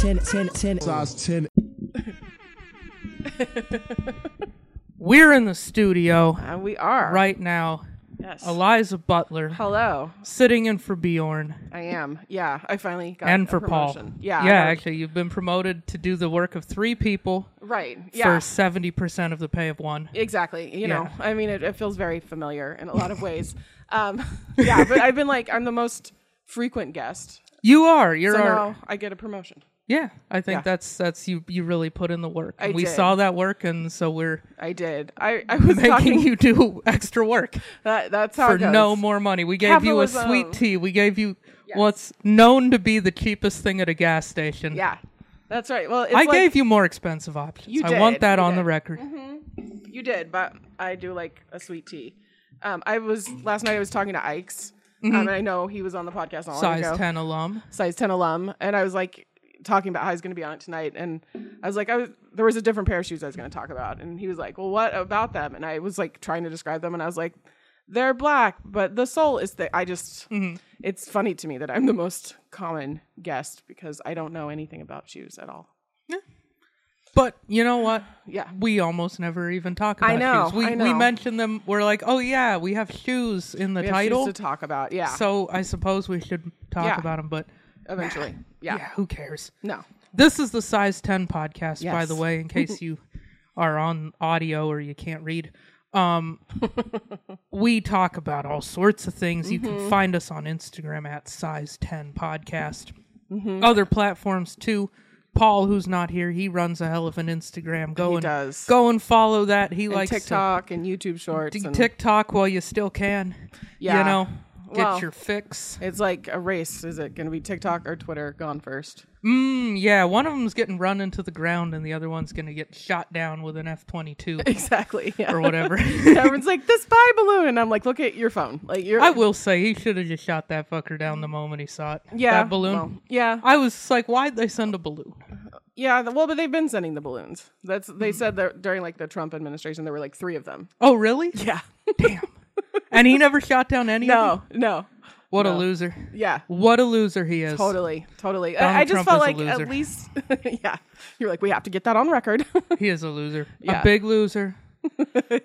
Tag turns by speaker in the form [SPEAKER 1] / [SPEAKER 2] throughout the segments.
[SPEAKER 1] 10, 10, 10, size 10.
[SPEAKER 2] We're in the studio
[SPEAKER 3] Uh, we are.
[SPEAKER 2] right now.
[SPEAKER 3] Yes.
[SPEAKER 2] Eliza Butler
[SPEAKER 3] Hello.
[SPEAKER 2] sitting in for Bjorn
[SPEAKER 3] I am. Yeah. I finally got
[SPEAKER 2] and
[SPEAKER 3] Uh, a
[SPEAKER 2] for Paul.
[SPEAKER 3] promotion. Yeah.
[SPEAKER 2] yeah.
[SPEAKER 3] I know.
[SPEAKER 2] Actually, you've been promoted to do the work of three people
[SPEAKER 3] Right. Yeah.
[SPEAKER 2] for seventy percent of the pay of one.
[SPEAKER 3] Exactly. You know,
[SPEAKER 2] Yeah.
[SPEAKER 3] I mean, it, it feels very familiar in a lot of ways. Um, yeah, but I've been like, I'm the most frequent guest.
[SPEAKER 2] You are. You're
[SPEAKER 3] So
[SPEAKER 2] our.
[SPEAKER 3] now I get a promotion.
[SPEAKER 2] Yeah, I think
[SPEAKER 3] Yeah.
[SPEAKER 2] that's that's you. You really put in the work.
[SPEAKER 3] I
[SPEAKER 2] And we
[SPEAKER 3] did.
[SPEAKER 2] saw that work, and so we're
[SPEAKER 3] I did. I, I was
[SPEAKER 2] making
[SPEAKER 3] talking.
[SPEAKER 2] you do extra work
[SPEAKER 3] that, that's how
[SPEAKER 2] for
[SPEAKER 3] it goes.
[SPEAKER 2] no more money. We gave you a
[SPEAKER 3] Capitalism.
[SPEAKER 2] sweet tea. We gave you what's known to be the cheapest thing at a gas station.
[SPEAKER 3] Yeah. That's right. Well, it's
[SPEAKER 2] I
[SPEAKER 3] like-
[SPEAKER 2] gave you more expensive options.
[SPEAKER 3] You
[SPEAKER 2] I
[SPEAKER 3] did,
[SPEAKER 2] want that
[SPEAKER 3] you
[SPEAKER 2] on the
[SPEAKER 3] did.
[SPEAKER 2] record.
[SPEAKER 3] You did, but I do like a sweet tea. Um, I was last night. I was talking to Ike's, um, and I know he was on the podcast. Not long
[SPEAKER 2] Mm-hmm. Size
[SPEAKER 3] ago.
[SPEAKER 2] 10 alum.
[SPEAKER 3] size 10 alum and i was like talking about how he's going to be on it tonight and i was like i was there was a different pair of shoes i was going to talk about and he was like well what about them and i was like trying to describe them and i was like they're black but the sole is thick i just
[SPEAKER 2] Mm-hmm.
[SPEAKER 3] it's funny to me that i'm the most common guest because i don't know anything about shoes at all
[SPEAKER 2] But you know what?
[SPEAKER 3] yeah
[SPEAKER 2] We almost never even talk about
[SPEAKER 3] I know,
[SPEAKER 2] shoes. We
[SPEAKER 3] I
[SPEAKER 2] we
[SPEAKER 3] know.
[SPEAKER 2] mention them. We're like, oh yeah, we have shoes in the
[SPEAKER 3] we have shoes
[SPEAKER 2] title.
[SPEAKER 3] to talk about yeah
[SPEAKER 2] So I suppose we should talk
[SPEAKER 3] Yeah.
[SPEAKER 2] about them. But
[SPEAKER 3] eventually yeah.
[SPEAKER 2] yeah, who cares?
[SPEAKER 3] no
[SPEAKER 2] This is the size 10 podcast, by
[SPEAKER 3] Yes.
[SPEAKER 2] the way, in case you are on audio or you can't read. Um, we talk about all sorts of things. You
[SPEAKER 3] Mm-hmm.
[SPEAKER 2] can find us on Instagram at size 10 podcast.
[SPEAKER 3] Mm-hmm.
[SPEAKER 2] Other platforms too. Paul, who's not here, he runs a hell of an Instagram. Go and
[SPEAKER 3] does.
[SPEAKER 2] go and follow that. He
[SPEAKER 3] and
[SPEAKER 2] likes to-
[SPEAKER 3] tiktok and youtube shorts and
[SPEAKER 2] TikTok while you still can.
[SPEAKER 3] Yeah.
[SPEAKER 2] You know, get
[SPEAKER 3] Well-
[SPEAKER 2] your fix.
[SPEAKER 3] it's like a race is it going to be tiktok or twitter gone first
[SPEAKER 2] Mm, yeah, one of them's getting run into the ground, and the other one's going to get shot down with an F twenty two.
[SPEAKER 3] exactly yeah.
[SPEAKER 2] or whatever.
[SPEAKER 3] Everyone's like, "This spy balloon," and I'm like, "Look at your phone." Like you're,
[SPEAKER 2] I will say he should have just shot that fucker down the moment he saw it.
[SPEAKER 3] yeah,
[SPEAKER 2] that balloon.
[SPEAKER 3] well, yeah,
[SPEAKER 2] I was just like, why'd they send a balloon?
[SPEAKER 3] yeah. the- Well, but they've been sending the balloons. That's they said that during like the Trump administration, there were like three of them.
[SPEAKER 2] Oh, really?
[SPEAKER 3] Yeah.
[SPEAKER 2] Damn. And he never shot down any. of them?
[SPEAKER 3] No, no.
[SPEAKER 2] What a loser.
[SPEAKER 3] Yeah.
[SPEAKER 2] What a loser he is.
[SPEAKER 3] Totally, totally.
[SPEAKER 2] Donald
[SPEAKER 3] I, I just
[SPEAKER 2] Trump
[SPEAKER 3] felt
[SPEAKER 2] is
[SPEAKER 3] like
[SPEAKER 2] a loser.
[SPEAKER 3] at least, yeah. You're like, we have to get that on record.
[SPEAKER 2] He is a loser.
[SPEAKER 3] Yeah.
[SPEAKER 2] A big loser.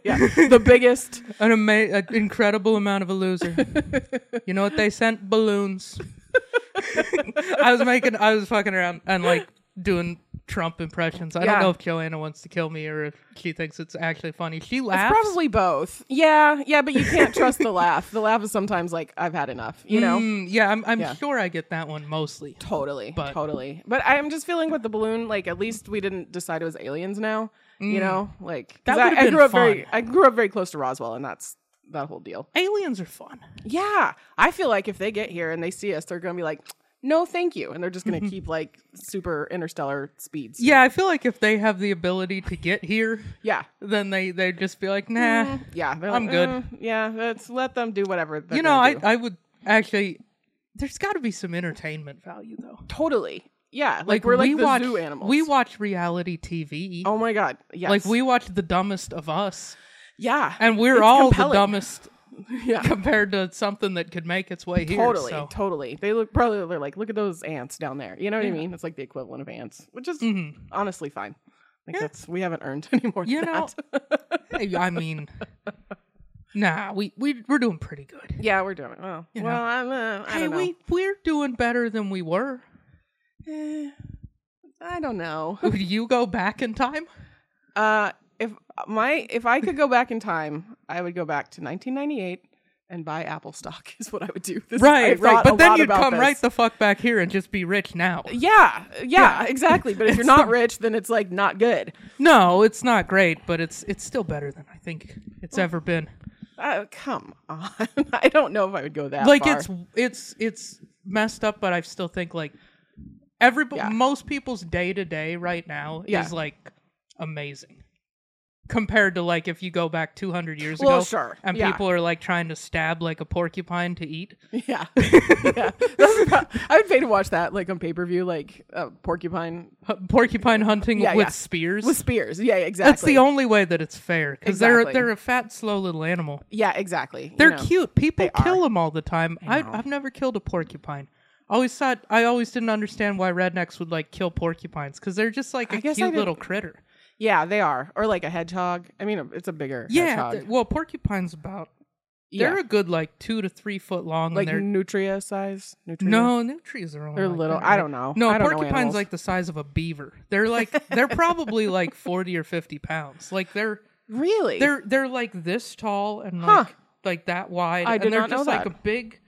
[SPEAKER 3] yeah, the biggest.
[SPEAKER 2] An, ama- an incredible amount of a loser. you know what they sent? Balloons. I was making, I was fucking around and like doing Trump impressions. I
[SPEAKER 3] Yeah.
[SPEAKER 2] don't know if Joanna wants to kill me or if she thinks it's actually funny. She
[SPEAKER 3] It's
[SPEAKER 2] laughs.
[SPEAKER 3] probably both. Yeah, yeah. But you can't trust the laugh. The laugh is sometimes like, I've had enough. You know.
[SPEAKER 2] Mm, yeah, I'm, I'm
[SPEAKER 3] Yeah.
[SPEAKER 2] sure I get that one mostly.
[SPEAKER 3] Totally,
[SPEAKER 2] But-
[SPEAKER 3] totally. But I'm just feeling with the balloon. Like at least we didn't decide it was aliens. Now you know, like 'cause
[SPEAKER 2] Mm. That
[SPEAKER 3] I,
[SPEAKER 2] would've
[SPEAKER 3] I
[SPEAKER 2] been
[SPEAKER 3] grew up very.
[SPEAKER 2] fun.
[SPEAKER 3] I grew up very close to Roswell, and that's that whole deal.
[SPEAKER 2] Aliens are fun.
[SPEAKER 3] Yeah, I feel like if they get here and they see us, they're gonna be like, "No, thank you," and they're just gonna keep like super interstellar speeds.
[SPEAKER 2] Mm-hmm. Yeah, I feel like if they have the ability to get here,
[SPEAKER 3] yeah,
[SPEAKER 2] then they they'd just be like, nah.
[SPEAKER 3] yeah. They're
[SPEAKER 2] I'm
[SPEAKER 3] like,
[SPEAKER 2] good.
[SPEAKER 3] "Mm, yeah, let's let them do whatever. they're
[SPEAKER 2] You know,
[SPEAKER 3] gonna
[SPEAKER 2] I
[SPEAKER 3] do."
[SPEAKER 2] I would actually. There's got to be some entertainment value though.
[SPEAKER 3] totally. Yeah, like, we're like the
[SPEAKER 2] watch
[SPEAKER 3] zoo animals.
[SPEAKER 2] we watch reality TV.
[SPEAKER 3] Oh my god! Yes.
[SPEAKER 2] Like we watch the dumbest of us,
[SPEAKER 3] Yeah.
[SPEAKER 2] and we're
[SPEAKER 3] It's
[SPEAKER 2] all
[SPEAKER 3] compelling.
[SPEAKER 2] the dumbest
[SPEAKER 3] Yeah.
[SPEAKER 2] compared to something that could make its way here.
[SPEAKER 3] Totally,
[SPEAKER 2] so.
[SPEAKER 3] totally. They look probably they're like, look at those ants down there. You know what I mean? It's like the equivalent of ants, which is honestly fine. Like that's we haven't earned any more.
[SPEAKER 2] Mm-hmm. You
[SPEAKER 3] than
[SPEAKER 2] know-
[SPEAKER 3] that.
[SPEAKER 2] Hey, I mean, nah, we we we're doing pretty good.
[SPEAKER 3] yeah, we're doing it. well.
[SPEAKER 2] You
[SPEAKER 3] well,
[SPEAKER 2] know.
[SPEAKER 3] I'm. Uh, I
[SPEAKER 2] hey,
[SPEAKER 3] don't know.
[SPEAKER 2] we we're doing better than we were.
[SPEAKER 3] Eh, I don't know.
[SPEAKER 2] Would you go back in time?
[SPEAKER 3] Uh, if my if I could go back in time, I would go back to 1998 and buy Apple stock. Is what I would do. This- I thought a
[SPEAKER 2] But then
[SPEAKER 3] lot
[SPEAKER 2] you'd
[SPEAKER 3] about
[SPEAKER 2] come
[SPEAKER 3] this.
[SPEAKER 2] right the fuck back here and just be rich now.
[SPEAKER 3] yeah, yeah, exactly. But if you're not rich, then it's like not good.
[SPEAKER 2] No, it's not great, but it's it's still better than I think it's ever been.
[SPEAKER 3] Uh, come on, I don't know if I would go that.
[SPEAKER 2] Like
[SPEAKER 3] far.
[SPEAKER 2] it's it's it's messed up, but I still think like every
[SPEAKER 3] Yeah.
[SPEAKER 2] most people's day to day right now
[SPEAKER 3] Yeah.
[SPEAKER 2] is like amazing. Compared to like if you go back 200 years
[SPEAKER 3] Well,
[SPEAKER 2] ago,
[SPEAKER 3] sure,
[SPEAKER 2] and
[SPEAKER 3] yeah.
[SPEAKER 2] people are like trying to stab like a porcupine to eat.
[SPEAKER 3] Yeah, yeah. That's about- I would pay to watch that, like on pay per view, like uh, porcupine
[SPEAKER 2] Hu- Porcupine hunting
[SPEAKER 3] Yeah,
[SPEAKER 2] with
[SPEAKER 3] yeah.
[SPEAKER 2] spears.
[SPEAKER 3] with spears. Yeah, exactly.
[SPEAKER 2] That's the only way that it's fair because
[SPEAKER 3] Exactly.
[SPEAKER 2] they're they're a fat, slow little animal.
[SPEAKER 3] Yeah, exactly. You
[SPEAKER 2] They're
[SPEAKER 3] know.
[SPEAKER 2] cute. People
[SPEAKER 3] they
[SPEAKER 2] kill
[SPEAKER 3] are.
[SPEAKER 2] them all the time. I I've never killed a porcupine. Always thought I always didn't understand why rednecks would like kill porcupines because they're just like
[SPEAKER 3] I
[SPEAKER 2] a
[SPEAKER 3] guess I
[SPEAKER 2] cute
[SPEAKER 3] didn't-
[SPEAKER 2] little critter.
[SPEAKER 3] Yeah, they are. Or like a hedgehog. I mean, it's a bigger
[SPEAKER 2] Yeah.
[SPEAKER 3] hedgehog.
[SPEAKER 2] th- well, porcupines about
[SPEAKER 3] Yeah.
[SPEAKER 2] they're a good like two to three foot long.
[SPEAKER 3] like
[SPEAKER 2] and
[SPEAKER 3] nutria size. Nutria.
[SPEAKER 2] they're no, new trees are only
[SPEAKER 3] They're
[SPEAKER 2] like
[SPEAKER 3] little.
[SPEAKER 2] that,
[SPEAKER 3] I
[SPEAKER 2] right?
[SPEAKER 3] don't know.
[SPEAKER 2] No,
[SPEAKER 3] I don't know
[SPEAKER 2] porcupines
[SPEAKER 3] animals.
[SPEAKER 2] like the size of a beaver. They're like they're probably like forty or fifty pounds. Like they're
[SPEAKER 3] really.
[SPEAKER 2] they're they're like this tall and
[SPEAKER 3] Huh.
[SPEAKER 2] like like that wide.
[SPEAKER 3] I did
[SPEAKER 2] and they're
[SPEAKER 3] not know
[SPEAKER 2] just like
[SPEAKER 3] that.
[SPEAKER 2] a big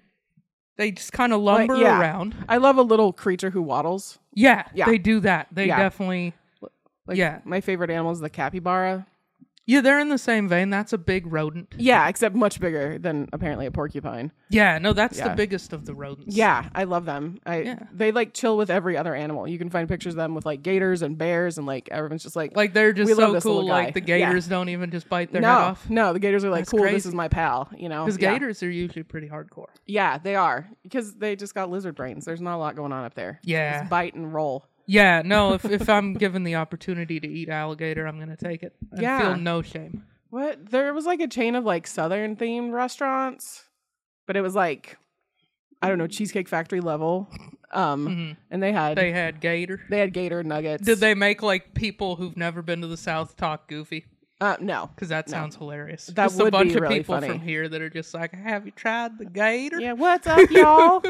[SPEAKER 2] they just kind of
[SPEAKER 3] Like,
[SPEAKER 2] lumber
[SPEAKER 3] yeah.
[SPEAKER 2] around.
[SPEAKER 3] I love a little creature who waddles.
[SPEAKER 2] Yeah,
[SPEAKER 3] Yeah.
[SPEAKER 2] they do that. They
[SPEAKER 3] Yeah.
[SPEAKER 2] definitely
[SPEAKER 3] Like,
[SPEAKER 2] Yeah.
[SPEAKER 3] My favorite animal is the capybara.
[SPEAKER 2] Yeah, they're in the same vein. That's a big rodent.
[SPEAKER 3] Yeah, except much bigger than apparently a porcupine.
[SPEAKER 2] Yeah, no, that's
[SPEAKER 3] Yeah.
[SPEAKER 2] the biggest of the rodents.
[SPEAKER 3] Yeah, I love them. I
[SPEAKER 2] Yeah.
[SPEAKER 3] they like chill with every other animal. You can find pictures of them with like gators and bears and like everyone's just like
[SPEAKER 2] Like they're just
[SPEAKER 3] We love
[SPEAKER 2] so
[SPEAKER 3] this little
[SPEAKER 2] cool.
[SPEAKER 3] guy.
[SPEAKER 2] Like the
[SPEAKER 3] Yeah.
[SPEAKER 2] gators don't even just bite their
[SPEAKER 3] no,
[SPEAKER 2] head off.
[SPEAKER 3] no. The gators are like
[SPEAKER 2] That's
[SPEAKER 3] cool. This
[SPEAKER 2] crazy.
[SPEAKER 3] is my pal. You know,
[SPEAKER 2] Because
[SPEAKER 3] yeah.
[SPEAKER 2] gators are usually pretty hardcore.
[SPEAKER 3] Yeah, they are because they just got lizard brains. There's not a lot going on up there.
[SPEAKER 2] Yeah.
[SPEAKER 3] Just bite and roll.
[SPEAKER 2] Yeah, no, if, if I'm given the opportunity to eat alligator, I'm going to take it. And
[SPEAKER 3] Yeah.
[SPEAKER 2] feel no shame.
[SPEAKER 3] What? There was like a chain of like southern themed restaurants, but it was like I don't know cheesecake factory level. Um, and they had
[SPEAKER 2] Mm-hmm. They
[SPEAKER 3] they,
[SPEAKER 2] had gator.
[SPEAKER 3] had gator nuggets.
[SPEAKER 2] Did they make like people who've never been to the South talk goofy?
[SPEAKER 3] Uh, no.
[SPEAKER 2] Because that sounds hilarious.
[SPEAKER 3] That
[SPEAKER 2] just a
[SPEAKER 3] would be
[SPEAKER 2] bunch of
[SPEAKER 3] really
[SPEAKER 2] people
[SPEAKER 3] funny.
[SPEAKER 2] from here that are just like, "Have you tried the gator?"
[SPEAKER 3] Yeah, what's up, y'all?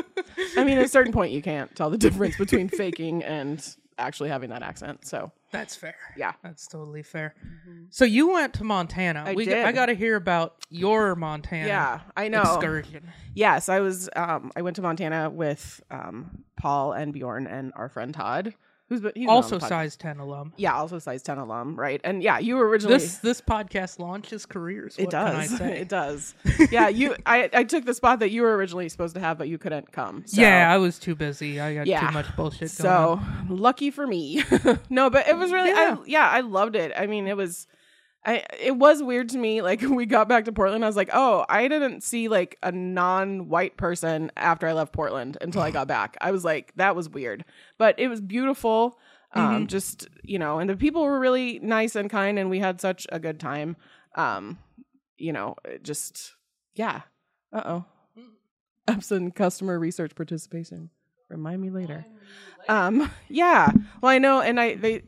[SPEAKER 3] I mean, at a certain point, you can't tell the difference between faking and actually having that accent. So
[SPEAKER 2] That's fair.
[SPEAKER 3] Yeah. Mm-hmm.
[SPEAKER 2] that's totally fair. So you went to Montana.
[SPEAKER 3] I
[SPEAKER 2] we
[SPEAKER 3] did.
[SPEAKER 2] I got to hear about your Montana.
[SPEAKER 3] yeah, I know.
[SPEAKER 2] excursion.
[SPEAKER 3] Yes, I was. Um, I went to Montana with um, Paul and Bjorn and our friend Todd, who's been, he's been on
[SPEAKER 2] Also,
[SPEAKER 3] the pod-
[SPEAKER 2] size ten alum.
[SPEAKER 3] Yeah, also size ten alum, right? And yeah, you were originally.
[SPEAKER 2] This this podcast launches careers.
[SPEAKER 3] it
[SPEAKER 2] what can I
[SPEAKER 3] does.
[SPEAKER 2] say?
[SPEAKER 3] It does. Yeah, you. I, I took the spot that you were originally supposed to have, but you couldn't come. So.
[SPEAKER 2] Yeah, I was too busy. I got
[SPEAKER 3] Yeah.
[SPEAKER 2] too much bullshit. going on.
[SPEAKER 3] So lucky for me. no, but it was really
[SPEAKER 2] Yeah.
[SPEAKER 3] I yeah, I loved it. I mean, it was I it was weird to me. Like when we got back to Portland, I was like, oh, I didn't see like a non-white person after I left Portland until I got back. I was like, that was weird. But it was beautiful. Um,
[SPEAKER 2] Mm-hmm.
[SPEAKER 3] just you know, and the people were really nice and kind and we had such a good time. Um, you know, it just yeah. Uh oh.
[SPEAKER 2] Mm.
[SPEAKER 3] Epson customer research participation. Remind me later. Um, yeah. Well, I know, and I they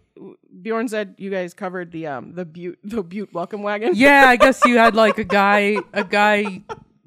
[SPEAKER 3] Bjorn said you guys covered the um the butte the butte welcome wagon.
[SPEAKER 2] yeah, I guess you had like a guy, a guy,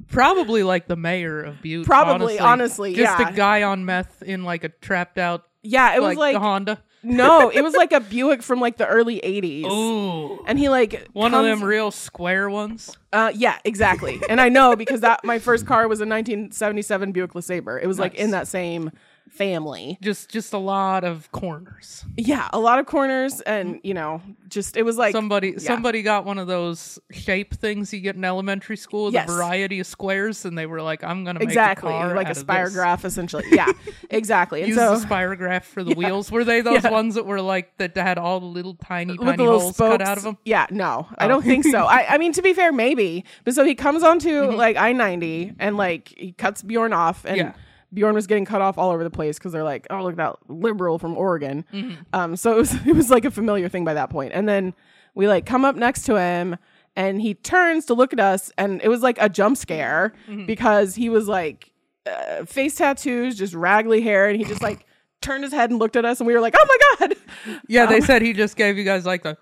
[SPEAKER 2] probably like the mayor of Butte.
[SPEAKER 3] Probably, honestly,
[SPEAKER 2] just
[SPEAKER 3] yeah.
[SPEAKER 2] a guy on meth in like a trapped out,
[SPEAKER 3] Yeah, it was
[SPEAKER 2] like,
[SPEAKER 3] like,
[SPEAKER 2] the Honda.
[SPEAKER 3] no, it was like a Buick from like the early '80s.
[SPEAKER 2] Ooh,
[SPEAKER 3] And he like
[SPEAKER 2] one of
[SPEAKER 3] comes-
[SPEAKER 2] them real square ones.
[SPEAKER 3] Uh, yeah, exactly. and I know because that my first car was a 1977 Buick LeSabre. It was like in that same family.
[SPEAKER 2] Just, just a lot of corners.
[SPEAKER 3] Yeah, a lot of corners, and you know, just it was like
[SPEAKER 2] Mm. Somebody, somebody got one of those shape things you get in elementary school,
[SPEAKER 3] Yes.
[SPEAKER 2] the variety of squares, and they were like, "I'm gonna make
[SPEAKER 3] exactly
[SPEAKER 2] a car
[SPEAKER 3] like a
[SPEAKER 2] out of this.
[SPEAKER 3] spirograph essentially. Yeah, exactly. And
[SPEAKER 2] Use
[SPEAKER 3] so
[SPEAKER 2] the spirograph for the wheels. Were they those ones that were like that had all the little tiny
[SPEAKER 3] with
[SPEAKER 2] tiny
[SPEAKER 3] the little
[SPEAKER 2] holes
[SPEAKER 3] spokes.
[SPEAKER 2] cut out of Oh. them?
[SPEAKER 3] Yeah, no, I don't think so. I, I mean, to be fair, maybe. But so he comes onto like I ninety and like he cuts Bjorn off, and
[SPEAKER 2] Mm-hmm. Yeah.
[SPEAKER 3] Bjorn was getting cut off all over the place because they're like, oh look at that liberal from Oregon.
[SPEAKER 2] Mm-hmm.
[SPEAKER 3] Um, so it was it was like a familiar thing by that point. And then we like come up next to him. And he turns to look at us, and it was like a jump scare
[SPEAKER 2] Mm-hmm.
[SPEAKER 3] because he was like uh, face tattoos, just raggly hair, and he just like turned his head and looked at us, and we were like, "Oh my god!"
[SPEAKER 2] Yeah, they said he just gave you guys like the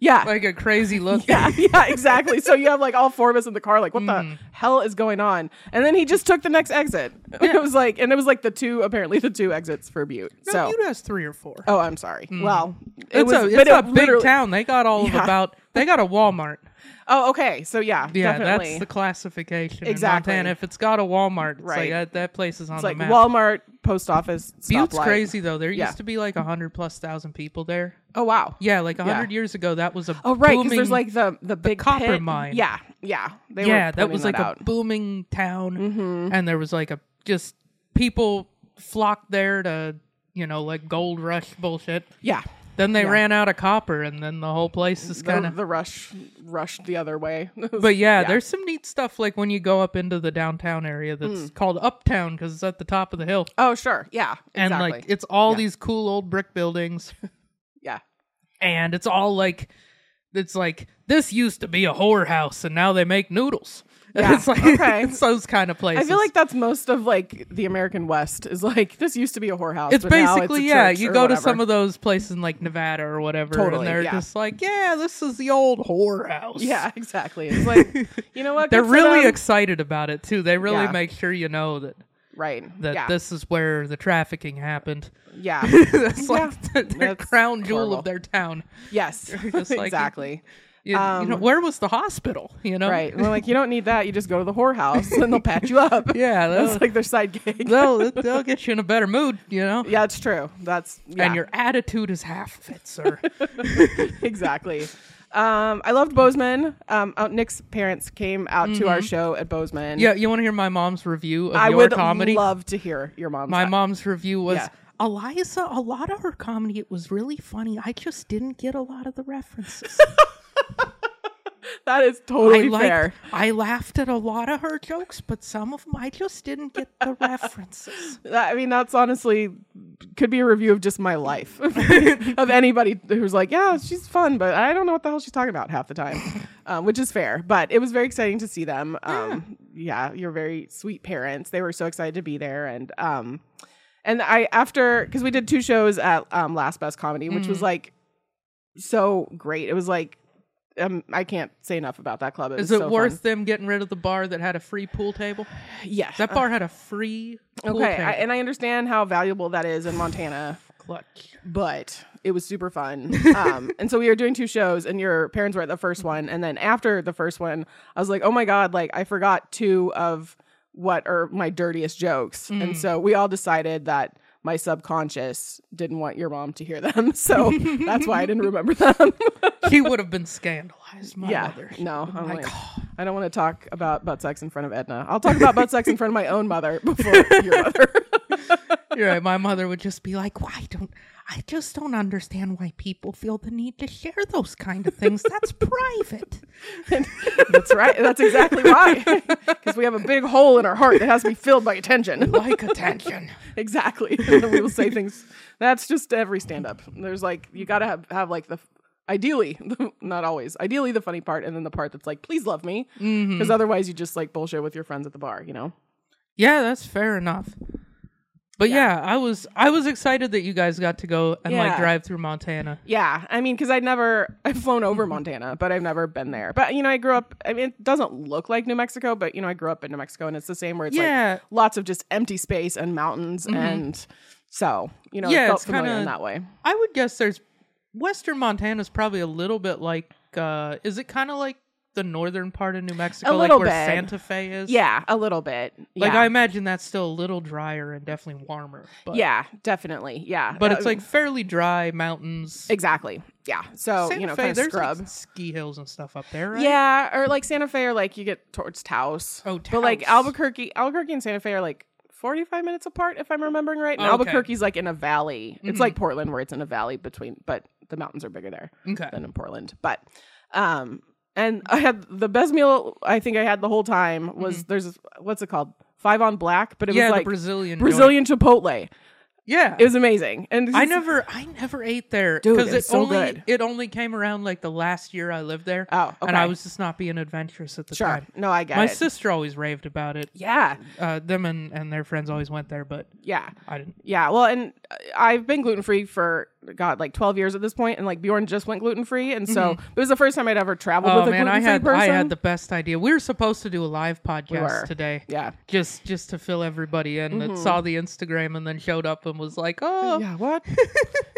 [SPEAKER 3] Yeah,
[SPEAKER 2] like a crazy look.
[SPEAKER 3] yeah, yeah, exactly. So you have like all four of us in the car, like, what
[SPEAKER 2] Mm.
[SPEAKER 3] the hell is going on? And then he just took the next exit. It was like, and it was like the two, apparently the two exits for Butte.
[SPEAKER 2] No,
[SPEAKER 3] so,
[SPEAKER 2] Butte has three or four.
[SPEAKER 3] oh, I'm sorry. Well, it
[SPEAKER 2] Mm. it's
[SPEAKER 3] was,
[SPEAKER 2] a,
[SPEAKER 3] but
[SPEAKER 2] it's
[SPEAKER 3] it
[SPEAKER 2] a big
[SPEAKER 3] literally-
[SPEAKER 2] town. They got all
[SPEAKER 3] Yeah.
[SPEAKER 2] of about. They got a Walmart.
[SPEAKER 3] Oh, okay. So yeah,
[SPEAKER 2] Yeah,
[SPEAKER 3] definitely.
[SPEAKER 2] that's the classification
[SPEAKER 3] Exactly.
[SPEAKER 2] in Montana. If it's got a Walmart, it's
[SPEAKER 3] Right.
[SPEAKER 2] like that, that place is on
[SPEAKER 3] it's
[SPEAKER 2] the
[SPEAKER 3] like
[SPEAKER 2] map.
[SPEAKER 3] Walmart, post office,
[SPEAKER 2] Butte's
[SPEAKER 3] stoplight.
[SPEAKER 2] crazy though. There
[SPEAKER 3] Yeah.
[SPEAKER 2] used to be like a hundred plus thousand people there.
[SPEAKER 3] Oh wow.
[SPEAKER 2] Yeah, like a
[SPEAKER 3] Yeah.
[SPEAKER 2] hundred years ago, that was a
[SPEAKER 3] Oh right, because
[SPEAKER 2] booming-
[SPEAKER 3] there's like the the big
[SPEAKER 2] copper
[SPEAKER 3] pit.
[SPEAKER 2] mine.
[SPEAKER 3] Yeah, yeah. They
[SPEAKER 2] yeah,
[SPEAKER 3] were
[SPEAKER 2] that was
[SPEAKER 3] pointing
[SPEAKER 2] like
[SPEAKER 3] that out. Mm-hmm.
[SPEAKER 2] a booming town, and there was like a just people flocked there to you know like gold rush bullshit.
[SPEAKER 3] yeah.
[SPEAKER 2] Then they ran out of copper, and then the whole place is kind
[SPEAKER 3] The,
[SPEAKER 2] of.
[SPEAKER 3] the rush rushed the other way.
[SPEAKER 2] But yeah, there's some neat stuff like when you go up into the downtown area that's
[SPEAKER 3] Hmm.
[SPEAKER 2] called Uptown because it's at the top of the hill,
[SPEAKER 3] oh sure, yeah,
[SPEAKER 2] and
[SPEAKER 3] exactly.
[SPEAKER 2] like it's all these cool old brick buildings,
[SPEAKER 3] yeah,
[SPEAKER 2] and it's all like it's like this used to be a whorehouse, and now they make noodles.
[SPEAKER 3] Yeah,
[SPEAKER 2] it's like
[SPEAKER 3] okay.
[SPEAKER 2] it's those kind of places.
[SPEAKER 3] I feel like that's most of like the American West is like this used to be a whorehouse.
[SPEAKER 2] it's
[SPEAKER 3] but now it's a
[SPEAKER 2] basically yeah.
[SPEAKER 3] church
[SPEAKER 2] You
[SPEAKER 3] or
[SPEAKER 2] go to
[SPEAKER 3] whatever.
[SPEAKER 2] some of those places in like Nevada or whatever, and
[SPEAKER 3] Totally,
[SPEAKER 2] they're
[SPEAKER 3] yeah.
[SPEAKER 2] just like, yeah, this is the old whorehouse.
[SPEAKER 3] yeah, exactly. It's like you know what
[SPEAKER 2] they're
[SPEAKER 3] Good for
[SPEAKER 2] really
[SPEAKER 3] them.
[SPEAKER 2] excited about it too. They really
[SPEAKER 3] Yeah.
[SPEAKER 2] make sure you know that
[SPEAKER 3] right.
[SPEAKER 2] that
[SPEAKER 3] yeah,
[SPEAKER 2] this is where the trafficking happened.
[SPEAKER 3] yeah,
[SPEAKER 2] that's like
[SPEAKER 3] Yeah,
[SPEAKER 2] the, their
[SPEAKER 3] that's
[SPEAKER 2] crown jewel
[SPEAKER 3] horrible.
[SPEAKER 2] of their town.
[SPEAKER 3] yes,
[SPEAKER 2] just like-
[SPEAKER 3] exactly.
[SPEAKER 2] You, you know,
[SPEAKER 3] Um,
[SPEAKER 2] where was the hospital? You know,
[SPEAKER 3] Right. We're like, you don't need that. You just go to the whorehouse and they'll patch you up.
[SPEAKER 2] Yeah,
[SPEAKER 3] That's
[SPEAKER 2] they'll-
[SPEAKER 3] like their side gig.
[SPEAKER 2] they'll they'll get you in a better mood. You know,
[SPEAKER 3] yeah, it's true. That's yeah,
[SPEAKER 2] and your attitude is half of it, sir.
[SPEAKER 3] exactly. Um, I loved Bozeman. Um, out Nick's parents came out to our show at Bozeman.
[SPEAKER 2] Mm-hmm. yeah, you want to hear my mom's review of
[SPEAKER 3] I
[SPEAKER 2] your
[SPEAKER 3] would
[SPEAKER 2] comedy?
[SPEAKER 3] love to hear your mom's.
[SPEAKER 2] my mom's review was.
[SPEAKER 3] Yeah.
[SPEAKER 2] Eliza, a lot of her comedy it was really funny. I just didn't get a lot of the references.
[SPEAKER 3] That is
[SPEAKER 2] I
[SPEAKER 3] totally fair.
[SPEAKER 2] liked, I laughed at a lot of her jokes, but some of them I just didn't get the references.
[SPEAKER 3] I mean, that's honestly could be a review of just my life of anybody who's like, yeah, she's fun, but I don't know what the hell she's talking about half the time, um, which is fair. But it was very exciting to see them. Um, yeah. you're very sweet parents. They were so excited to be there, and um, and I after because we did two shows at um, Last Best Comedy, which
[SPEAKER 2] Mm.
[SPEAKER 3] was like so great. It was like. Um, I can't say enough about that club. It
[SPEAKER 2] Is
[SPEAKER 3] was
[SPEAKER 2] it
[SPEAKER 3] so
[SPEAKER 2] worth
[SPEAKER 3] fun.
[SPEAKER 2] them getting rid of the bar that had a free pool table?
[SPEAKER 3] Yeah,
[SPEAKER 2] That bar had a free pool
[SPEAKER 3] okay.
[SPEAKER 2] table.
[SPEAKER 3] I, and I understand how valuable that is in Montana.
[SPEAKER 2] Clutch.
[SPEAKER 3] but it was super fun. Um, and so we were doing two shows, and your parents were at the first one, and then after the first one, I was like, oh my god, like I forgot two of what are my dirtiest jokes,
[SPEAKER 2] Mm.
[SPEAKER 3] and so we all decided that my subconscious didn't want your mom to hear them, so that's why I didn't remember them.
[SPEAKER 2] he would have been scandalized. My
[SPEAKER 3] yeah,
[SPEAKER 2] mother. Oh
[SPEAKER 3] no, I'm
[SPEAKER 2] my
[SPEAKER 3] like,
[SPEAKER 2] God.
[SPEAKER 3] I don't want to talk about butt sex in front of Edna. I'll talk about butt sex in front of my own mother before your mother.
[SPEAKER 2] You're right. My mother would just be like, "Why don't I just don't understand why people feel the need to share those kind of things? That's private."
[SPEAKER 3] That's right. That's exactly why, because we have a big hole in our heart that has to be filled by attention.
[SPEAKER 2] Like attention.
[SPEAKER 3] exactly. And then we will say things. That's just every stand up. There's like you got to have have like the ideally not always ideally the funny part and then the part that's like please love me because otherwise you just like bullshit with your friends at the bar, you know.
[SPEAKER 2] Yeah, that's fair enough. But yeah. I was I was excited that you guys got to go and like
[SPEAKER 3] Yeah.
[SPEAKER 2] drive through Montana.
[SPEAKER 3] Yeah, I mean, because I'd never I've flown over Montana, but I've never been there. But you know, I grew up. I mean, it doesn't look like New Mexico, but you know, I grew up in New Mexico, and it's the same where it's
[SPEAKER 2] Yeah. Mm-hmm.
[SPEAKER 3] like lots of just empty space and mountains, and so you know,
[SPEAKER 2] Yeah,
[SPEAKER 3] it felt
[SPEAKER 2] it's
[SPEAKER 3] familiar in
[SPEAKER 2] kinda-
[SPEAKER 3] that way.
[SPEAKER 2] I would guess there's Western Montana's probably a little bit like uh is it kind of like the northern part of New Mexico
[SPEAKER 3] A
[SPEAKER 2] like
[SPEAKER 3] little
[SPEAKER 2] where
[SPEAKER 3] bit.
[SPEAKER 2] Santa Fe is?
[SPEAKER 3] Yeah, a little bit.
[SPEAKER 2] Like
[SPEAKER 3] yeah.
[SPEAKER 2] I imagine that's still a little drier and definitely warmer. But
[SPEAKER 3] yeah, definitely. Yeah,
[SPEAKER 2] But
[SPEAKER 3] Uh,
[SPEAKER 2] it's like fairly dry mountains.
[SPEAKER 3] exactly. Yeah. So
[SPEAKER 2] Santa
[SPEAKER 3] you
[SPEAKER 2] Fe,
[SPEAKER 3] know, kind of
[SPEAKER 2] there's like
[SPEAKER 3] scrub.
[SPEAKER 2] ski hills and stuff up there, right?
[SPEAKER 3] Yeah, or like Santa Fe, or like you get towards Taos.
[SPEAKER 2] Oh,
[SPEAKER 3] but like
[SPEAKER 2] Taos.
[SPEAKER 3] Albuquerque, Albuquerque and Santa Fe are like forty-five minutes apart, if I'm remembering right.
[SPEAKER 2] Okay.
[SPEAKER 3] And
[SPEAKER 2] Mm-hmm.
[SPEAKER 3] Albuquerque's like in a valley. It's like Portland, where it's in a valley between, but the mountains are bigger there
[SPEAKER 2] Okay.
[SPEAKER 3] than in Portland. But, um, and I had the best meal I think I had the whole time was there's what's it called five on black, but it
[SPEAKER 2] Mm-hmm. yeah,
[SPEAKER 3] was
[SPEAKER 2] the
[SPEAKER 3] like
[SPEAKER 2] Brazilian joint.
[SPEAKER 3] Brazilian Chipotle.
[SPEAKER 2] Yeah.
[SPEAKER 3] It was amazing, and
[SPEAKER 2] I never I never ate there
[SPEAKER 3] Dude,
[SPEAKER 2] because
[SPEAKER 3] it was
[SPEAKER 2] it
[SPEAKER 3] so
[SPEAKER 2] only
[SPEAKER 3] good.
[SPEAKER 2] it only came around like the last year I lived there.
[SPEAKER 3] Oh,
[SPEAKER 2] and I
[SPEAKER 3] okay.
[SPEAKER 2] was just not being adventurous at the
[SPEAKER 3] sure.
[SPEAKER 2] time.
[SPEAKER 3] No, I get
[SPEAKER 2] My
[SPEAKER 3] it.
[SPEAKER 2] sister always raved about it.
[SPEAKER 3] yeah,
[SPEAKER 2] Uh, them and, and their friends always went there, but
[SPEAKER 3] yeah.
[SPEAKER 2] I didn't.
[SPEAKER 3] Yeah, well, and uh, I've been gluten free for God, like twelve years at this point, and like Bjorn just went gluten free, and so it was the first time I'd ever traveled
[SPEAKER 2] Mm-hmm. Oh
[SPEAKER 3] with a
[SPEAKER 2] man,
[SPEAKER 3] gluten free
[SPEAKER 2] I had
[SPEAKER 3] person.
[SPEAKER 2] I had the best idea. We were supposed to do a live podcast
[SPEAKER 3] were.
[SPEAKER 2] today,
[SPEAKER 3] yeah, Mm-hmm.
[SPEAKER 2] just just to fill everybody in that saw the Instagram and then showed up and was like, oh.
[SPEAKER 3] yeah, what?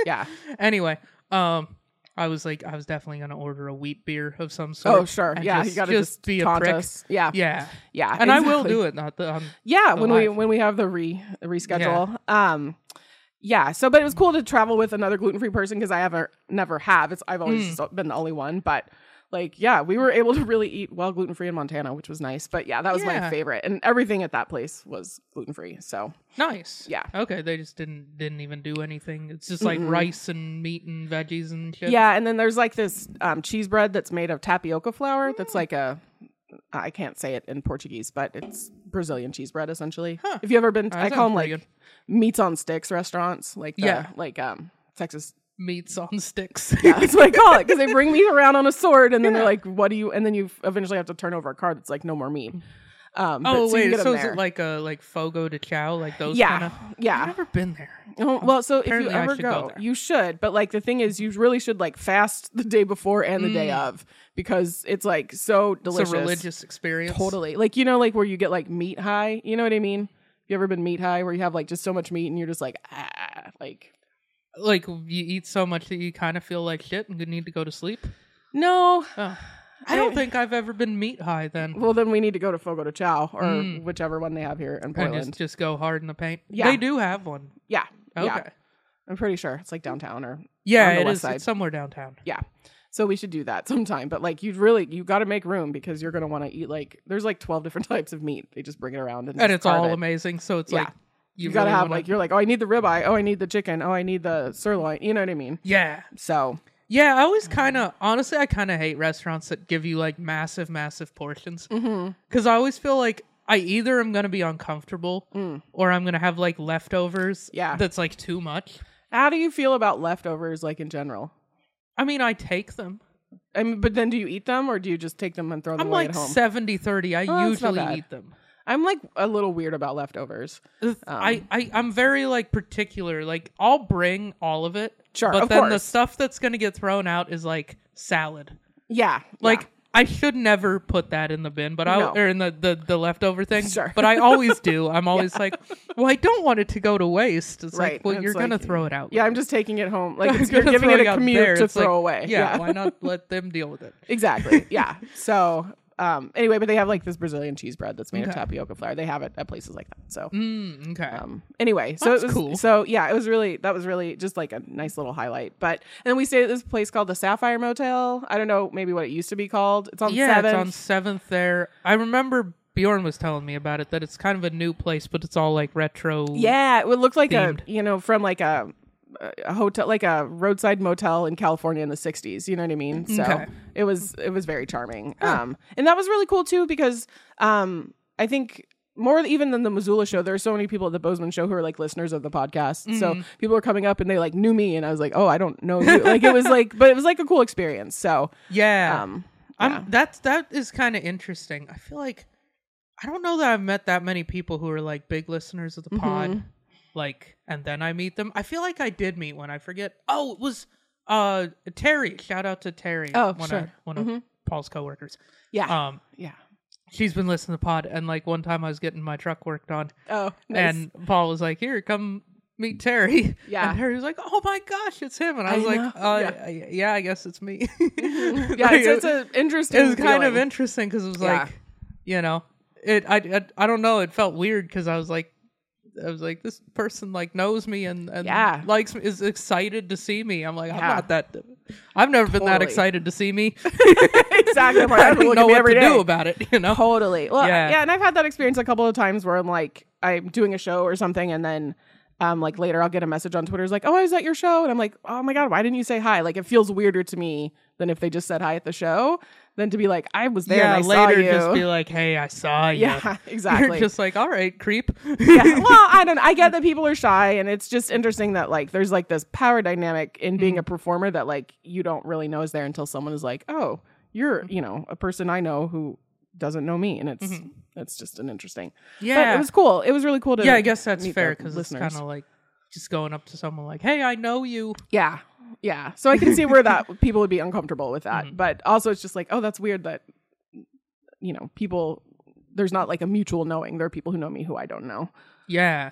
[SPEAKER 3] yeah,
[SPEAKER 2] Anyway, um, I was like, I was definitely gonna order a wheat beer of some sort.
[SPEAKER 3] oh sure,
[SPEAKER 2] and
[SPEAKER 3] yeah, you gotta just,
[SPEAKER 2] be a
[SPEAKER 3] taunt
[SPEAKER 2] prick.
[SPEAKER 3] us. Yeah,
[SPEAKER 2] Yeah,
[SPEAKER 3] yeah,
[SPEAKER 2] and I will
[SPEAKER 3] exactly.
[SPEAKER 2] do it. Not the, um,
[SPEAKER 3] Yeah, when we
[SPEAKER 2] live.
[SPEAKER 3] when we have the re the reschedule. Um, yeah. So, but it was cool to travel with another gluten free person because I ever never have. It's I've
[SPEAKER 2] Mm.
[SPEAKER 3] always just been the only one, but. Like yeah, we were able to really eat well gluten free in Montana, which was nice. But yeah, that was my
[SPEAKER 2] Yeah.
[SPEAKER 3] favorite, and everything at that place was gluten free. So
[SPEAKER 2] Nice.
[SPEAKER 3] Yeah.
[SPEAKER 2] Okay. They just didn't didn't even do anything. It's just like rice and meat and veggies and shit.
[SPEAKER 3] Yeah, and then there's like this um, cheese bread that's made of tapioca flour.
[SPEAKER 2] Mm.
[SPEAKER 3] That's like a I can't say it in Portuguese, but it's Brazilian cheese bread essentially. If you ever been,
[SPEAKER 2] That
[SPEAKER 3] I
[SPEAKER 2] sounds
[SPEAKER 3] call them like
[SPEAKER 2] pretty
[SPEAKER 3] meats on sticks restaurants, like the,
[SPEAKER 2] Yeah.
[SPEAKER 3] like um Texas
[SPEAKER 2] meats on sticks.
[SPEAKER 3] That's what I call it because they bring meat around on a sword, and then they're like, "What do you?" And then you eventually have to turn over a card that's like, "No more meat." Um, but
[SPEAKER 2] oh
[SPEAKER 3] you can
[SPEAKER 2] wait,
[SPEAKER 3] get 'em
[SPEAKER 2] so is
[SPEAKER 3] there.
[SPEAKER 2] it like a like Fogo de Chao, like those?
[SPEAKER 3] yeah,
[SPEAKER 2] Kinda?
[SPEAKER 3] yeah.
[SPEAKER 2] I've never been there.
[SPEAKER 3] Oh, well, so if you
[SPEAKER 2] Apparently I
[SPEAKER 3] ever
[SPEAKER 2] should go
[SPEAKER 3] go,
[SPEAKER 2] there.
[SPEAKER 3] you should. But like the thing is, you really should like fast the day before and the day of because it's like so delicious.
[SPEAKER 2] Mm. It's a religious experience.
[SPEAKER 3] Totally. Like you know, like where you get like meat high. You know what I mean? You ever been meat high where you have like just so much meat and you're just like ah like
[SPEAKER 2] Like you eat so much that you kind of feel like shit and you need to go to sleep.
[SPEAKER 3] no.
[SPEAKER 2] Oh. I don't think I've ever been meat high then.
[SPEAKER 3] Well, then we need to go to Fogo de Chao or
[SPEAKER 2] Hmm.
[SPEAKER 3] whichever one they have here in
[SPEAKER 2] And
[SPEAKER 3] Portland.
[SPEAKER 2] just, just go hard in the paint.
[SPEAKER 3] Yeah.
[SPEAKER 2] They do have one.
[SPEAKER 3] yeah.
[SPEAKER 2] Okay.
[SPEAKER 3] Yeah. I'm pretty sure it's like downtown or
[SPEAKER 2] Yeah,
[SPEAKER 3] on the
[SPEAKER 2] it
[SPEAKER 3] west
[SPEAKER 2] is.
[SPEAKER 3] side.
[SPEAKER 2] It's somewhere downtown.
[SPEAKER 3] yeah so we should do that sometime but like you really you got to make room because you're going to want to eat like there's like 12 different types of meat they just bring it around and,
[SPEAKER 2] And
[SPEAKER 3] just
[SPEAKER 2] it's
[SPEAKER 3] carve
[SPEAKER 2] all
[SPEAKER 3] it.
[SPEAKER 2] amazing. So it's
[SPEAKER 3] Yeah.
[SPEAKER 2] like
[SPEAKER 3] you,
[SPEAKER 2] you,
[SPEAKER 3] gotta
[SPEAKER 2] really
[SPEAKER 3] have
[SPEAKER 2] wanna-
[SPEAKER 3] like you're like oh i need the ribeye oh i need the chicken oh i need the sirloin you know what i mean
[SPEAKER 2] Yeah.
[SPEAKER 3] so
[SPEAKER 2] Yeah, I always
[SPEAKER 3] Mm-hmm.
[SPEAKER 2] kind of honestly, I kind of hate restaurants that give you like massive, massive portions because
[SPEAKER 3] Mm-hmm.
[SPEAKER 2] I always feel like I either am gonna be uncomfortable or I'm gonna have like leftovers.
[SPEAKER 3] Mm. Yeah.
[SPEAKER 2] that's like too much.
[SPEAKER 3] how do you feel about leftovers like in general
[SPEAKER 2] I mean, I take them.
[SPEAKER 3] I mean, but then do you eat them or do you just take them and throw them
[SPEAKER 2] I'm
[SPEAKER 3] away
[SPEAKER 2] like
[SPEAKER 3] at home
[SPEAKER 2] 70 30. I
[SPEAKER 3] Oh, that's not
[SPEAKER 2] usually
[SPEAKER 3] bad.
[SPEAKER 2] eat them.
[SPEAKER 3] i'm like a little weird about leftovers
[SPEAKER 2] The th-
[SPEAKER 3] Um.
[SPEAKER 2] I, I I'm very like particular. Like I'll bring all of it.
[SPEAKER 3] Sure,
[SPEAKER 2] But
[SPEAKER 3] of
[SPEAKER 2] then the
[SPEAKER 3] course.
[SPEAKER 2] stuff that's gonna get thrown out is like salad.
[SPEAKER 3] yeah
[SPEAKER 2] Like
[SPEAKER 3] yeah.
[SPEAKER 2] I should never put that in the bin, but I
[SPEAKER 3] No.
[SPEAKER 2] or in the, the the leftover thing.
[SPEAKER 3] Sure.
[SPEAKER 2] But I always do. I'm always like, well, I don't want it to go to waste. It's
[SPEAKER 3] Right,
[SPEAKER 2] like, well,
[SPEAKER 3] it's
[SPEAKER 2] you're gonna
[SPEAKER 3] like-
[SPEAKER 2] throw it out.
[SPEAKER 3] yeah i'm just taking it home like it's, you're giving it a commute to throw away
[SPEAKER 2] Yeah, why not let them deal with it?
[SPEAKER 3] Exactly. Yeah. so um anyway, but they have like this Brazilian cheese bread that's made of
[SPEAKER 2] Okay.
[SPEAKER 3] tapioca flour. They have it at places like that. So
[SPEAKER 2] Mm, okay.
[SPEAKER 3] um anyway, so
[SPEAKER 2] That's
[SPEAKER 3] it was
[SPEAKER 2] cool.
[SPEAKER 3] so yeah, it was really that was really just like a nice little highlight. But and then we stayed at this place called the Sapphire Motel. I don't know maybe what it used to be called. It's on
[SPEAKER 2] yeah,
[SPEAKER 3] seventh.
[SPEAKER 2] it's on seventh there. I remember Bjorn was telling me about it that it's kind of a new place, but it's all like retro.
[SPEAKER 3] yeah, it would look like
[SPEAKER 2] Themed.
[SPEAKER 3] a you know, from like a a hotel like a roadside motel in California in the 60s you know what I mean so
[SPEAKER 2] Okay.
[SPEAKER 3] it was it was very charming um and that was really cool too because um I think more even than the Missoula show there are so many people at the Bozeman show who are like listeners of the podcast
[SPEAKER 2] Mm-hmm.
[SPEAKER 3] so people were coming up and they like knew me and I was like oh I don't know you like it was like but it was like a cool experience so
[SPEAKER 2] Yeah.
[SPEAKER 3] um
[SPEAKER 2] I'm that's that is kind of interesting. I feel like I don't know that I've met that many people who are like big listeners of the
[SPEAKER 3] Mm-hmm.
[SPEAKER 2] pod. Like, and then I meet them. I feel like I did meet one. I forget. Oh, it was uh Terry. Shout out to Terry.
[SPEAKER 3] Oh,
[SPEAKER 2] one of
[SPEAKER 3] sure.
[SPEAKER 2] one of Paul's coworkers.
[SPEAKER 3] yeah
[SPEAKER 2] Um,
[SPEAKER 3] yeah
[SPEAKER 2] she's been listening to the pod, and like one time I was getting my truck worked on,
[SPEAKER 3] oh nice.
[SPEAKER 2] and Paul was like, "Here, come." Meet Terry.
[SPEAKER 3] Yeah.
[SPEAKER 2] And Terry was like, Oh my gosh, it's him. And I
[SPEAKER 3] I
[SPEAKER 2] was like,
[SPEAKER 3] know.
[SPEAKER 2] uh,
[SPEAKER 3] Yeah. Mm-hmm.
[SPEAKER 2] yeah. yeah, I guess it's me.
[SPEAKER 3] yeah
[SPEAKER 2] Like,
[SPEAKER 3] it's, it's an interesting
[SPEAKER 2] it was kind of
[SPEAKER 3] feeling.
[SPEAKER 2] interesting because it was
[SPEAKER 3] Yeah.
[SPEAKER 2] like you know it I, I i don't know it felt weird because i was like i was like this person like knows me and and
[SPEAKER 3] Yeah.
[SPEAKER 2] likes me is excited to see me i'm like i'm
[SPEAKER 3] Yeah.
[SPEAKER 2] not that i've never been that
[SPEAKER 3] Totally.
[SPEAKER 2] excited to see me
[SPEAKER 3] exactly
[SPEAKER 2] i don't know what to
[SPEAKER 3] do
[SPEAKER 2] do about
[SPEAKER 3] about.
[SPEAKER 2] it you know
[SPEAKER 3] Totally. Well, yeah.
[SPEAKER 2] Yeah.
[SPEAKER 3] and I've had that experience a couple of times where I'm like, I'm doing a show or something, and then um, like later I'll get a message on Twitter, it's like, oh, I was at your show, and I'm like, oh my god, why didn't you say hi? Like, it feels weirder to me than if they just said hi at the show than to be like, I was there.
[SPEAKER 2] yeah
[SPEAKER 3] and I
[SPEAKER 2] later
[SPEAKER 3] saw you.
[SPEAKER 2] just be like hey i saw you
[SPEAKER 3] yeah, exactly.
[SPEAKER 2] you're just like all right creep
[SPEAKER 3] yeah. Well, I don't. I get that people are shy, and it's just interesting that like there's like this power dynamic in
[SPEAKER 2] Mm-hmm.
[SPEAKER 3] being a performer that like you don't really know is there until someone is like, "Oh, you're
[SPEAKER 2] Mm-hmm.
[SPEAKER 3] you know a person I know who doesn't know me," and it's it's just an interesting. but
[SPEAKER 2] Yeah.
[SPEAKER 3] it was cool. It was really cool to.
[SPEAKER 2] yeah i guess that's
[SPEAKER 3] meet
[SPEAKER 2] fair
[SPEAKER 3] the
[SPEAKER 2] because it's
[SPEAKER 3] listeners.
[SPEAKER 2] kind of like just going up to someone like hey i know you
[SPEAKER 3] yeah, yeah. So I can see where that people would be uncomfortable with that,
[SPEAKER 2] Mm-hmm.
[SPEAKER 3] but also it's just like, oh, that's weird that you know people. There's not like a mutual knowing. There are people who know me who I don't know.
[SPEAKER 2] yeah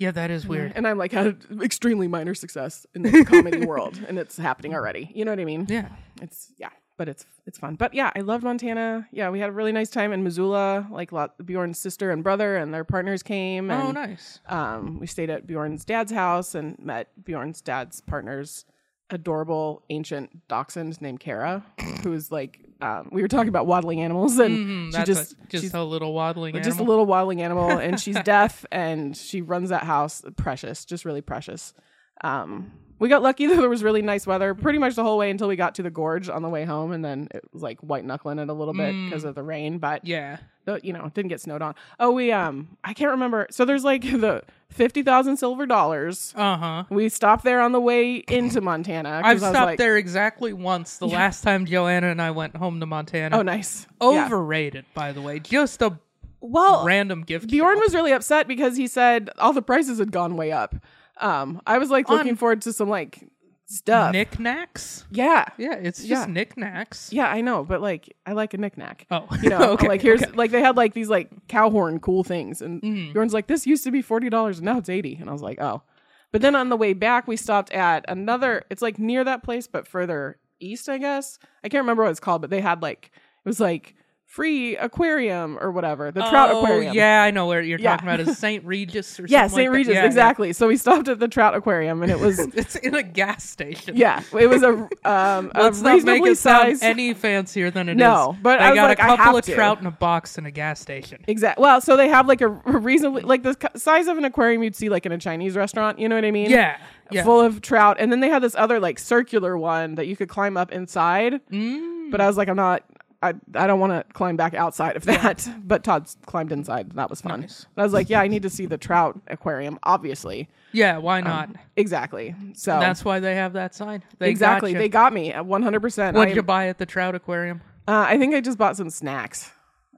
[SPEAKER 2] yeah that is weird
[SPEAKER 3] and I'm like had extremely minor success in the comedy world, and it's happening already. You know what I mean?
[SPEAKER 2] yeah
[SPEAKER 3] It's yeah, but it's it's fun. But yeah, I loved Montana. Yeah, we had a really nice time in Missoula. Like lot, Bjorn's sister and brother and their partners came. And,
[SPEAKER 2] oh nice
[SPEAKER 3] Um, we stayed at Bjorn's dad's house and met Bjorn's dad's partner's adorable ancient dachshund named Kara, who is like um, we were talking about waddling animals, and
[SPEAKER 2] Mm,
[SPEAKER 3] she
[SPEAKER 2] that's
[SPEAKER 3] just
[SPEAKER 2] a, just
[SPEAKER 3] she's
[SPEAKER 2] a little waddling
[SPEAKER 3] but
[SPEAKER 2] animal.
[SPEAKER 3] just a little waddling animal and she's deaf and she runs that house precious just really precious Um, we got lucky that there was really nice weather pretty much the whole way until we got to the gorge on the way home, and then it was like white knuckling it a little bit
[SPEAKER 2] Mm.
[SPEAKER 3] because of the rain. But
[SPEAKER 2] Yeah.
[SPEAKER 3] the, you know, didn't get snowed on. Oh, we um, I can't remember. So there's like the fifty thousand silver dollars.
[SPEAKER 2] Uh huh.
[SPEAKER 3] We stopped there on the way into Montana. 'cause
[SPEAKER 2] I've
[SPEAKER 3] I was
[SPEAKER 2] stopped
[SPEAKER 3] like,
[SPEAKER 2] there exactly once. The last time Joanna and I went home to Montana.
[SPEAKER 3] Oh, nice. Yeah.
[SPEAKER 2] Overrated, by the way. Just a
[SPEAKER 3] Well,
[SPEAKER 2] random gift.
[SPEAKER 3] Bjorn
[SPEAKER 2] shop.
[SPEAKER 3] was really upset because he said all the prices had gone way up. Um, I was like
[SPEAKER 2] On-
[SPEAKER 3] looking forward to some like stuff.
[SPEAKER 2] knickknacks.
[SPEAKER 3] yeah,
[SPEAKER 2] Yeah, it's just
[SPEAKER 3] Yeah.
[SPEAKER 2] knickknacks.
[SPEAKER 3] yeah, I know, but like I like a knickknack.
[SPEAKER 2] Oh,
[SPEAKER 3] You know,
[SPEAKER 2] okay.
[SPEAKER 3] like here's
[SPEAKER 2] okay. Mm-hmm.
[SPEAKER 3] like they had like these like cow horn cool things, and Bjorn's like, this used to be forty dollars, and now it's eighty, and I was like, oh. But then on the way back, we stopped at another. It's like near that place, but further east, I guess. I can't remember what it's called, but they had like it was like free aquarium or whatever, the trout
[SPEAKER 2] oh,
[SPEAKER 3] aquarium.
[SPEAKER 2] Yeah, I know where you're
[SPEAKER 3] Yeah.
[SPEAKER 2] talking about. Is St. Regis or
[SPEAKER 3] Yeah,
[SPEAKER 2] something?
[SPEAKER 3] St.
[SPEAKER 2] like that?
[SPEAKER 3] Regis,
[SPEAKER 2] Yeah, yeah.
[SPEAKER 3] exactly. So we stopped at the Trout Aquarium, and it was
[SPEAKER 2] It's in a gas station.
[SPEAKER 3] yeah, it was a um a
[SPEAKER 2] Let's not make
[SPEAKER 3] reasonably
[SPEAKER 2] it sound
[SPEAKER 3] sized
[SPEAKER 2] any fancier than it is.
[SPEAKER 3] No, but
[SPEAKER 2] they
[SPEAKER 3] I was
[SPEAKER 2] got
[SPEAKER 3] like,
[SPEAKER 2] a
[SPEAKER 3] I
[SPEAKER 2] couple
[SPEAKER 3] have
[SPEAKER 2] of
[SPEAKER 3] to.
[SPEAKER 2] trout in a box in a gas station.
[SPEAKER 3] exact. Well, so they have like a reasonably like the c- size of an aquarium you'd see like in a Chinese restaurant. You know what I mean?
[SPEAKER 2] Yeah, yeah.
[SPEAKER 3] full of trout, and then they had this other like circular one that you could climb up inside.
[SPEAKER 2] Mm.
[SPEAKER 3] But I was like, I'm not. I, I don't want to climb back outside of that. But Todd's climbed inside. That was fun.
[SPEAKER 2] Nice.
[SPEAKER 3] But I was like, yeah, I need to see the trout aquarium, obviously.
[SPEAKER 2] yeah,
[SPEAKER 3] Um,
[SPEAKER 2] why not?
[SPEAKER 3] Exactly. So
[SPEAKER 2] That's why they have that sign. They
[SPEAKER 3] exactly.
[SPEAKER 2] Got
[SPEAKER 3] They
[SPEAKER 2] you.
[SPEAKER 3] got me uh, at 100%.
[SPEAKER 2] What'd
[SPEAKER 3] I-
[SPEAKER 2] you buy at the trout aquarium?
[SPEAKER 3] Uh, I think I just bought some snacks.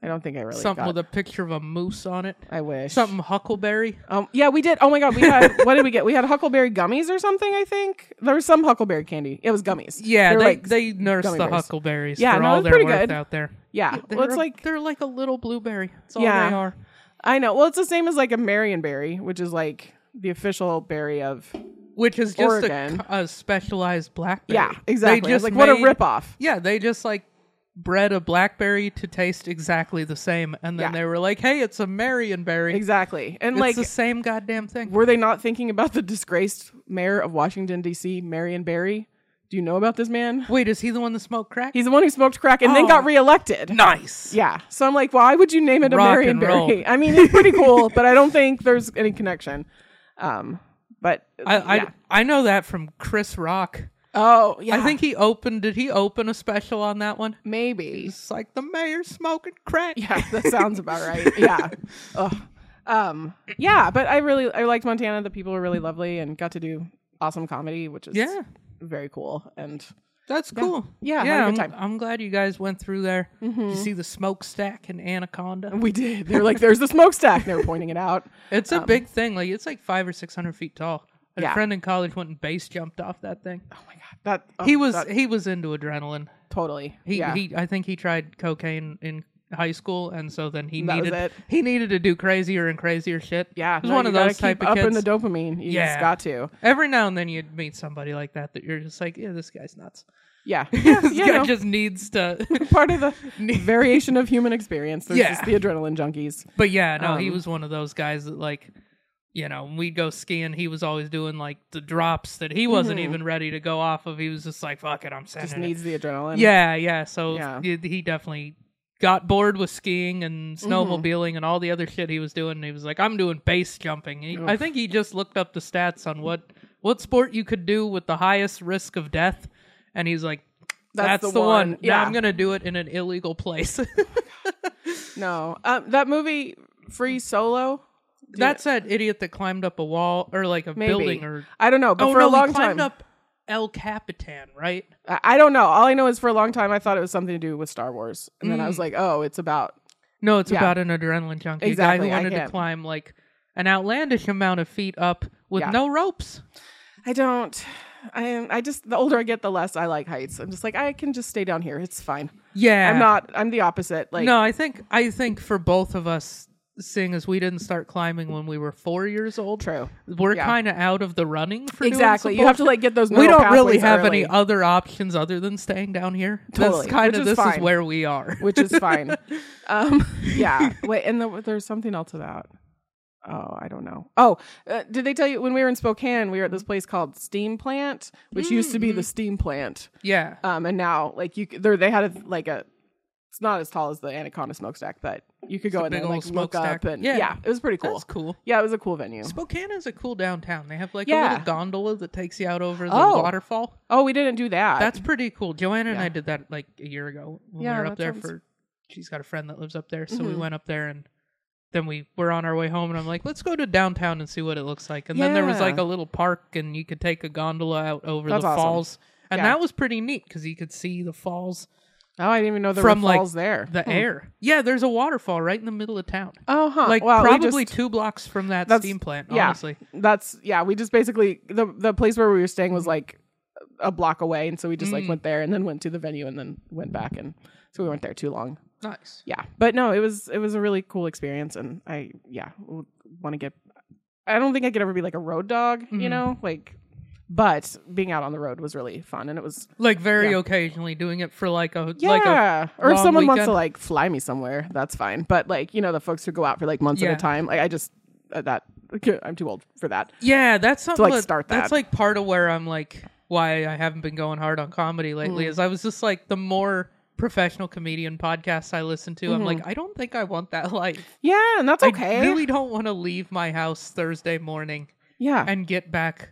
[SPEAKER 3] I don't think I really
[SPEAKER 2] Something
[SPEAKER 3] got-
[SPEAKER 2] with a picture of a moose on it.
[SPEAKER 3] I wish
[SPEAKER 2] Something huckleberry.
[SPEAKER 3] Um, yeah, we did. Oh my god, we had what did we get? We had huckleberry gummies or something. I think there was some huckleberry candy. It was gummies.
[SPEAKER 2] Yeah,
[SPEAKER 3] They're
[SPEAKER 2] they
[SPEAKER 3] like-
[SPEAKER 2] they nurse the
[SPEAKER 3] gummy bears.
[SPEAKER 2] huckleberries
[SPEAKER 3] Yeah,
[SPEAKER 2] for
[SPEAKER 3] no,
[SPEAKER 2] all
[SPEAKER 3] it's
[SPEAKER 2] their
[SPEAKER 3] pretty
[SPEAKER 2] worth
[SPEAKER 3] good.
[SPEAKER 2] out there.
[SPEAKER 3] Yeah,
[SPEAKER 2] They're
[SPEAKER 3] well, it's
[SPEAKER 2] a-
[SPEAKER 3] like
[SPEAKER 2] they're like a little blueberry. That's all
[SPEAKER 3] Yeah.
[SPEAKER 2] they are.
[SPEAKER 3] I know. Well, it's the same as like a marionberry, which is like the official berry of.
[SPEAKER 2] Which is just a,
[SPEAKER 3] Oregon.
[SPEAKER 2] co- a specialized blackberry.
[SPEAKER 3] Yeah,
[SPEAKER 2] They
[SPEAKER 3] exactly. I was
[SPEAKER 2] just
[SPEAKER 3] like what a
[SPEAKER 2] made-
[SPEAKER 3] ripoff.
[SPEAKER 2] Yeah, they just like bred a blackberry to taste exactly the same, and then
[SPEAKER 3] Yeah.
[SPEAKER 2] they were like, "Hey, it's a Marionberry.
[SPEAKER 3] Exactly, and
[SPEAKER 2] It's
[SPEAKER 3] like.
[SPEAKER 2] the same goddamn thing."
[SPEAKER 3] were they not thinking about the disgraced mayor of Washington D.C., Marion Barry? Do you know about this man?
[SPEAKER 2] Wait, is he the one that smoked crack?
[SPEAKER 3] He's the one who smoked crack and then
[SPEAKER 2] Oh.
[SPEAKER 3] got reelected.
[SPEAKER 2] nice.
[SPEAKER 3] Yeah. So I'm like, why would you name it a
[SPEAKER 2] Rock
[SPEAKER 3] Marion
[SPEAKER 2] and roll.
[SPEAKER 3] Barry? I mean, it's pretty cool, but I don't think there's any connection. Um, but
[SPEAKER 2] I I,
[SPEAKER 3] yeah.
[SPEAKER 2] I know that from Chris Rock.
[SPEAKER 3] oh yeah,
[SPEAKER 2] I think he opened. Did he open a special on that one?
[SPEAKER 3] maybe.
[SPEAKER 2] It's like the mayor smoking crack.
[SPEAKER 3] Yeah, that sounds about right. Yeah. Ugh. Um, yeah, but I really I liked Montana. The people were really lovely and got to do awesome comedy, which is
[SPEAKER 2] Yeah.
[SPEAKER 3] very cool. And
[SPEAKER 2] That's cool. yeah.
[SPEAKER 3] Yeah, had a
[SPEAKER 2] I'm,
[SPEAKER 3] good time. Mm-hmm.
[SPEAKER 2] I'm glad you guys went through there. Did you see the smokestack in Anaconda?
[SPEAKER 3] we did. They're like, there's the smokestack. They were pointing it out.
[SPEAKER 2] It's a big thing. Like it's like five or six hundred feet tall. And A
[SPEAKER 3] Yeah.
[SPEAKER 2] friend in college went and base jumped off that thing.
[SPEAKER 3] Oh my god, that oh,
[SPEAKER 2] he was
[SPEAKER 3] that-
[SPEAKER 2] he was into adrenaline.
[SPEAKER 3] totally.
[SPEAKER 2] He
[SPEAKER 3] yeah.
[SPEAKER 2] he. I think he tried cocaine in high school, and so then he
[SPEAKER 3] That was
[SPEAKER 2] needed
[SPEAKER 3] it.
[SPEAKER 2] he needed to do crazier and crazier shit.
[SPEAKER 3] yeah,
[SPEAKER 2] he was
[SPEAKER 3] no,
[SPEAKER 2] one
[SPEAKER 3] you
[SPEAKER 2] of
[SPEAKER 3] gotta
[SPEAKER 2] those type of
[SPEAKER 3] keep up
[SPEAKER 2] kids.
[SPEAKER 3] in the dopamine. You
[SPEAKER 2] Yeah.
[SPEAKER 3] just got to.
[SPEAKER 2] Every now and then you'd meet somebody like that that you're just like, yeah, this guy's nuts.
[SPEAKER 3] Yeah. Yeah.
[SPEAKER 2] This
[SPEAKER 3] you
[SPEAKER 2] guy
[SPEAKER 3] know,
[SPEAKER 2] just needs to.
[SPEAKER 3] part of the variation of human experience. There's
[SPEAKER 2] Yeah.
[SPEAKER 3] just the adrenaline junkies.
[SPEAKER 2] But yeah, no, he
[SPEAKER 3] Um,
[SPEAKER 2] was one of those guys that like, you know, when we'd go skiing, he was always doing like the drops that he wasn't even ready to go off of. He was just like, fuck it, I'm sending
[SPEAKER 3] Mm-hmm. Just
[SPEAKER 2] it."
[SPEAKER 3] needs the adrenaline.
[SPEAKER 2] Yeah, yeah. So
[SPEAKER 3] Yeah.
[SPEAKER 2] He, he definitely got bored with skiing and
[SPEAKER 3] Mm-hmm.
[SPEAKER 2] snowmobiling and all the other shit he was doing. And he was like, I'm doing base jumping. He, I think he just looked up the stats on what what sport you could do with the highest risk of death, and he's like. That's, the, one. Now
[SPEAKER 3] Yeah.
[SPEAKER 2] I'm gonna do it in an illegal place.
[SPEAKER 3] No. Um, that movie, Free Solo.
[SPEAKER 2] That's that idiot that climbed up a wall or like a
[SPEAKER 3] Maybe.
[SPEAKER 2] building or
[SPEAKER 3] I don't know, but
[SPEAKER 2] oh
[SPEAKER 3] for
[SPEAKER 2] no,
[SPEAKER 3] a long
[SPEAKER 2] he
[SPEAKER 3] time,
[SPEAKER 2] climbed up El Capitan, right?
[SPEAKER 3] I I don't know. All I know is for a long time, I thought it was something to do with Star Wars, and then I
[SPEAKER 2] Mm.
[SPEAKER 3] was like, oh, it's about
[SPEAKER 2] No, it's
[SPEAKER 3] Yeah.
[SPEAKER 2] about an adrenaline junkie,
[SPEAKER 3] Exactly,
[SPEAKER 2] a
[SPEAKER 3] I
[SPEAKER 2] guy who wanted to
[SPEAKER 3] can't-
[SPEAKER 2] climb like an outlandish amount of feet up with
[SPEAKER 3] Yeah.
[SPEAKER 2] no ropes.
[SPEAKER 3] I don't. I am. I just the older I get, the less I like heights. I'm just like I can just stay down here. It's fine.
[SPEAKER 2] Yeah,
[SPEAKER 3] I'm not. I'm the opposite. Like
[SPEAKER 2] no, I think I think for both of us, seeing as we didn't start climbing when we were four years old,
[SPEAKER 3] True.
[SPEAKER 2] we're
[SPEAKER 3] Yeah.
[SPEAKER 2] kind of out of the running for doing
[SPEAKER 3] exactly.
[SPEAKER 2] some
[SPEAKER 3] You have to
[SPEAKER 2] bullshit.
[SPEAKER 3] like get those.
[SPEAKER 2] we
[SPEAKER 3] neural
[SPEAKER 2] don't really
[SPEAKER 3] pathways
[SPEAKER 2] have
[SPEAKER 3] early,
[SPEAKER 2] any other options other than staying down here.
[SPEAKER 3] Totally,
[SPEAKER 2] That's kind
[SPEAKER 3] which
[SPEAKER 2] of
[SPEAKER 3] is
[SPEAKER 2] this is
[SPEAKER 3] fine.
[SPEAKER 2] where we are.
[SPEAKER 3] which is fine. um, yeah. Wait, and the, there's something else about. Oh, I don't know. Oh, uh, did they tell you when we were in Spokane? We were at this place called Steam Plant, which used to be
[SPEAKER 2] Mm.
[SPEAKER 3] the Steam Plant.
[SPEAKER 2] yeah,
[SPEAKER 3] uh, Um, and now like you, c- there they had a, like a. It's not as tall as the Anaconda smokestack, but you could go
[SPEAKER 2] a
[SPEAKER 3] in there
[SPEAKER 2] big
[SPEAKER 3] and like
[SPEAKER 2] old
[SPEAKER 3] look up
[SPEAKER 2] smokestack.
[SPEAKER 3] and yeah.
[SPEAKER 2] Yeah.
[SPEAKER 3] it was pretty cool.
[SPEAKER 2] That's cool.
[SPEAKER 3] Yeah, it was a cool venue.
[SPEAKER 2] Spokane is a cool downtown. They have like a
[SPEAKER 3] Yeah.
[SPEAKER 2] little gondola that takes you out over the
[SPEAKER 3] Oh.
[SPEAKER 2] waterfall.
[SPEAKER 3] Oh, we didn't do that.
[SPEAKER 2] That's pretty cool. Joanna and
[SPEAKER 3] Yeah.
[SPEAKER 2] I did that like a year ago when
[SPEAKER 3] Yeah,
[SPEAKER 2] we were
[SPEAKER 3] that
[SPEAKER 2] up there
[SPEAKER 3] sounds-
[SPEAKER 2] for. She's got a friend that lives up there, so we
[SPEAKER 3] Mhm.
[SPEAKER 2] went up there and then we were on our way home. And I'm like, let's go to downtown and see what it looks like. And then there was
[SPEAKER 3] Yeah.
[SPEAKER 2] like a little park, and you could take a gondola out over
[SPEAKER 3] That's
[SPEAKER 2] the
[SPEAKER 3] awesome.
[SPEAKER 2] falls, and
[SPEAKER 3] Yeah.
[SPEAKER 2] that was pretty neat because you could see the falls,
[SPEAKER 3] oh, I didn't even know there
[SPEAKER 2] From,
[SPEAKER 3] were
[SPEAKER 2] like,
[SPEAKER 3] falls there.
[SPEAKER 2] the
[SPEAKER 3] Hmm.
[SPEAKER 2] air. Yeah, there's a waterfall right in the middle of town.
[SPEAKER 3] Oh, huh.
[SPEAKER 2] Like
[SPEAKER 3] Wow, we
[SPEAKER 2] probably
[SPEAKER 3] just-
[SPEAKER 2] two blocks from that
[SPEAKER 3] That's-
[SPEAKER 2] steam plant.
[SPEAKER 3] yeah.
[SPEAKER 2] Honestly,
[SPEAKER 3] that's yeah. We just basically the the place where we were staying
[SPEAKER 2] Mm-hmm.
[SPEAKER 3] was like a block away, and so we just like
[SPEAKER 2] Mm.
[SPEAKER 3] went there and then went to the venue and then went back, and so we weren't there too long.
[SPEAKER 2] nice.
[SPEAKER 3] yeah but no it was it was a really cool experience and i yeah want to get i don't think i could ever be like a road dog you
[SPEAKER 2] Mm-hmm.
[SPEAKER 3] know like but being out on the road was really fun and it was
[SPEAKER 2] Like very occasionally doing it for like a
[SPEAKER 3] yeah
[SPEAKER 2] like a
[SPEAKER 3] or if
[SPEAKER 2] long
[SPEAKER 3] someone wants to
[SPEAKER 2] weekend.
[SPEAKER 3] like fly me somewhere that's fine but like you know the folks who go out for like months at
[SPEAKER 2] Yeah.
[SPEAKER 3] a time like i just uh, that i'm too old for that
[SPEAKER 2] Yeah, that's something
[SPEAKER 3] like,
[SPEAKER 2] that-
[SPEAKER 3] start
[SPEAKER 2] That's
[SPEAKER 3] that.
[SPEAKER 2] like part of where I'm like why I haven't been going hard on comedy
[SPEAKER 3] Mm.
[SPEAKER 2] lately is I was just like the more professional comedian podcasts I listen to, I'm like, I don't think I want that life.
[SPEAKER 3] yeah and that's Mm-hmm. okay
[SPEAKER 2] I really don't want to leave my house Thursday morning
[SPEAKER 3] yeah
[SPEAKER 2] and get back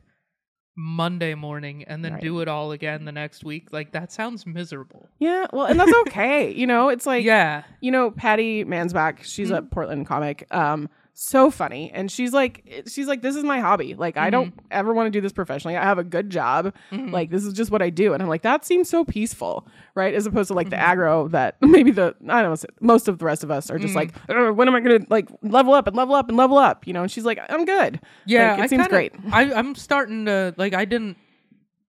[SPEAKER 2] Monday morning and then
[SPEAKER 3] Right.
[SPEAKER 2] do it all again the next week. Like that sounds miserable.
[SPEAKER 3] yeah well and that's okay you know it's like
[SPEAKER 2] yeah. Mm-hmm.
[SPEAKER 3] you know patty mansbach she's a portland comic um so funny and she's like she's like this is my hobby like i don't
[SPEAKER 2] Mm-hmm.
[SPEAKER 3] ever want to do this professionally i have a good job like this is just what i do and i'm like that seems so peaceful right as opposed to like the
[SPEAKER 2] Mm-hmm.
[SPEAKER 3] aggro that maybe the i don't know most of the rest of us are just like
[SPEAKER 2] Mm-hmm.
[SPEAKER 3] "Ugh, when am i gonna like level up and level up and level up you know and she's like i'm good
[SPEAKER 2] Yeah,
[SPEAKER 3] Like, it
[SPEAKER 2] I
[SPEAKER 3] seems
[SPEAKER 2] kinda-
[SPEAKER 3] great
[SPEAKER 2] I, I'm starting to like. I didn't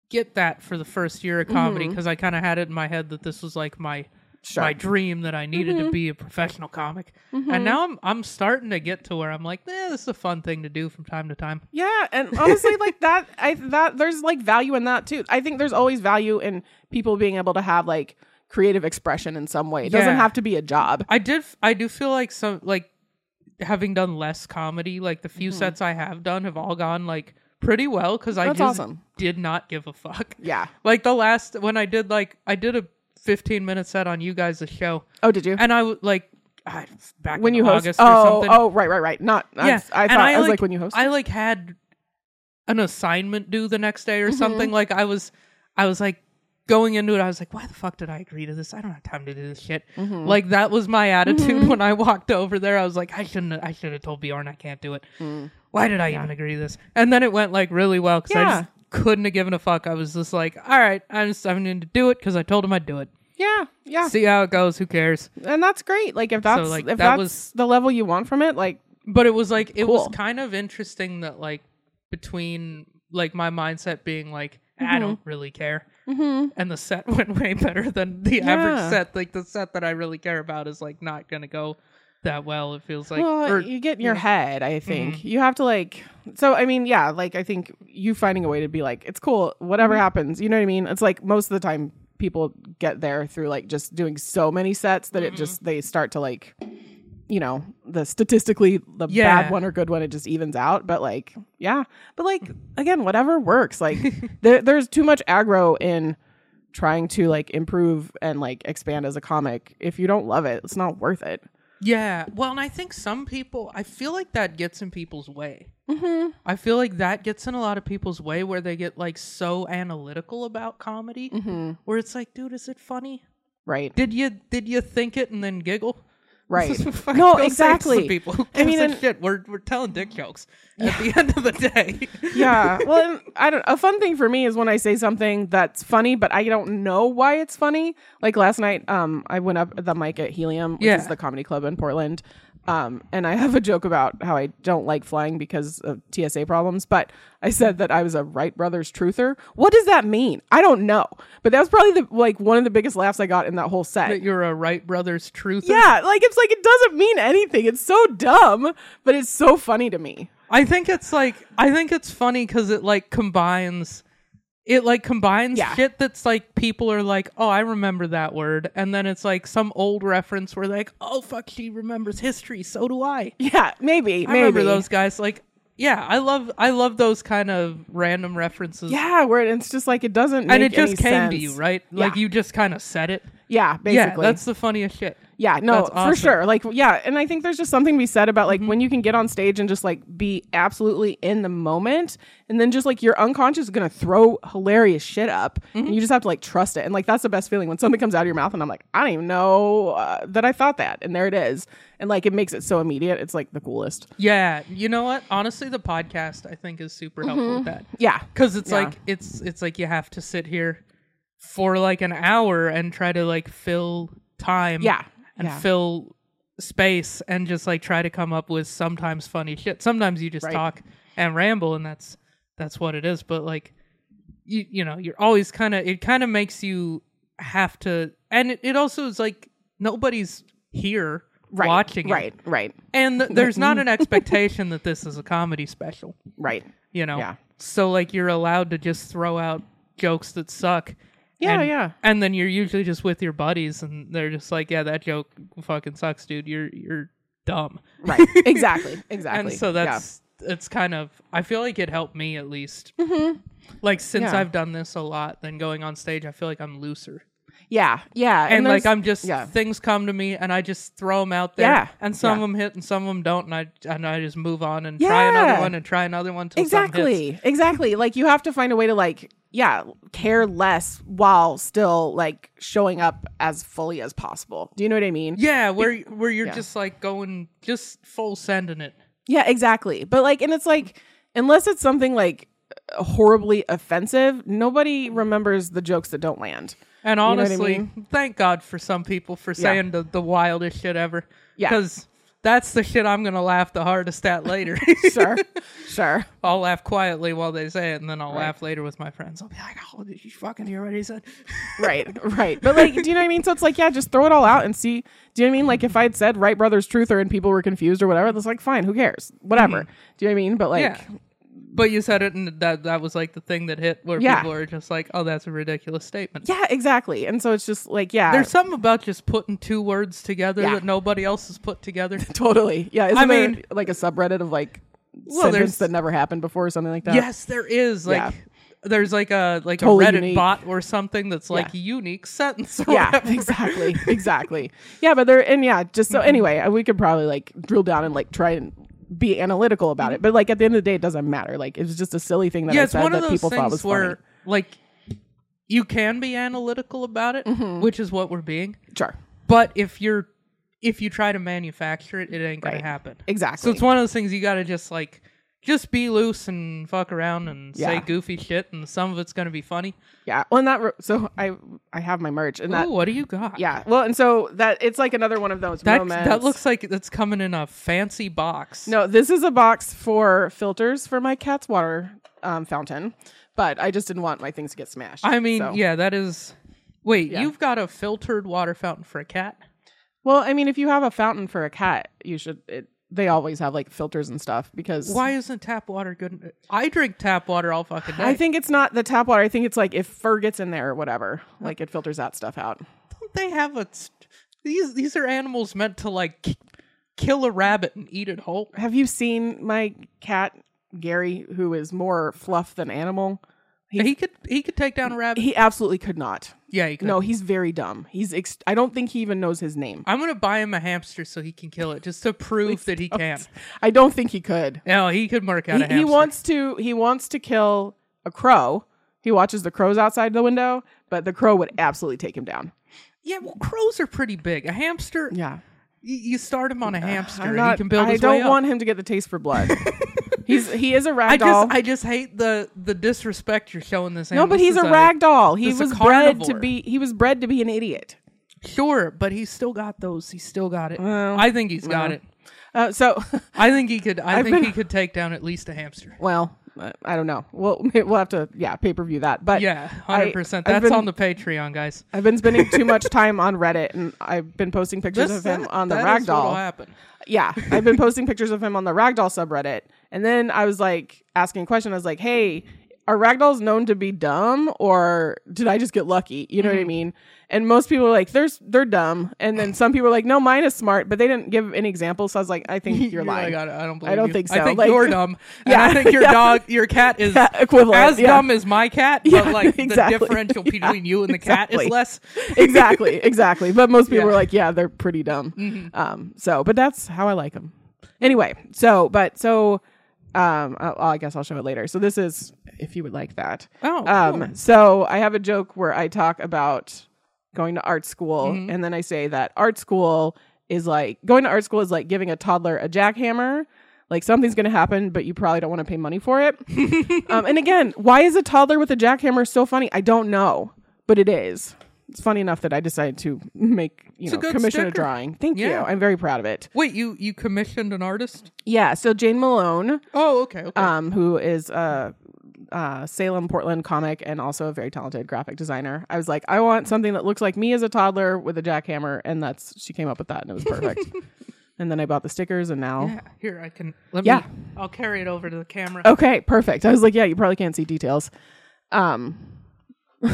[SPEAKER 2] get that for the first year of comedy because I kind of had it in my head that this was like my
[SPEAKER 3] Mm-hmm. Sure. Mm-hmm.
[SPEAKER 2] my dream that I needed to be a professional comic, and now I'm I'm starting to get to where I'm like, eh, this is a fun thing to do from time to time.
[SPEAKER 3] Yeah, and honestly, like that, I that there's like value in that too. I think there's always value in people being able to have like creative expression in some way. It doesn't
[SPEAKER 2] Yeah.
[SPEAKER 3] have to be a job.
[SPEAKER 2] I did. f- I do feel like some like having done less comedy. Like the few sets I have done have all gone like pretty well because I
[SPEAKER 3] Mm-hmm. That's
[SPEAKER 2] just
[SPEAKER 3] awesome.
[SPEAKER 2] did not give a fuck.
[SPEAKER 3] Yeah.
[SPEAKER 2] Like the last when I did like I did a 15 minute set on you guys the show.
[SPEAKER 3] Oh, did you?
[SPEAKER 2] and I would like I, back
[SPEAKER 3] when
[SPEAKER 2] in
[SPEAKER 3] you host?
[SPEAKER 2] August or
[SPEAKER 3] oh,
[SPEAKER 2] something.
[SPEAKER 3] oh, right, right, right. Not. I,
[SPEAKER 2] yeah.
[SPEAKER 3] was- I
[SPEAKER 2] And
[SPEAKER 3] thought I, was like, when you host.
[SPEAKER 2] I like had an assignment due the next day
[SPEAKER 3] Mm-hmm.
[SPEAKER 2] or something. Like I was, I was like going into it. I was like, why the fuck did I agree to this? I don't have time to do this shit.
[SPEAKER 3] Mm-hmm.
[SPEAKER 2] Like that was my attitude when I walked over there. I was like, I shouldn't. I should have told Bjorn I can't do it.
[SPEAKER 3] Mm.
[SPEAKER 2] Why did I even agree to this? And then it went like really well because I
[SPEAKER 3] Yeah.
[SPEAKER 2] just couldn't have given a fuck. I was just like, all right, I'm just I'm going to do it because I told him I'd do it.
[SPEAKER 3] yeah, yeah,
[SPEAKER 2] See how it goes. Who cares?
[SPEAKER 3] and that's great. Like if that's
[SPEAKER 2] like, that
[SPEAKER 3] if that's
[SPEAKER 2] was-
[SPEAKER 3] the level you want from it, like
[SPEAKER 2] but it was like it was
[SPEAKER 3] Cool.
[SPEAKER 2] kind of interesting that like between like my mindset being like
[SPEAKER 3] Mm-hmm.
[SPEAKER 2] I don't really care, and the set went way better than the
[SPEAKER 3] Yeah.
[SPEAKER 2] average set. Like the set that I really care about is like not gonna go that well. It feels like
[SPEAKER 3] well,
[SPEAKER 2] or- Mm-hmm.
[SPEAKER 3] you get in your head. I think you have to like. So I mean, yeah, like I think you finding a way to be like, it's cool, whatever
[SPEAKER 2] Mm-hmm.
[SPEAKER 3] happens. You know what I mean? It's like most of the time people get there through like just doing so many sets
[SPEAKER 2] Mm-hmm.
[SPEAKER 3] that it just they start to like, you know, the statistically the
[SPEAKER 2] Yeah.
[SPEAKER 3] bad one or good one it just evens out. But like, yeah, but like again, whatever works. Like there, there's too much aggro in trying to like improve and like expand as a comic if you don't love it it's not worth it
[SPEAKER 2] yeah. Well, and I think some people I feel like that gets in people's way.
[SPEAKER 3] Mm-hmm.
[SPEAKER 2] I feel like that gets in a lot of people's way where they get like so analytical about comedy,
[SPEAKER 3] Mm-hmm.
[SPEAKER 2] where it's like, dude, is it funny?
[SPEAKER 3] right
[SPEAKER 2] Did you did you think it and then giggle?
[SPEAKER 3] Right.
[SPEAKER 2] Fuck,
[SPEAKER 3] No,
[SPEAKER 2] go say it to some
[SPEAKER 3] exactly.
[SPEAKER 2] People who
[SPEAKER 3] I
[SPEAKER 2] gives
[SPEAKER 3] mean,
[SPEAKER 2] a
[SPEAKER 3] and-
[SPEAKER 2] shit. We're we're telling dick jokes at the end of the day.
[SPEAKER 3] yeah. Well, and I don't. A fun thing for me is when I say something that's funny, but I don't know why it's funny. Like last night, um, I went up at the mic at Helium, which
[SPEAKER 2] Yeah.
[SPEAKER 3] is the comedy club in Portland, um, and I have a joke about how I don't like flying because of TSA problems. But I said that I was a Wright Brothers truther. What does that mean? I don't know. But that was probably the like one of the biggest laughs I got in that whole set.
[SPEAKER 2] that you're a Wright Brothers truth.
[SPEAKER 3] yeah, like it's like it doesn't mean anything. It's so dumb, but it's so funny to me.
[SPEAKER 2] I think it's like I think it's funny because it like combines it like combines
[SPEAKER 3] Yeah.
[SPEAKER 2] shit that's like people are like, oh, I remember that word, and then it's like some old reference where like, oh fuck, she remembers history, so do I.
[SPEAKER 3] Yeah, maybe,
[SPEAKER 2] I
[SPEAKER 3] maybe
[SPEAKER 2] remember those guys. Like, yeah, I love I love those kind of random references.
[SPEAKER 3] Yeah, where it's just like it doesn't make
[SPEAKER 2] and it just
[SPEAKER 3] any
[SPEAKER 2] came
[SPEAKER 3] sense.
[SPEAKER 2] to you, right?
[SPEAKER 3] Yeah.
[SPEAKER 2] Like you just kind of said it.
[SPEAKER 3] Yeah, basically.
[SPEAKER 2] Yeah, that's the funniest shit.
[SPEAKER 3] Yeah, no,
[SPEAKER 2] That's
[SPEAKER 3] for
[SPEAKER 2] awesome. Mm-hmm.
[SPEAKER 3] sure. Like, yeah, and I think there's just something to be said about like when you can get on stage and just like be absolutely in the moment, and then just like your unconscious is gonna throw hilarious shit up,
[SPEAKER 2] Mm-hmm.
[SPEAKER 3] and you just have to like trust it. And like that's the best feeling when something comes out of your mouth, and I'm like, I don't even know uh, that I thought that, and there it is, and like it makes it so immediate. It's like the coolest.
[SPEAKER 2] Yeah, you know what? Honestly, the podcast I think is super helpful with that.
[SPEAKER 3] Yeah,
[SPEAKER 2] because it's
[SPEAKER 3] Mm-hmm. Yeah.
[SPEAKER 2] like it's it's like you have to sit here for like an hour and try to like fill time
[SPEAKER 3] Yeah.
[SPEAKER 2] and
[SPEAKER 3] Yeah.
[SPEAKER 2] fill space and just like try to come up with sometimes funny shit sometimes you just
[SPEAKER 3] Right.
[SPEAKER 2] talk and ramble and that's that's what it is but like you you know you're always kind of it kind of makes you have to and it, it also is like nobody's here
[SPEAKER 3] right,
[SPEAKER 2] watching it.
[SPEAKER 3] right, right,
[SPEAKER 2] and th- there's not an expectation that this is a comedy special
[SPEAKER 3] right.
[SPEAKER 2] you know
[SPEAKER 3] Yeah.
[SPEAKER 2] so like you're allowed to just throw out jokes that suck
[SPEAKER 3] Yeah,
[SPEAKER 2] and,
[SPEAKER 3] yeah.
[SPEAKER 2] and then you're usually just with your buddies and they're just like yeah that joke fucking sucks dude you're you're dumb
[SPEAKER 3] Right, exactly, exactly.
[SPEAKER 2] and so
[SPEAKER 3] Yeah.
[SPEAKER 2] that's it's kind of i feel like it helped me at least like since
[SPEAKER 3] Mm-hmm. Yeah.
[SPEAKER 2] i've done this a lot then going on stage i feel like i'm looser
[SPEAKER 3] yeah, yeah,
[SPEAKER 2] and,
[SPEAKER 3] there's-
[SPEAKER 2] like i'm just
[SPEAKER 3] yeah.
[SPEAKER 2] things come to me and i just throw them out there
[SPEAKER 3] Yeah,
[SPEAKER 2] and some
[SPEAKER 3] yeah.
[SPEAKER 2] of them hit and some of them don't and i and i just move on and try another
[SPEAKER 3] Yeah.
[SPEAKER 2] one and try another one till something hits.
[SPEAKER 3] exactly exactly like you have to find a way to like yeah care less while still like showing up as fully as possible do you know what i mean
[SPEAKER 2] Yeah, where where you're
[SPEAKER 3] yeah.
[SPEAKER 2] just like going just full sending it.
[SPEAKER 3] yeah exactly but like and it's like unless it's something like horribly offensive nobody remembers the jokes that don't land
[SPEAKER 2] And
[SPEAKER 3] know what I
[SPEAKER 2] honestly,
[SPEAKER 3] mean?
[SPEAKER 2] thank God for some people for saying the, the wildest shit ever.
[SPEAKER 3] Yeah.
[SPEAKER 2] Because that's the shit I'm gonna laugh the hardest at later.
[SPEAKER 3] sure sure
[SPEAKER 2] I'll laugh quietly while they say it, and then I'll laugh later with my friends. I'll be like, "Oh, did you fucking hear what he said?"
[SPEAKER 3] right right but like do you know what i mean so it's like yeah just throw it all out and see do you know what i mean like if i'd said right brothers truther and people were confused or whatever that's like fine who cares whatever do you know what i mean but like
[SPEAKER 2] Mm-hmm. yeah. But you said it, and that that was like the thing that hit where
[SPEAKER 3] Yeah.
[SPEAKER 2] people are just like, "Oh, that's a ridiculous statement."
[SPEAKER 3] Yeah, exactly. And so it's just like, yeah,
[SPEAKER 2] There's something about just putting two words together
[SPEAKER 3] Yeah.
[SPEAKER 2] that nobody else has put together.
[SPEAKER 3] totally. Yeah, isn't
[SPEAKER 2] I
[SPEAKER 3] there,
[SPEAKER 2] mean-
[SPEAKER 3] like a subreddit of like
[SPEAKER 2] Well,
[SPEAKER 3] sentence
[SPEAKER 2] there's-
[SPEAKER 3] that never happened before or something like that.
[SPEAKER 2] Yes, there is. Like
[SPEAKER 3] Yeah.
[SPEAKER 2] there's like a like
[SPEAKER 3] Totally
[SPEAKER 2] a Reddit
[SPEAKER 3] unique.
[SPEAKER 2] bot or something that's like
[SPEAKER 3] Yeah.
[SPEAKER 2] unique sentence. Or
[SPEAKER 3] Yeah,
[SPEAKER 2] whatever. Mm-hmm.
[SPEAKER 3] exactly, exactly. Yeah, but there and yeah, just so anyway, uh, we could probably like drill down and like try and be analytical about it. But like at the end of the day, it doesn't matter. Like it was just a silly thing that
[SPEAKER 2] Mm-hmm. Yeah,
[SPEAKER 3] I
[SPEAKER 2] it's
[SPEAKER 3] said
[SPEAKER 2] one of
[SPEAKER 3] that
[SPEAKER 2] those
[SPEAKER 3] people thought
[SPEAKER 2] things
[SPEAKER 3] was
[SPEAKER 2] where
[SPEAKER 3] funny.
[SPEAKER 2] like you can be analytical about it,
[SPEAKER 3] Mm-hmm.
[SPEAKER 2] which is what we're being.
[SPEAKER 3] Sure.
[SPEAKER 2] But if you're if you try to manufacture it, it ain't gonna
[SPEAKER 3] Right.
[SPEAKER 2] happen.
[SPEAKER 3] Exactly.
[SPEAKER 2] So it's one of those things you gotta just like just be loose and fuck around and
[SPEAKER 3] Yeah.
[SPEAKER 2] say goofy shit, and some of it's gonna be funny.
[SPEAKER 3] yeah. Well, and that re- so I I have my merch and that
[SPEAKER 2] Ooh, what do you got?
[SPEAKER 3] yeah. Well, and so that it's like another one of those
[SPEAKER 2] that
[SPEAKER 3] moments.
[SPEAKER 2] that looks like it's coming in a fancy box.
[SPEAKER 3] No, this is a box for filters for my cat's water um, fountain, but I just didn't want my things to get smashed.
[SPEAKER 2] I mean,
[SPEAKER 3] so-
[SPEAKER 2] yeah, that is. Wait,
[SPEAKER 3] Yeah.
[SPEAKER 2] you've got a filtered water fountain for a cat?
[SPEAKER 3] Well, I mean, if you have a fountain for a cat, you should. It, they always have like filters and stuff because
[SPEAKER 2] Why isn't tap water good? I drink tap water all fucking day.
[SPEAKER 3] I think it's not the tap water. I think it's like if fur gets in there or whatever, like it filters that stuff out.
[SPEAKER 2] Don't they have a. st- These these are animals meant to like k- kill a rabbit and eat it whole.
[SPEAKER 3] Have you seen my cat Gary, who is more fluff than animal?
[SPEAKER 2] He, could he could take down a rabbit.
[SPEAKER 3] He absolutely could not.
[SPEAKER 2] yeah, he could.
[SPEAKER 3] No, he's very dumb. He's. Ex- I don't think he even knows his name.
[SPEAKER 2] I'm gonna buy him a hamster so he can kill it, just to prove that he can.
[SPEAKER 3] I don't think he could.
[SPEAKER 2] No, he could mark out a
[SPEAKER 3] he,
[SPEAKER 2] hamster.
[SPEAKER 3] he wants to he wants to kill a crow he watches the crows outside the window but the crow would absolutely take him down
[SPEAKER 2] Yeah, well, crows are pretty big. A hamster. Yeah. You start him on a hamster,
[SPEAKER 3] Uh, I'm
[SPEAKER 2] and he
[SPEAKER 3] not-
[SPEAKER 2] can build
[SPEAKER 3] i
[SPEAKER 2] his way
[SPEAKER 3] don't
[SPEAKER 2] up.
[SPEAKER 3] want him to get the taste for blood he's he is a rag
[SPEAKER 2] I
[SPEAKER 3] doll
[SPEAKER 2] just I just hate the the disrespect you're showing this
[SPEAKER 3] no
[SPEAKER 2] animal.
[SPEAKER 3] but he's a
[SPEAKER 2] society.
[SPEAKER 3] rag doll he
[SPEAKER 2] This is a
[SPEAKER 3] was bred to
[SPEAKER 2] carnivore.
[SPEAKER 3] be he was bred to be an idiot
[SPEAKER 2] Sure, but he's still got those. He's still got it. I think he's got it.
[SPEAKER 3] uh, so
[SPEAKER 2] I think he could. I think
[SPEAKER 3] been-
[SPEAKER 2] he could take down at least a hamster.
[SPEAKER 3] well I- i don't know we'll we'll have to yeah pay-per-view that but
[SPEAKER 2] Yeah,
[SPEAKER 3] I-
[SPEAKER 2] hundred percent.
[SPEAKER 3] I've
[SPEAKER 2] That's
[SPEAKER 3] been-
[SPEAKER 2] on the Patreon, guys.
[SPEAKER 3] I've been spending too much time on Reddit, and I've been posting pictures of him
[SPEAKER 2] that-
[SPEAKER 3] on the
[SPEAKER 2] that
[SPEAKER 3] rag
[SPEAKER 2] is what'll
[SPEAKER 3] doll.
[SPEAKER 2] happen.
[SPEAKER 3] yeah, I've been posting pictures of him on the Ragdoll subreddit, and then I was like asking a question. I was like, "Hey, are ragdolls known to be dumb or did I just get lucky? You
[SPEAKER 2] Mm-hmm.
[SPEAKER 3] know what I mean? And most people are like, there's they're dumb. And then some people are like, no, mine is smart, but they didn't give any examples. So I was like, I think you're lying.
[SPEAKER 2] Like, I, I don't believe
[SPEAKER 3] I don't
[SPEAKER 2] you.
[SPEAKER 3] think
[SPEAKER 2] I
[SPEAKER 3] so.
[SPEAKER 2] think
[SPEAKER 3] Like-
[SPEAKER 2] you're dumb. Yeah.
[SPEAKER 3] Yeah.
[SPEAKER 2] I think your
[SPEAKER 3] Yeah.
[SPEAKER 2] dog, your cat is
[SPEAKER 3] Cat equivalent,
[SPEAKER 2] as
[SPEAKER 3] yeah.
[SPEAKER 2] dumb as my cat, but
[SPEAKER 3] Yeah,
[SPEAKER 2] like
[SPEAKER 3] exactly.
[SPEAKER 2] the differential
[SPEAKER 3] Yeah,
[SPEAKER 2] between you and the cat
[SPEAKER 3] exactly.
[SPEAKER 2] is less.
[SPEAKER 3] exactly, exactly. But most people
[SPEAKER 2] Yeah. Mm-hmm.
[SPEAKER 3] were like, yeah, they're pretty dumb. Um, so, but that's how I like them. Anyway, so, but so, um, I, I guess I'll show it later. So this is if you would like that.
[SPEAKER 2] Oh,
[SPEAKER 3] um,
[SPEAKER 2] cool.
[SPEAKER 3] so I have a joke where I talk about going to art school,
[SPEAKER 2] Mm-hmm.
[SPEAKER 3] and then I say that art school is like going to art school is like giving a toddler a jackhammer. Like something's going to happen, but you probably don't want to pay money for it. um, and again, why is a toddler with a jackhammer so funny? I don't know, but it is. It's funny enough that I decided to make you
[SPEAKER 2] a
[SPEAKER 3] know
[SPEAKER 2] good
[SPEAKER 3] commission a
[SPEAKER 2] sticker.
[SPEAKER 3] drawing. Thank
[SPEAKER 2] Yeah.
[SPEAKER 3] you. I'm very proud of it.
[SPEAKER 2] Wait, you you commissioned an artist?
[SPEAKER 3] Yeah. So Jane Malone,
[SPEAKER 2] Oh, okay, okay.
[SPEAKER 3] um, who is a, uh Salem, Portland comic and also a very talented graphic designer. I was like, I want something that looks like me as a toddler with a jackhammer, and that's she came up with that, and it was perfect. and then I bought the stickers, and now.
[SPEAKER 2] yeah, here I can. Let me.
[SPEAKER 3] Yeah. Oh.
[SPEAKER 2] I'll carry it over to the camera.
[SPEAKER 3] Okay, perfect. I was like, yeah, you probably can't see details. Um,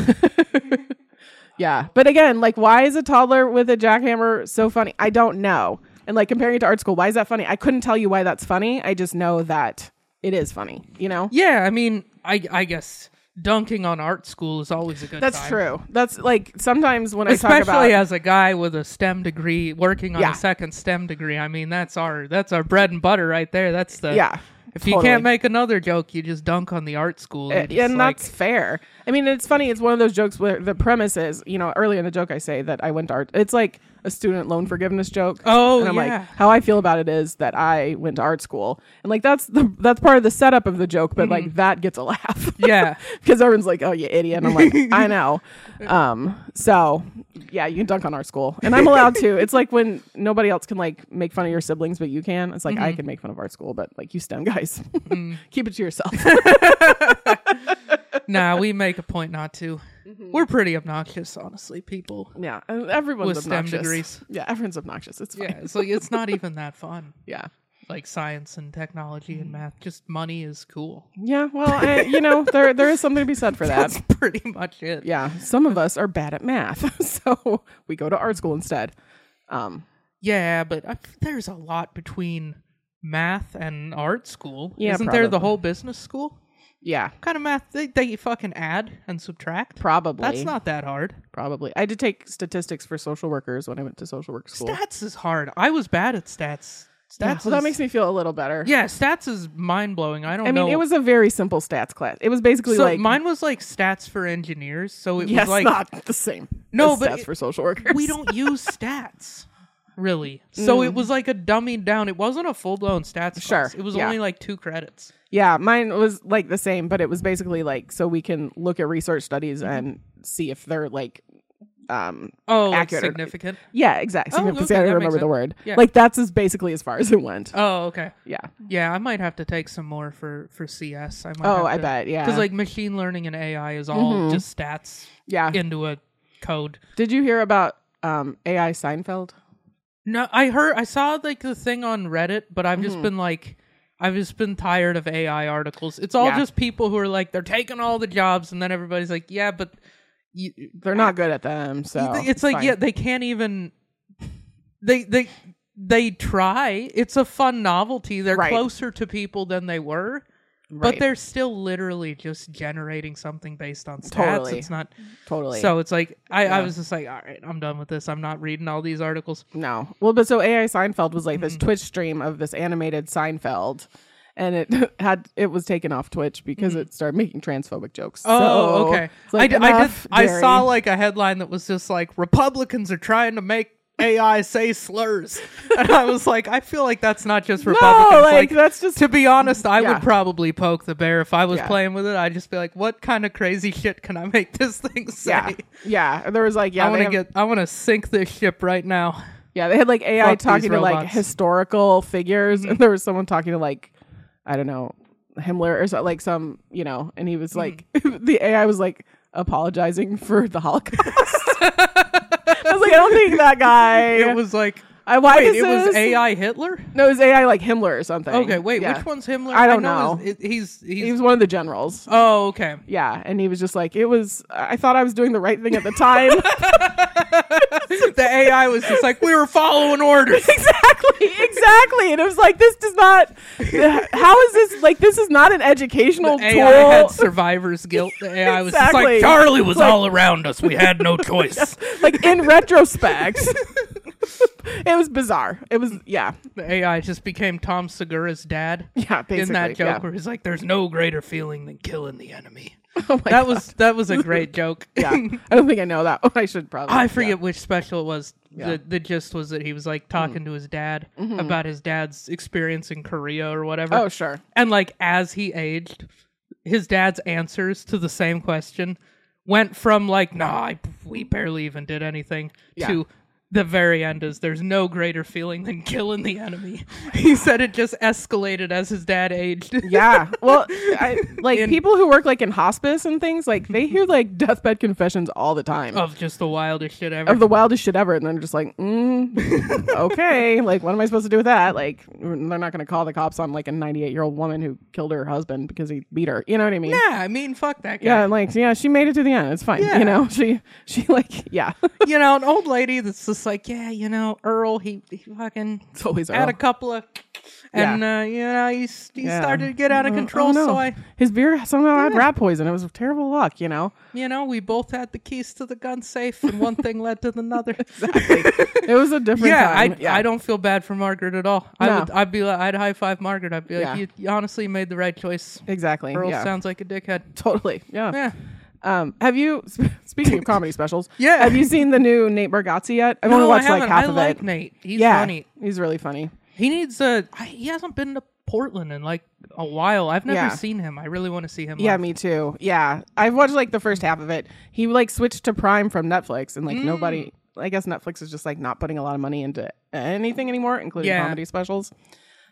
[SPEAKER 3] yeah, but again, like, why is a toddler with a jackhammer so funny? I don't know. And like comparing it to art school, why is that funny? I couldn't tell you why that's funny. I just know that it is funny. You know?
[SPEAKER 2] Yeah, I mean, I I guess dunking on art school is always a good.
[SPEAKER 3] That's
[SPEAKER 2] time.
[SPEAKER 3] true. That's like sometimes when I talk about
[SPEAKER 2] Especially as a guy with a STEM degree working on
[SPEAKER 3] Yeah.
[SPEAKER 2] a second STEM degree, I mean that's our that's our bread and butter right there. That's the
[SPEAKER 3] yeah,
[SPEAKER 2] If you
[SPEAKER 3] totally.
[SPEAKER 2] can't make another joke, you just dunk on the art school.
[SPEAKER 3] Uh,
[SPEAKER 2] You're just
[SPEAKER 3] and
[SPEAKER 2] like,
[SPEAKER 3] that's fair. I mean, it's funny. It's one of those jokes where the premise is, you know, early in the joke, I say that I went to art. It's like a student loan forgiveness joke.
[SPEAKER 2] Oh,
[SPEAKER 3] and I'm
[SPEAKER 2] yeah.
[SPEAKER 3] like, how I feel about it is that I went to art school, and like that's the that's part of the setup of the joke, but like that gets a laugh.
[SPEAKER 2] Mm-hmm. Yeah.
[SPEAKER 3] because everyone's like, "Oh, you idiot," and I'm like, "I know." Um, so yeah, you can dunk on art school, and I'm allowed to. It's like when nobody else can like make fun of your siblings, but you can. It's like I
[SPEAKER 2] Mm-hmm.
[SPEAKER 3] can make fun of art school, but like you STEM guys,
[SPEAKER 2] Mm.
[SPEAKER 3] keep it to yourself.
[SPEAKER 2] nah, we make a point not to. We're pretty obnoxious, honestly, people.
[SPEAKER 3] Yeah, and everyone's
[SPEAKER 2] With STEM
[SPEAKER 3] obnoxious.
[SPEAKER 2] degrees.
[SPEAKER 3] Yeah, everyone's obnoxious. It's fine.
[SPEAKER 2] Yeah, it's like it's not even that fun.
[SPEAKER 3] Yeah.
[SPEAKER 2] Like science and technology
[SPEAKER 3] Mm-hmm.
[SPEAKER 2] and math, just money is cool.
[SPEAKER 3] Yeah. Well, I, you know, there there is something to be said for that.
[SPEAKER 2] That's pretty much it.
[SPEAKER 3] Yeah. Some of us are bad at math, so we go to art school instead. Um.
[SPEAKER 2] Yeah, but I, there's a lot between math and art school.
[SPEAKER 3] Yeah,
[SPEAKER 2] Isn't there the
[SPEAKER 3] probably.
[SPEAKER 2] whole business school?
[SPEAKER 3] Yeah.
[SPEAKER 2] What kind of math they, they fucking add and subtract?
[SPEAKER 3] Probably.
[SPEAKER 2] That's not that hard.
[SPEAKER 3] probably. I did take statistics for social workers when I went to social work school.
[SPEAKER 2] Stats is hard. I was bad at stats. Stats
[SPEAKER 3] yeah, so that
[SPEAKER 2] is-
[SPEAKER 3] makes me feel a little better.
[SPEAKER 2] Yeah, stats is mind blowing. I don't
[SPEAKER 3] I mean,
[SPEAKER 2] know.
[SPEAKER 3] it was a very simple stats class. It was basically
[SPEAKER 2] so
[SPEAKER 3] like
[SPEAKER 2] mine was like stats for engineers. So it
[SPEAKER 3] yes,
[SPEAKER 2] was like
[SPEAKER 3] not the same.
[SPEAKER 2] No,
[SPEAKER 3] as
[SPEAKER 2] but
[SPEAKER 3] stats
[SPEAKER 2] it-
[SPEAKER 3] for social workers.
[SPEAKER 2] we don't use stats really. So it was like a dumbing down. It wasn't a full blown stats.
[SPEAKER 3] Mm. Sure,
[SPEAKER 2] class. it was
[SPEAKER 3] yeah.
[SPEAKER 2] only like two credits.
[SPEAKER 3] Yeah, mine was like the same, but it was basically like so we can look at research studies
[SPEAKER 2] Mm-hmm.
[SPEAKER 3] and see if they're like um
[SPEAKER 2] Oh, like
[SPEAKER 3] Accurate.
[SPEAKER 2] significant.
[SPEAKER 3] yeah, exactly.
[SPEAKER 2] Oh,
[SPEAKER 3] Significant-
[SPEAKER 2] okay,
[SPEAKER 3] I
[SPEAKER 2] that
[SPEAKER 3] don't
[SPEAKER 2] makes
[SPEAKER 3] remember the
[SPEAKER 2] sense.
[SPEAKER 3] word.
[SPEAKER 2] Yeah.
[SPEAKER 3] Like that's as basically as far as it went.
[SPEAKER 2] Oh, okay.
[SPEAKER 3] yeah.
[SPEAKER 2] Yeah, I might have to take some more for for CS. I might.
[SPEAKER 3] Oh, I bet. Yeah. Mm-hmm.
[SPEAKER 2] Because like machine learning and AI is all just stats
[SPEAKER 3] yeah.
[SPEAKER 2] into a code.
[SPEAKER 3] Did you hear about um AI Seinfeld?
[SPEAKER 2] No, I heard, I saw like the thing on Reddit, but I've
[SPEAKER 3] Mm-hmm.
[SPEAKER 2] just been like, I've just been tired of AI articles. It's all
[SPEAKER 3] Yeah.
[SPEAKER 2] just people who are like, they're taking all the jobs, and then everybody's like, yeah, but you,
[SPEAKER 3] They're not good at them, so
[SPEAKER 2] it's, like,
[SPEAKER 3] fine.
[SPEAKER 2] yeah, they can't even. They they they try. It's a fun novelty. They're
[SPEAKER 3] Right.
[SPEAKER 2] closer to people than they were, but
[SPEAKER 3] Right.
[SPEAKER 2] they're still literally just generating something based on stats.
[SPEAKER 3] Totally.
[SPEAKER 2] It's not.
[SPEAKER 3] totally.
[SPEAKER 2] So it's like I, I was just like, all right, I'm done with this. I'm not reading all these articles.
[SPEAKER 3] No. Well, but so AI Seinfeld was like
[SPEAKER 2] Mm-hmm.
[SPEAKER 3] this Twitch stream of this animated Seinfeld. And it had it was taken off Twitch because it started making transphobic jokes.
[SPEAKER 2] Mm-hmm. Oh,
[SPEAKER 3] So,
[SPEAKER 2] okay.
[SPEAKER 3] it's like,
[SPEAKER 2] I, d- I did.
[SPEAKER 3] enough,
[SPEAKER 2] I
[SPEAKER 3] Jerry.
[SPEAKER 2] saw like a headline that was just like Republicans are trying to make AI say slurs, and I was like, I feel like that's not just Republicans.
[SPEAKER 3] like, that's just-
[SPEAKER 2] to be honest, I
[SPEAKER 3] Yeah.
[SPEAKER 2] would probably poke the bear if I was
[SPEAKER 3] Yeah.
[SPEAKER 2] playing with it. I'd just be like, what kind of crazy shit can I make this thing say?
[SPEAKER 3] Yeah, yeah. There was like yeah,
[SPEAKER 2] I want
[SPEAKER 3] they
[SPEAKER 2] to
[SPEAKER 3] have-
[SPEAKER 2] get. I want to sink this ship right now.
[SPEAKER 3] yeah. They had like AI
[SPEAKER 2] Fuck these
[SPEAKER 3] talking to like
[SPEAKER 2] robots. Mm-hmm.
[SPEAKER 3] historical figures, and there was someone talking to like I don't know Himmler or so, like some you know, and he was like
[SPEAKER 2] Mm-hmm.
[SPEAKER 3] the AI was like apologizing for the Holocaust. I was like, I don't think that guy.
[SPEAKER 2] It was like.
[SPEAKER 3] I why
[SPEAKER 2] Wait,
[SPEAKER 3] this
[SPEAKER 2] it was
[SPEAKER 3] is-
[SPEAKER 2] AI Hitler?
[SPEAKER 3] No, it was AI like Himmler or something.
[SPEAKER 2] Okay, wait,
[SPEAKER 3] Yeah.
[SPEAKER 2] which one's Himmler?
[SPEAKER 3] I don't
[SPEAKER 2] know.
[SPEAKER 3] know.
[SPEAKER 2] it's- it- he's, he's
[SPEAKER 3] He was one of the generals.
[SPEAKER 2] Oh, okay.
[SPEAKER 3] Yeah, and he was just like, it was. I thought I was doing the right thing at the time.
[SPEAKER 2] the AI was just like we were following orders.
[SPEAKER 3] exactly, exactly. And it was like, this does not. How is this like? This is not an educational
[SPEAKER 2] AI
[SPEAKER 3] tool.
[SPEAKER 2] had survivor's guilt. The AI was just
[SPEAKER 3] Exactly.
[SPEAKER 2] like Charlie was
[SPEAKER 3] Like-
[SPEAKER 2] all around us. We had no choice.
[SPEAKER 3] like in retrospect, it was bizarre. It was yeah,
[SPEAKER 2] the AI just became Tom Segura's dad.
[SPEAKER 3] yeah. Basically,
[SPEAKER 2] in that joke
[SPEAKER 3] yeah.
[SPEAKER 2] where he's like, "There's no greater feeling than killing the enemy."
[SPEAKER 3] Oh my
[SPEAKER 2] that was that was a great joke.
[SPEAKER 3] yeah. I don't think I know that. one. I should probably.
[SPEAKER 2] I
[SPEAKER 3] yeah.
[SPEAKER 2] forget which special it was.
[SPEAKER 3] Yeah. Mm. Mm-hmm.
[SPEAKER 2] The, the gist was that he was like talking to his dad about his dad's experience in Korea or whatever.
[SPEAKER 3] Oh sure.
[SPEAKER 2] And like as he aged, his dad's answers to the same question went from like, "Nah, I, we barely even did anything,"
[SPEAKER 3] Yeah.
[SPEAKER 2] to the very end is there's no greater feeling than killing the enemy. he said it just escalated as his dad aged.
[SPEAKER 3] Yeah. Well, I, like
[SPEAKER 2] In-
[SPEAKER 3] people who work like in hospice and things, like they hear like deathbed confessions all the time.
[SPEAKER 2] of just the wildest shit ever.
[SPEAKER 3] Of the wildest shit ever, and they're just like, mm, okay, like what am I supposed to do with that? Like, they're not going to call the cops on like a 98 year old woman who killed her husband because he beat her. You know what I mean?
[SPEAKER 2] yeah, I mean, fuck that guy.
[SPEAKER 3] Yeah, and, like yeah, she made it to the end. It's fine.
[SPEAKER 2] Yeah.
[SPEAKER 3] You know, she she like yeah.
[SPEAKER 2] you know, an old lady that's just like, yeah, you know, Earl, he, he fucking
[SPEAKER 3] It's always
[SPEAKER 2] had
[SPEAKER 3] Earl.
[SPEAKER 2] a couple of, and uh, you know, he, s- he
[SPEAKER 3] Yeah.
[SPEAKER 2] started to get out of
[SPEAKER 3] Oh,
[SPEAKER 2] control.
[SPEAKER 3] oh, no.
[SPEAKER 2] So I,
[SPEAKER 3] his beer somehow had rat poison. It was terrible luck, you know.
[SPEAKER 2] you know, we both had the keys to the gun safe, and one thing led to another.
[SPEAKER 3] It was a different
[SPEAKER 2] yeah,
[SPEAKER 3] time.
[SPEAKER 2] I, I don't feel bad for Margaret at all.
[SPEAKER 3] No.
[SPEAKER 2] I would, I'd be like, I'd high five Margaret. I'd be like,
[SPEAKER 3] Yeah.
[SPEAKER 2] you, you honestly made the right choice.
[SPEAKER 3] exactly.
[SPEAKER 2] Earl
[SPEAKER 3] yeah.
[SPEAKER 2] sounds like a dickhead.
[SPEAKER 3] totally. Yeah.
[SPEAKER 2] Yeah.
[SPEAKER 3] Um, have you sp- speaking of comedy specials?
[SPEAKER 2] Yeah.
[SPEAKER 3] Have you seen the new Nate Bargatze yet? I've only
[SPEAKER 2] No, I
[SPEAKER 3] watched like
[SPEAKER 2] haven't.
[SPEAKER 3] half
[SPEAKER 2] I
[SPEAKER 3] of
[SPEAKER 2] like
[SPEAKER 3] it.
[SPEAKER 2] Nate. He's
[SPEAKER 3] yeah,
[SPEAKER 2] funny.
[SPEAKER 3] he's really funny.
[SPEAKER 2] He needs a. I- He hasn't been to Portland in like a while. I've never
[SPEAKER 3] Yeah.
[SPEAKER 2] seen him. I really want to see him.
[SPEAKER 3] Yeah,
[SPEAKER 2] live.
[SPEAKER 3] me too. Yeah, I've watched like the first half of it. He like switched to Prime from Netflix, and like nobody.
[SPEAKER 2] Mm.
[SPEAKER 3] I guess Netflix is just like not putting a lot of money into anything anymore, including
[SPEAKER 2] Yeah.
[SPEAKER 3] comedy specials.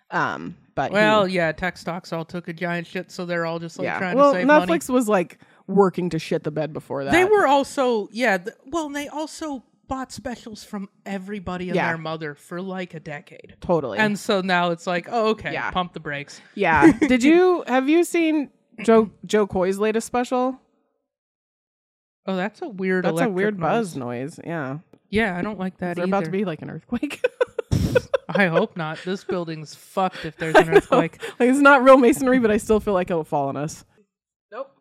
[SPEAKER 3] Um, but he-
[SPEAKER 2] Well, yeah, tech stocks all took a giant shit, so they're all just like
[SPEAKER 3] yeah.
[SPEAKER 2] trying
[SPEAKER 3] Well,
[SPEAKER 2] to save money.
[SPEAKER 3] Netflix was like working to shit the bed before that.
[SPEAKER 2] They were also yeah. Th- well, they also bought specials from everybody and
[SPEAKER 3] Yeah.
[SPEAKER 2] their mother for like a decade,
[SPEAKER 3] totally.
[SPEAKER 2] and so now it's like, oh okay,
[SPEAKER 3] Yeah.
[SPEAKER 2] pump the brakes.
[SPEAKER 3] yeah. Did you have you seen Joe Joe Coy's latest special?
[SPEAKER 2] Oh, that's a weird.
[SPEAKER 3] That's a
[SPEAKER 2] electric
[SPEAKER 3] weird
[SPEAKER 2] noise.
[SPEAKER 3] buzz noise. Yeah.
[SPEAKER 2] Yeah, I don't like that
[SPEAKER 3] They're
[SPEAKER 2] either.
[SPEAKER 3] about to be like an earthquake.
[SPEAKER 2] I hope not. This building's fucked if there's an earthquake.
[SPEAKER 3] like it's not real masonry, but I still feel like it'll fall on us. Nope.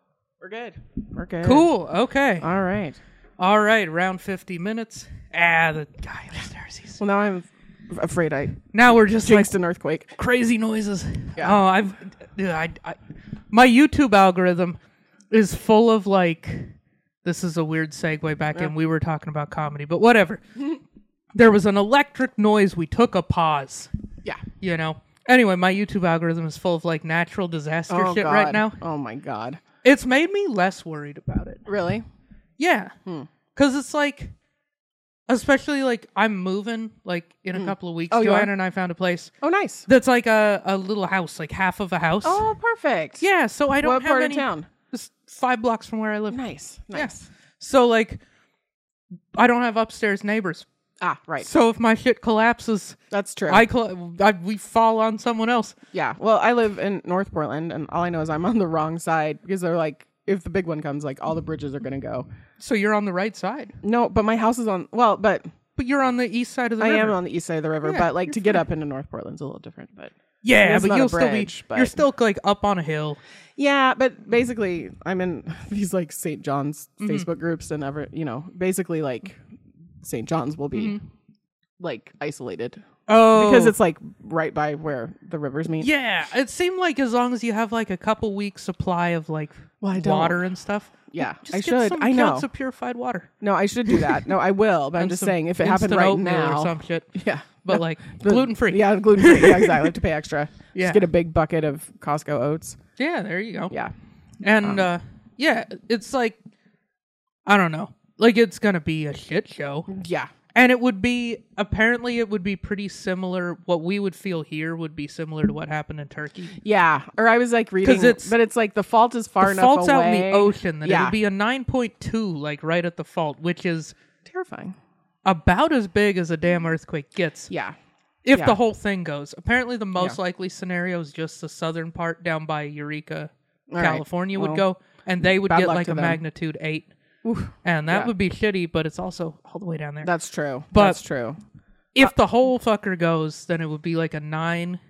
[SPEAKER 3] We're good. Uh, We're good.
[SPEAKER 2] Cool. Okay.
[SPEAKER 3] All right.
[SPEAKER 2] All right. Round fifty minutes. Ah, the guy upstairs. He's
[SPEAKER 3] Well, now I'm f- afraid I
[SPEAKER 2] Now we're just like
[SPEAKER 3] jinxed an earthquake.
[SPEAKER 2] crazy noises.
[SPEAKER 3] Yeah.
[SPEAKER 2] Oh, I've, dude, I, I, my YouTube algorithm is full of like, this is a weird segue back in. We were talking about comedy, but whatever. there was an electric noise. We took a pause,
[SPEAKER 3] Yeah.
[SPEAKER 2] you know? Anyway, my YouTube algorithm is full of like natural disaster shit right
[SPEAKER 3] God.
[SPEAKER 2] now.
[SPEAKER 3] Oh my god.
[SPEAKER 2] It's made me less worried about it.
[SPEAKER 3] Really?
[SPEAKER 2] Yeah.
[SPEAKER 3] Hmm.
[SPEAKER 2] Because it's like, especially like I'm moving like in a couple of weeks.
[SPEAKER 3] Oh, you
[SPEAKER 2] Joanna
[SPEAKER 3] are?
[SPEAKER 2] and I found a place
[SPEAKER 3] Oh, nice.
[SPEAKER 2] that's like a, a little house, like half of a house.
[SPEAKER 3] Oh, perfect.
[SPEAKER 2] Yeah, so I don't
[SPEAKER 3] What
[SPEAKER 2] have
[SPEAKER 3] part
[SPEAKER 2] any.
[SPEAKER 3] of town?
[SPEAKER 2] Just five blocks from where I live.
[SPEAKER 3] Nice. Nice.
[SPEAKER 2] Yes. So like, I don't have upstairs neighbors.
[SPEAKER 3] Ah, right.
[SPEAKER 2] So if my shit collapses,
[SPEAKER 3] That's true.
[SPEAKER 2] I, coll- I we fall on someone else.
[SPEAKER 3] Yeah. Well, I live in North Portland, and all I know is I'm on the wrong side because they're like, if the big one comes, like all the bridges are going to go.
[SPEAKER 2] So you're on the right side,
[SPEAKER 3] No, but my house is on, well, but
[SPEAKER 2] but you're on the east side of the
[SPEAKER 3] I
[SPEAKER 2] river.
[SPEAKER 3] am on the east side of the river,
[SPEAKER 2] Yeah,
[SPEAKER 3] but like to get up into North Portland's a little different. But
[SPEAKER 2] yeah,
[SPEAKER 3] It's
[SPEAKER 2] but
[SPEAKER 3] not a
[SPEAKER 2] you'll still
[SPEAKER 3] bridge,
[SPEAKER 2] be.
[SPEAKER 3] but-
[SPEAKER 2] You're still like up on a hill.
[SPEAKER 3] yeah, but basically, I'm in these like St. John's
[SPEAKER 2] Mm-hmm.
[SPEAKER 3] Facebook groups, and ever, you know, basically like St. John's will be like isolated
[SPEAKER 2] Mm-hmm. Oh,
[SPEAKER 3] because it's like right by where the rivers meet.
[SPEAKER 2] yeah. It seemed like as long as you have like a couple weeks supply of like
[SPEAKER 3] Well, I don't.
[SPEAKER 2] water and stuff.
[SPEAKER 3] Yeah,
[SPEAKER 2] just
[SPEAKER 3] I
[SPEAKER 2] get
[SPEAKER 3] should.
[SPEAKER 2] Some
[SPEAKER 3] I know.
[SPEAKER 2] counts of purified water.
[SPEAKER 3] No, I should do that. No, I will, but I'm
[SPEAKER 2] and
[SPEAKER 3] just
[SPEAKER 2] some
[SPEAKER 3] saying if it happened
[SPEAKER 2] instant
[SPEAKER 3] right
[SPEAKER 2] oatmeal
[SPEAKER 3] now.
[SPEAKER 2] or some shit.
[SPEAKER 3] Yeah.
[SPEAKER 2] but like gluten free.
[SPEAKER 3] Yeah, gluten free. Yeah, exactly. I have to pay extra.
[SPEAKER 2] Yeah.
[SPEAKER 3] Just get a big bucket of Costco oats.
[SPEAKER 2] yeah, there you go.
[SPEAKER 3] Yeah.
[SPEAKER 2] and
[SPEAKER 3] Um,
[SPEAKER 2] uh, yeah, it's like I don't know, like it's gonna be a shit show,
[SPEAKER 3] Yeah.
[SPEAKER 2] and it would be apparently it would be pretty similar. What we would feel here would be similar to what happened in Turkey.
[SPEAKER 3] Yeah. Or I was like reading,
[SPEAKER 2] it's-
[SPEAKER 3] but it's like the fault is far
[SPEAKER 2] The
[SPEAKER 3] enough
[SPEAKER 2] fault's
[SPEAKER 3] away.
[SPEAKER 2] out in the ocean. That
[SPEAKER 3] yeah.
[SPEAKER 2] it would be a nine point two, like right at the fault, which is
[SPEAKER 3] terrifying.
[SPEAKER 2] about as big as a damn earthquake gets
[SPEAKER 3] Yeah.
[SPEAKER 2] if
[SPEAKER 3] yeah.
[SPEAKER 2] the whole thing goes. Apparently, the most
[SPEAKER 3] Yeah.
[SPEAKER 2] likely scenario is just the southern part down by Eureka,
[SPEAKER 3] All right.
[SPEAKER 2] California would
[SPEAKER 3] Well,
[SPEAKER 2] go, and they would
[SPEAKER 3] bad
[SPEAKER 2] get
[SPEAKER 3] luck
[SPEAKER 2] like
[SPEAKER 3] to
[SPEAKER 2] a
[SPEAKER 3] them.
[SPEAKER 2] magnitude eight,
[SPEAKER 3] Oof.
[SPEAKER 2] and that
[SPEAKER 3] Yeah.
[SPEAKER 2] would be shitty. But it's also all the way down there.
[SPEAKER 3] That's true.
[SPEAKER 2] But-
[SPEAKER 3] That's true.
[SPEAKER 2] if the whole fucker goes, then it would be like a nine,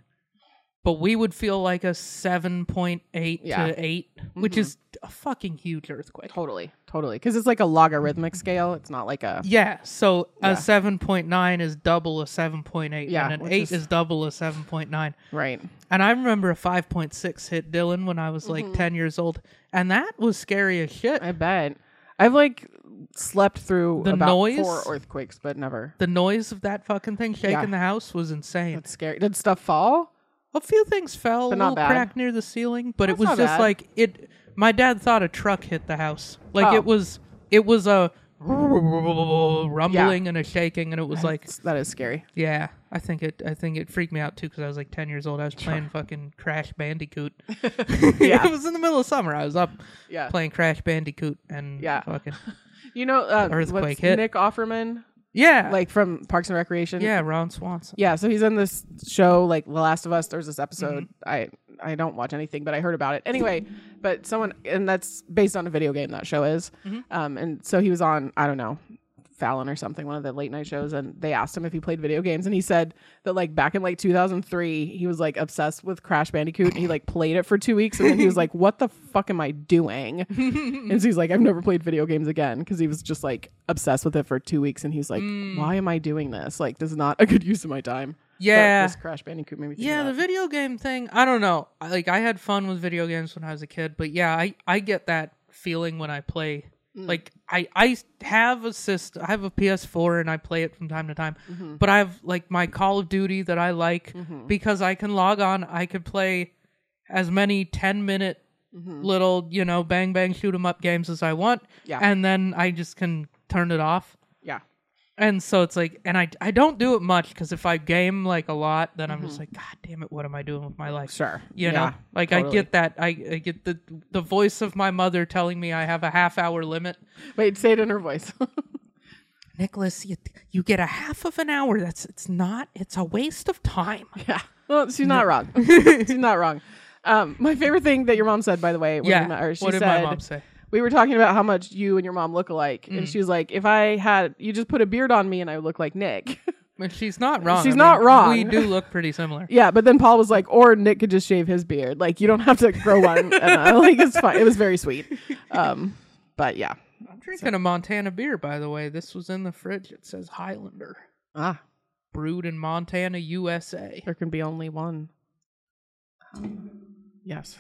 [SPEAKER 2] but we would feel like a seven point eight
[SPEAKER 3] Yeah. Mm-hmm.
[SPEAKER 2] to 8 which is a fucking huge earthquake.
[SPEAKER 3] Totally. Totally. Because it's like a logarithmic scale. It's not like a.
[SPEAKER 2] Yeah, so
[SPEAKER 3] Yeah.
[SPEAKER 2] a seven point nine is double a seven point eight,
[SPEAKER 3] Yeah,
[SPEAKER 2] and an
[SPEAKER 3] which
[SPEAKER 2] eight
[SPEAKER 3] is-
[SPEAKER 2] is double a seven point nine.
[SPEAKER 3] Right.
[SPEAKER 2] And I remember a 5.6 hit Dylan when I was like 10 years old, and that was scary as shit.
[SPEAKER 3] Mm-hmm. I bet. I've like slept through
[SPEAKER 2] The
[SPEAKER 3] about
[SPEAKER 2] noise?
[SPEAKER 3] four earthquakes, but never.
[SPEAKER 2] the noise of that fucking thing shaking
[SPEAKER 3] Yeah.
[SPEAKER 2] the house was insane.
[SPEAKER 3] It's scary. Did stuff fall?
[SPEAKER 2] a few things fell, a
[SPEAKER 3] But not
[SPEAKER 2] little
[SPEAKER 3] bad.
[SPEAKER 2] crack near the ceiling, but
[SPEAKER 3] That's
[SPEAKER 2] it was
[SPEAKER 3] not
[SPEAKER 2] just
[SPEAKER 3] bad.
[SPEAKER 2] like it. My dad thought a truck hit the house. Like
[SPEAKER 3] Oh.
[SPEAKER 2] it was, it was a rumbling and a shaking, and it was like,
[SPEAKER 3] It's- that is scary.
[SPEAKER 2] yeah, I think it, I think it freaked me out too because I was like 10 years old. I was playing fucking Crash Bandicoot.
[SPEAKER 3] Yeah.
[SPEAKER 2] it was in the middle of summer. I was up
[SPEAKER 3] Yeah.
[SPEAKER 2] playing Crash Bandicoot and
[SPEAKER 3] Yeah.
[SPEAKER 2] fucking.
[SPEAKER 3] You know, uh,
[SPEAKER 2] Earthquake
[SPEAKER 3] what's
[SPEAKER 2] hit.
[SPEAKER 3] Nick Offerman,
[SPEAKER 2] Yeah.
[SPEAKER 3] like from Parks and Recreation.
[SPEAKER 2] yeah, Ron Swanson.
[SPEAKER 3] Yeah, so he's in this show, like The Last of Us. There's this episode. I I don't watch anything, but I heard about it anyway. But someone, and that's based on a video game. That show is. Um, and so he was on. I don't know. Fallon or something, one of the late night shows, and they asked him if he played video games, and he said that like back in like 2003, he was like obsessed with Crash Bandicoot, and he like played it for two weeks, and then he was like, "What the fuck am I doing?" and so he's like, "I've never played video games again," because he was just like obsessed with it for two weeks, and he's like,
[SPEAKER 2] Mm.
[SPEAKER 3] "Why am I doing this? Like, this is not a good use of my time." So
[SPEAKER 2] Yeah.
[SPEAKER 3] this Crash Bandicoot made me think
[SPEAKER 2] Yeah,
[SPEAKER 3] of
[SPEAKER 2] the
[SPEAKER 3] that.
[SPEAKER 2] video game thing, I don't know. I- Like I had fun with video games when I was a kid, but yeah, I I get that feeling when I play
[SPEAKER 3] Mm.
[SPEAKER 2] like I I have a system, I have a PS4 and I play it from time to time.
[SPEAKER 3] Mm-hmm.
[SPEAKER 2] But I have like my Call of Duty that I like because I can log on, I could play as many 10 minute little, you know, bang bang shoot 'em up games as I want.
[SPEAKER 3] Mm-hmm. Yeah.
[SPEAKER 2] And then I just can turn it off.
[SPEAKER 3] yeah,
[SPEAKER 2] And so it's like, and I, I don't do it much because if I game like a lot, then I'm just like, God damn it, what am I doing with my life?
[SPEAKER 3] Mm-hmm. sure,
[SPEAKER 2] You
[SPEAKER 3] yeah,
[SPEAKER 2] know, like I
[SPEAKER 3] totally.
[SPEAKER 2] get that. I, I get the the voice of my mother telling me I have a half hour limit.
[SPEAKER 3] Wait, say it in her voice.
[SPEAKER 2] Nicholas, you, you get a half of an hour. That's it's not. It's a waste of time.
[SPEAKER 3] Yeah. Well, she's not wrong. she's not wrong. Um, my favorite thing that your mom said, by the way, when
[SPEAKER 2] Yeah.
[SPEAKER 3] you met her, she
[SPEAKER 2] What did my
[SPEAKER 3] said,
[SPEAKER 2] mom say? Mm.
[SPEAKER 3] We were talking about how much you and your mom look alike, and she was like, "If I had, you just put a beard on me, and I would look like Nick."
[SPEAKER 2] But She's not wrong.
[SPEAKER 3] She's not wrong.
[SPEAKER 2] We do look pretty similar.
[SPEAKER 3] yeah, but then Paul was like, "Or Nick could just shave his beard. Like you don't have to grow one." and I, like it's fine. It was very sweet. Um, but yeah.
[SPEAKER 2] I'm drinking a Montana beer, by the way. This was in the fridge. It says Highlander,
[SPEAKER 3] Ah,
[SPEAKER 2] brewed in Montana, USA.
[SPEAKER 3] there can be only one. Yes.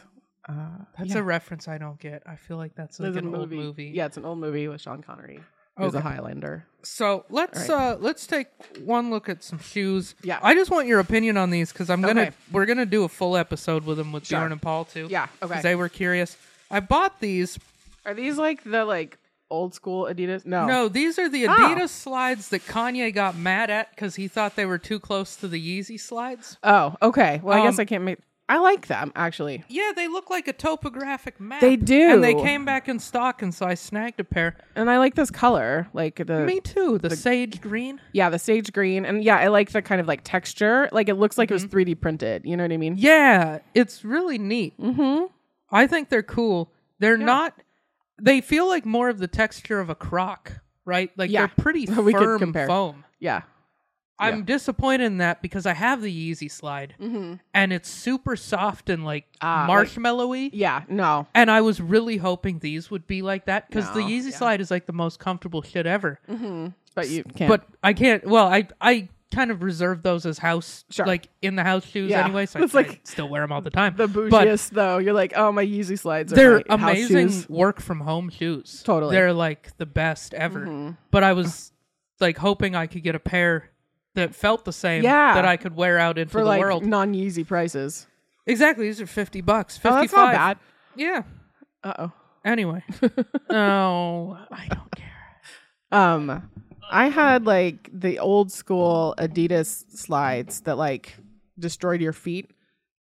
[SPEAKER 3] Uh,
[SPEAKER 2] That's
[SPEAKER 3] yeah.
[SPEAKER 2] a reference I don't get. I feel like that's like
[SPEAKER 3] There's
[SPEAKER 2] an old movie. Oh,
[SPEAKER 3] Yeah, it's an old movie with Sean Connery. Who's a
[SPEAKER 2] Okay.
[SPEAKER 3] Highlander.
[SPEAKER 2] So let's uh let's take one look at some shoes.
[SPEAKER 3] Yeah.
[SPEAKER 2] I just want your opinion on these because I'm gonna
[SPEAKER 3] Okay.
[SPEAKER 2] we're gonna do a full episode with them with
[SPEAKER 3] Sure.
[SPEAKER 2] Bjorn and Paul too.
[SPEAKER 3] Yeah, okay.
[SPEAKER 2] 'cause They were curious. I bought these.
[SPEAKER 3] Are these like the like old school Adidas? No.
[SPEAKER 2] No, these are the
[SPEAKER 3] Oh.
[SPEAKER 2] Adidas slides that Kanye got mad at because he thought they were too close to the Yeezy slides.
[SPEAKER 3] Oh, okay. Well, I guess
[SPEAKER 2] Um,
[SPEAKER 3] I can't make. I like them actually.
[SPEAKER 2] Yeah, they look like a topographic map.
[SPEAKER 3] They do.
[SPEAKER 2] and they came back in stock, and so I snagged a pair.
[SPEAKER 3] And I like this color, like the
[SPEAKER 2] Me too. The, sage green.
[SPEAKER 3] yeah, the sage green, and yeah, I like the kind of like texture. Like it looks like it was three D printed. You know what I mean?
[SPEAKER 2] Yeah, it's really neat. Mm-hmm. I think they're cool. They're not. They feel like more of the texture of a croc, right? Like
[SPEAKER 3] Yeah.
[SPEAKER 2] they're pretty firm
[SPEAKER 3] We could compare.
[SPEAKER 2] foam.
[SPEAKER 3] Yeah, Mm-hmm.
[SPEAKER 2] I'm disappointed in that because I have the Yeezy slide, and it's super soft and like
[SPEAKER 3] Ah, like-
[SPEAKER 2] marshmallowy.
[SPEAKER 3] yeah. No,
[SPEAKER 2] And I was really hoping these would be like that because the
[SPEAKER 3] No,
[SPEAKER 2] Yeezy
[SPEAKER 3] yeah. Mm-hmm.
[SPEAKER 2] slide is like the most comfortable shit ever.
[SPEAKER 3] but you can't.
[SPEAKER 2] But I can't. Well, I I kind of reserve those as house,
[SPEAKER 3] Sure.
[SPEAKER 2] like in the house shoes
[SPEAKER 3] Yeah.
[SPEAKER 2] anyway. So
[SPEAKER 3] It's
[SPEAKER 2] I, I
[SPEAKER 3] like
[SPEAKER 2] still wear them all the time.
[SPEAKER 3] the
[SPEAKER 2] But-
[SPEAKER 3] bougiest though, you're like, oh, my Yeezy slides. Are
[SPEAKER 2] they're
[SPEAKER 3] my house
[SPEAKER 2] amazing
[SPEAKER 3] shoes."
[SPEAKER 2] work from home shoes.
[SPEAKER 3] Totally. Mm-hmm.
[SPEAKER 2] They're like the best ever. But I was like hoping I could get a pair that felt the same
[SPEAKER 3] Yeah.
[SPEAKER 2] that I could wear out into
[SPEAKER 3] for
[SPEAKER 2] the
[SPEAKER 3] like
[SPEAKER 2] world.
[SPEAKER 3] non Yeezy prices.
[SPEAKER 2] exactly. These are 50 bucks. 55.
[SPEAKER 3] Oh, that's not bad.
[SPEAKER 2] Yeah.
[SPEAKER 3] Uh oh.
[SPEAKER 2] Anyway. oh, I don't care.
[SPEAKER 3] Um, I had like the old school Adidas slides that like destroyed your feet,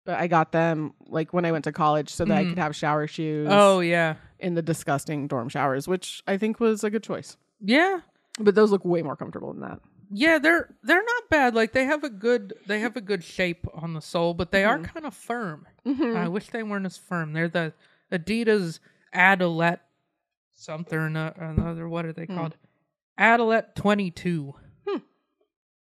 [SPEAKER 3] but I got them like when I went to college so that I could have shower shoes
[SPEAKER 2] Oh, yeah.
[SPEAKER 3] in the disgusting dorm showers, which I think was a good choice.
[SPEAKER 2] Yeah.
[SPEAKER 3] But those look way more comfortable than that.
[SPEAKER 2] Yeah, they're they're not bad. Like they have a good they have a good shape on the sole, but they
[SPEAKER 3] Mm-hmm.
[SPEAKER 2] are kind of firm. I wish they weren't as firm. They're the Adidas Adalette something or ano- another. What are they
[SPEAKER 3] Hmm.
[SPEAKER 2] called? Adalette twenty two.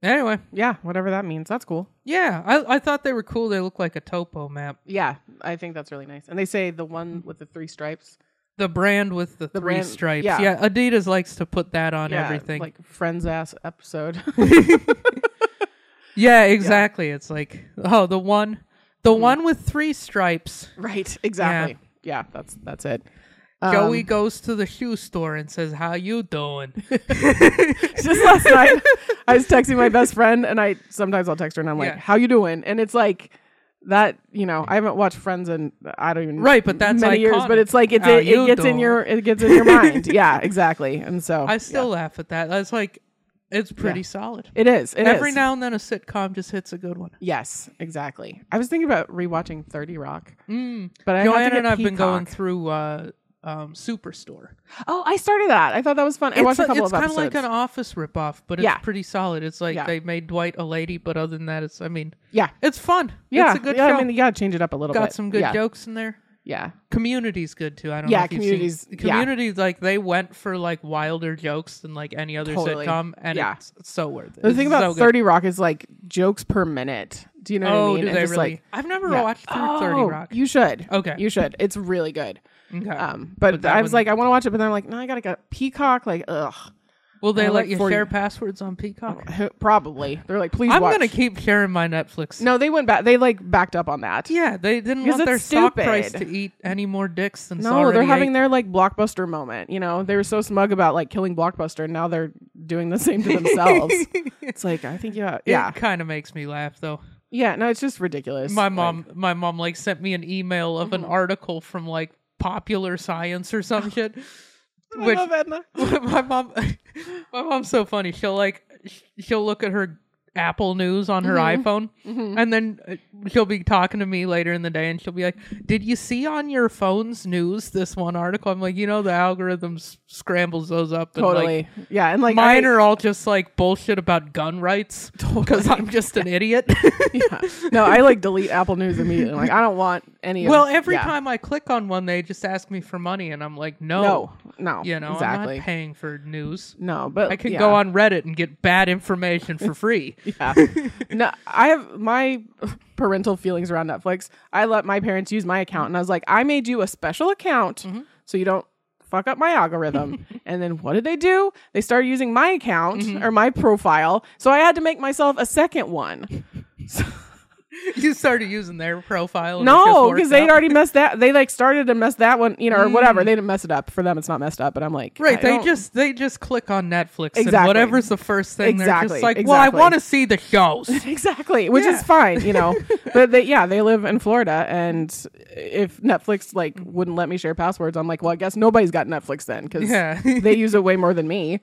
[SPEAKER 2] Anyway,
[SPEAKER 3] Yeah, whatever that means. That's cool.
[SPEAKER 2] yeah, I I thought they were cool. They look like a topo map.
[SPEAKER 3] Yeah, I think that's really nice. And they say the one with the three stripes.
[SPEAKER 2] The brand with the, three
[SPEAKER 3] brand-
[SPEAKER 2] stripes.
[SPEAKER 3] yeah.
[SPEAKER 2] Yeah. Adidas likes to put that on
[SPEAKER 3] Yeah,
[SPEAKER 2] everything.
[SPEAKER 3] Like friends ass episode.
[SPEAKER 2] yeah, exactly. It's like oh, the one, the
[SPEAKER 3] Mm-hmm.
[SPEAKER 2] one with three stripes.
[SPEAKER 3] right, exactly. Yeah. that's that's it. Um,
[SPEAKER 2] Joey goes to the shoe store and says, "How you doing?"
[SPEAKER 3] Just last night, I was texting my best friend, and I sometimes I'll text her and I'm like,
[SPEAKER 2] Yeah.
[SPEAKER 3] "How you doing?" And it's like that. You know, I haven't watched Friends in I don't even
[SPEAKER 2] Right, but that's
[SPEAKER 3] many years.
[SPEAKER 2] iconic.
[SPEAKER 3] But it's like it's
[SPEAKER 2] How
[SPEAKER 3] it, it
[SPEAKER 2] you
[SPEAKER 3] gets in
[SPEAKER 2] doing?
[SPEAKER 3] your it gets in your mind. Yeah, exactly. And so
[SPEAKER 2] I still laugh at that. That's like, it's pretty solid.
[SPEAKER 3] it is. It
[SPEAKER 2] Every
[SPEAKER 3] is.
[SPEAKER 2] now and then, a sitcom just hits a good one.
[SPEAKER 3] Yes, exactly. I was thinking about rewatching Thirty Rock,
[SPEAKER 2] Mm.
[SPEAKER 3] but I have to
[SPEAKER 2] Joanne
[SPEAKER 3] get
[SPEAKER 2] and I've been
[SPEAKER 3] Peacock.
[SPEAKER 2] going through uh, um, Superstore.
[SPEAKER 3] Oh, I started that. I thought that was fun. I watched
[SPEAKER 2] it's
[SPEAKER 3] a couple
[SPEAKER 2] it's
[SPEAKER 3] of
[SPEAKER 2] kind of
[SPEAKER 3] episodes.
[SPEAKER 2] like an Office ripoff, but it's
[SPEAKER 3] Yeah.
[SPEAKER 2] pretty solid. It's like
[SPEAKER 3] Yeah.
[SPEAKER 2] they made Dwight a lady, but other than that, it's I mean,
[SPEAKER 3] yeah,
[SPEAKER 2] it's fun.
[SPEAKER 3] yeah,
[SPEAKER 2] it's a good
[SPEAKER 3] yeah.
[SPEAKER 2] show.
[SPEAKER 3] I mean, you gotta change it up a little
[SPEAKER 2] Got
[SPEAKER 3] bit.
[SPEAKER 2] some good
[SPEAKER 3] yeah.
[SPEAKER 2] jokes in there.
[SPEAKER 3] Yeah,
[SPEAKER 2] Community's good too. I don't
[SPEAKER 3] Yeah,
[SPEAKER 2] know. if you've seen-
[SPEAKER 3] Community's- yeah.
[SPEAKER 2] Community, like they went for like wilder jokes than like any other
[SPEAKER 3] Totally.
[SPEAKER 2] sitcom, and
[SPEAKER 3] Yeah.
[SPEAKER 2] it's so worth it.
[SPEAKER 3] the thing
[SPEAKER 2] It's
[SPEAKER 3] about
[SPEAKER 2] so good.
[SPEAKER 3] Thirty Rock is like jokes per minute. Do you know what I
[SPEAKER 2] Oh,
[SPEAKER 3] mean?
[SPEAKER 2] do
[SPEAKER 3] And
[SPEAKER 2] they
[SPEAKER 3] just,
[SPEAKER 2] really?
[SPEAKER 3] Like,
[SPEAKER 2] I've never
[SPEAKER 3] yeah.
[SPEAKER 2] watched through Thirty
[SPEAKER 3] Oh,
[SPEAKER 2] Rock.
[SPEAKER 3] You should.
[SPEAKER 2] Okay.
[SPEAKER 3] you should. It's really good.
[SPEAKER 2] Okay.
[SPEAKER 3] Um, but,
[SPEAKER 2] But that
[SPEAKER 3] I was
[SPEAKER 2] one-
[SPEAKER 3] like, I want to watch it, but then I'm like, no, I gotta go Peacock. Like, ugh,
[SPEAKER 2] Will they
[SPEAKER 3] I
[SPEAKER 2] let
[SPEAKER 3] like
[SPEAKER 2] you
[SPEAKER 3] 40
[SPEAKER 2] share passwords on Peacock?
[SPEAKER 3] probably. They're like, please.
[SPEAKER 2] I'm
[SPEAKER 3] watch.
[SPEAKER 2] gonna keep sharing my Netflix.
[SPEAKER 3] No, they went back. They like backed up on that.
[SPEAKER 2] Yeah, they didn't
[SPEAKER 3] Because
[SPEAKER 2] want their
[SPEAKER 3] it's
[SPEAKER 2] stock price
[SPEAKER 3] stupid.
[SPEAKER 2] to eat any more dicks than
[SPEAKER 3] No, they're
[SPEAKER 2] already
[SPEAKER 3] having
[SPEAKER 2] ate.
[SPEAKER 3] their like blockbuster moment. You know, they were so smug about like killing blockbuster, and now they're doing the same to themselves. it's like I think yeah, yeah,
[SPEAKER 2] It kind of makes me laugh though.
[SPEAKER 3] yeah. No, it's just ridiculous.
[SPEAKER 2] My
[SPEAKER 3] Like, Mm-hmm.
[SPEAKER 2] mom, my mom, like sent me an email of an article from like Popular Science or
[SPEAKER 3] Oh.
[SPEAKER 2] some shit.
[SPEAKER 3] I
[SPEAKER 2] which
[SPEAKER 3] love Edna.
[SPEAKER 2] my mom, my mom's so funny. She'll like, sh- she'll look at her Apple News on her
[SPEAKER 3] Mm-hmm.
[SPEAKER 2] iPhone, and then uh, she'll be talking to me later in the day, and she'll be like, "Did you see on your phone's news this one article?" I'm like, "You know, the algorithm s- scrambles those up, and
[SPEAKER 3] Totally.
[SPEAKER 2] like."
[SPEAKER 3] yeah, and like
[SPEAKER 2] Mine
[SPEAKER 3] I-
[SPEAKER 2] are all just like bullshit about gun rights because I'm just an idiot.
[SPEAKER 3] yeah. No, I like delete Apple News immediately. Like I don't want any. of-
[SPEAKER 2] well, every
[SPEAKER 3] yeah.
[SPEAKER 2] time I click on one, they just ask me for money, and I'm like, no,
[SPEAKER 3] No, no.
[SPEAKER 2] Oh, you know, I'm
[SPEAKER 3] exactly.
[SPEAKER 2] not paying for news.
[SPEAKER 3] no, but
[SPEAKER 2] I can
[SPEAKER 3] yeah.
[SPEAKER 2] go on Reddit and get bad information for free.
[SPEAKER 3] Yeah. no, I have my parental feelings around Netflix. I let my parents use my account, and I was like, I made you a special account
[SPEAKER 2] Mm-hmm.
[SPEAKER 3] so you don't fuck up my algorithm. and then what did they do? They started using my account
[SPEAKER 2] Mm-hmm.
[SPEAKER 3] or my profile, so I had to make myself a second one.
[SPEAKER 2] you started using their profile. and it just
[SPEAKER 3] No,
[SPEAKER 2] worked
[SPEAKER 3] because they'd
[SPEAKER 2] out. Mm.
[SPEAKER 3] already messed that. They like started to mess that one, you know, or whatever. They didn't mess it up. For them, it's not messed up. But I'm like,
[SPEAKER 2] Right,
[SPEAKER 3] I
[SPEAKER 2] they
[SPEAKER 3] don't-
[SPEAKER 2] just they just click on Netflix and
[SPEAKER 3] Exactly.
[SPEAKER 2] whatever's the first thing they're
[SPEAKER 3] Exactly,
[SPEAKER 2] just like, well, I
[SPEAKER 3] exactly.
[SPEAKER 2] want to see the shows.
[SPEAKER 3] Exactly, which
[SPEAKER 2] Yeah.
[SPEAKER 3] is fine, you know. but they, yeah, they live in Florida, and if Netflix like wouldn't let me share passwords, I'm like, well, I guess nobody's got Netflix then because
[SPEAKER 2] Yeah.
[SPEAKER 3] they use it way more than me.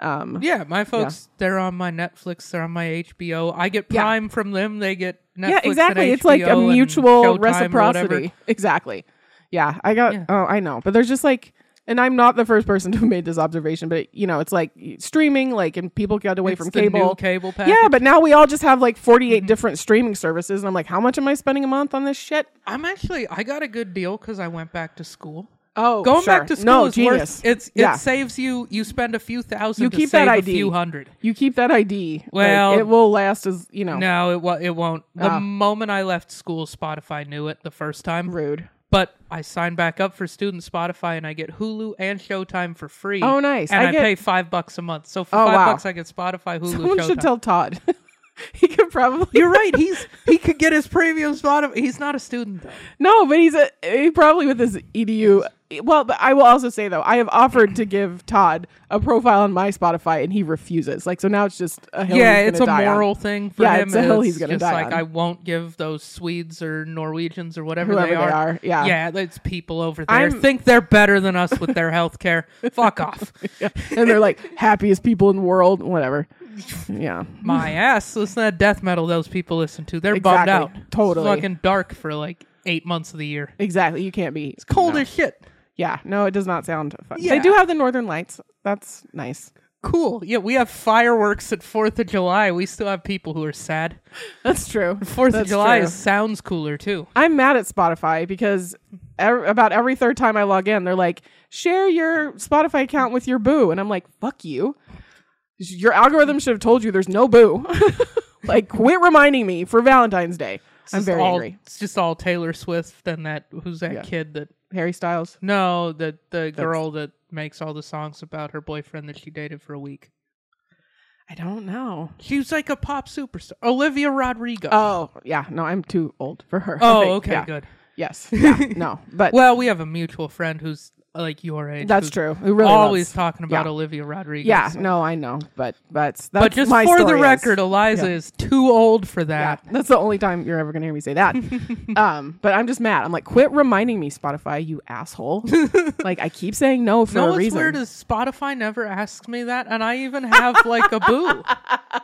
[SPEAKER 3] Um,
[SPEAKER 2] yeah, my folks, they're on my Netflix, they're on my HBO. I get
[SPEAKER 3] Yeah.
[SPEAKER 2] Prime from them, they get Netflix.
[SPEAKER 3] yeah,
[SPEAKER 2] and
[SPEAKER 3] exactly. It's
[SPEAKER 2] HBO
[SPEAKER 3] like a
[SPEAKER 2] and Showtime
[SPEAKER 3] mutual
[SPEAKER 2] or whatever.
[SPEAKER 3] reciprocity. Exactly. Yeah, I got. Oh, I know. But there's just like, and I'm not the first person who made this observation, but you know, it's like streaming, like, and people got away
[SPEAKER 2] It's
[SPEAKER 3] from
[SPEAKER 2] the new
[SPEAKER 3] cable.
[SPEAKER 2] cable package. Mm-hmm.
[SPEAKER 3] yeah, but now we all just have like 48 different streaming services, and I'm like, how much am I spending a month on this shit?
[SPEAKER 2] I'm actually I got a good deal because I went back to school.
[SPEAKER 3] Oh,
[SPEAKER 2] Going
[SPEAKER 3] sure.
[SPEAKER 2] back to school
[SPEAKER 3] no,
[SPEAKER 2] is
[SPEAKER 3] genius.
[SPEAKER 2] worth it's it
[SPEAKER 3] yeah.
[SPEAKER 2] saves you you spend a few thousand
[SPEAKER 3] You
[SPEAKER 2] to
[SPEAKER 3] keep
[SPEAKER 2] save
[SPEAKER 3] that
[SPEAKER 2] a
[SPEAKER 3] ID.
[SPEAKER 2] few hundred.
[SPEAKER 3] you keep that ID. Like,
[SPEAKER 2] Well-
[SPEAKER 3] it will last as you know.
[SPEAKER 2] No, it wa- it won't. The
[SPEAKER 3] Ah.
[SPEAKER 2] moment I left school, Spotify knew it the first time.
[SPEAKER 3] Rude.
[SPEAKER 2] But I signed back up for student Spotify and I get Hulu and Showtime for free.
[SPEAKER 3] Oh, nice.
[SPEAKER 2] And
[SPEAKER 3] I
[SPEAKER 2] I,
[SPEAKER 3] get-
[SPEAKER 2] pay five bucks a month. So for
[SPEAKER 3] Oh,
[SPEAKER 2] five
[SPEAKER 3] wow.
[SPEAKER 2] bucks, I get Spotify, Hulu,
[SPEAKER 3] Someone
[SPEAKER 2] Showtime.
[SPEAKER 3] should tell Todd. he could probably
[SPEAKER 2] You're right. He's he could get his premium Spotify. He's not a student though.
[SPEAKER 3] no, but he's a he probably with his edu. Well, but I will also say though, I have offered to give Todd a profile on my Spotify, and he refuses. Like so now it's just a hill.
[SPEAKER 2] yeah,
[SPEAKER 3] he's
[SPEAKER 2] it's a
[SPEAKER 3] gonna die on.
[SPEAKER 2] moral thing for
[SPEAKER 3] Yeah,
[SPEAKER 2] him.
[SPEAKER 3] it's a hill he's gonna
[SPEAKER 2] just
[SPEAKER 3] die
[SPEAKER 2] like
[SPEAKER 3] on.
[SPEAKER 2] I won't give those Swedes or Norwegians or whatever
[SPEAKER 3] Whoever
[SPEAKER 2] they are.
[SPEAKER 3] Yeah.
[SPEAKER 2] yeah, it's people over there
[SPEAKER 3] I'm-
[SPEAKER 2] think they're better than us with their health care. Fuck off.
[SPEAKER 3] and they're like happiest people in the world. Whatever. Yeah.
[SPEAKER 2] My ass, listen to that death metal those people listen to. They're bummed
[SPEAKER 3] Exactly.
[SPEAKER 2] out.
[SPEAKER 3] Totally.
[SPEAKER 2] It's fucking dark for like eight months of the year.
[SPEAKER 3] Exactly. You can't be. It's
[SPEAKER 2] Cold as shit.
[SPEAKER 3] Yeah, no, it does not sound fun.
[SPEAKER 2] Yeah.
[SPEAKER 3] They do have the northern lights. That's nice.
[SPEAKER 2] cool. Yeah, we have fireworks at Fourth of July. We still have people who are sad.
[SPEAKER 3] That's true.
[SPEAKER 2] Fourth of
[SPEAKER 3] That's
[SPEAKER 2] July
[SPEAKER 3] true.
[SPEAKER 2] is sounds cooler too.
[SPEAKER 3] I'm mad at Spotify because ev- about every third time I log in, they're like, share your Spotify account with your boo. And I'm like, fuck you. Your algorithm should have told you there's no boo. like, quit reminding me for Valentine's Day. I'm
[SPEAKER 2] It's
[SPEAKER 3] very
[SPEAKER 2] all,
[SPEAKER 3] angry.
[SPEAKER 2] It's just all Taylor Swift and that who's that kid that
[SPEAKER 3] Harry Styles.
[SPEAKER 2] no the the girl that makes all the songs about her boyfriend that she dated for a week.
[SPEAKER 3] I don't know.
[SPEAKER 2] She was like a pop superstar, Olivia Rodrigo.
[SPEAKER 3] Oh, yeah. No, I'm too old for her.
[SPEAKER 2] oh,
[SPEAKER 3] Like,
[SPEAKER 2] okay,
[SPEAKER 3] yeah.
[SPEAKER 2] good.
[SPEAKER 3] Yes. Yeah. No, but
[SPEAKER 2] Well, we have a mutual friend who's like your age.
[SPEAKER 3] that's
[SPEAKER 2] who's
[SPEAKER 3] true. We really
[SPEAKER 2] always
[SPEAKER 3] loves-
[SPEAKER 2] talking about
[SPEAKER 3] yeah.
[SPEAKER 2] Olivia Rodrigo.
[SPEAKER 3] Yeah,
[SPEAKER 2] so-
[SPEAKER 3] no, I know, but but that's
[SPEAKER 2] But just
[SPEAKER 3] my
[SPEAKER 2] for the
[SPEAKER 3] story is-
[SPEAKER 2] record, Eliza is too old for
[SPEAKER 3] Yeah,
[SPEAKER 2] that.
[SPEAKER 3] that's the only time you're ever gonna hear me say that. um, but I'm just mad. I'm like, quit reminding me, Spotify, you asshole. like I keep saying no for
[SPEAKER 2] No,
[SPEAKER 3] a
[SPEAKER 2] what's
[SPEAKER 3] reason.
[SPEAKER 2] weird is Spotify never asks me that, and I even have like a boo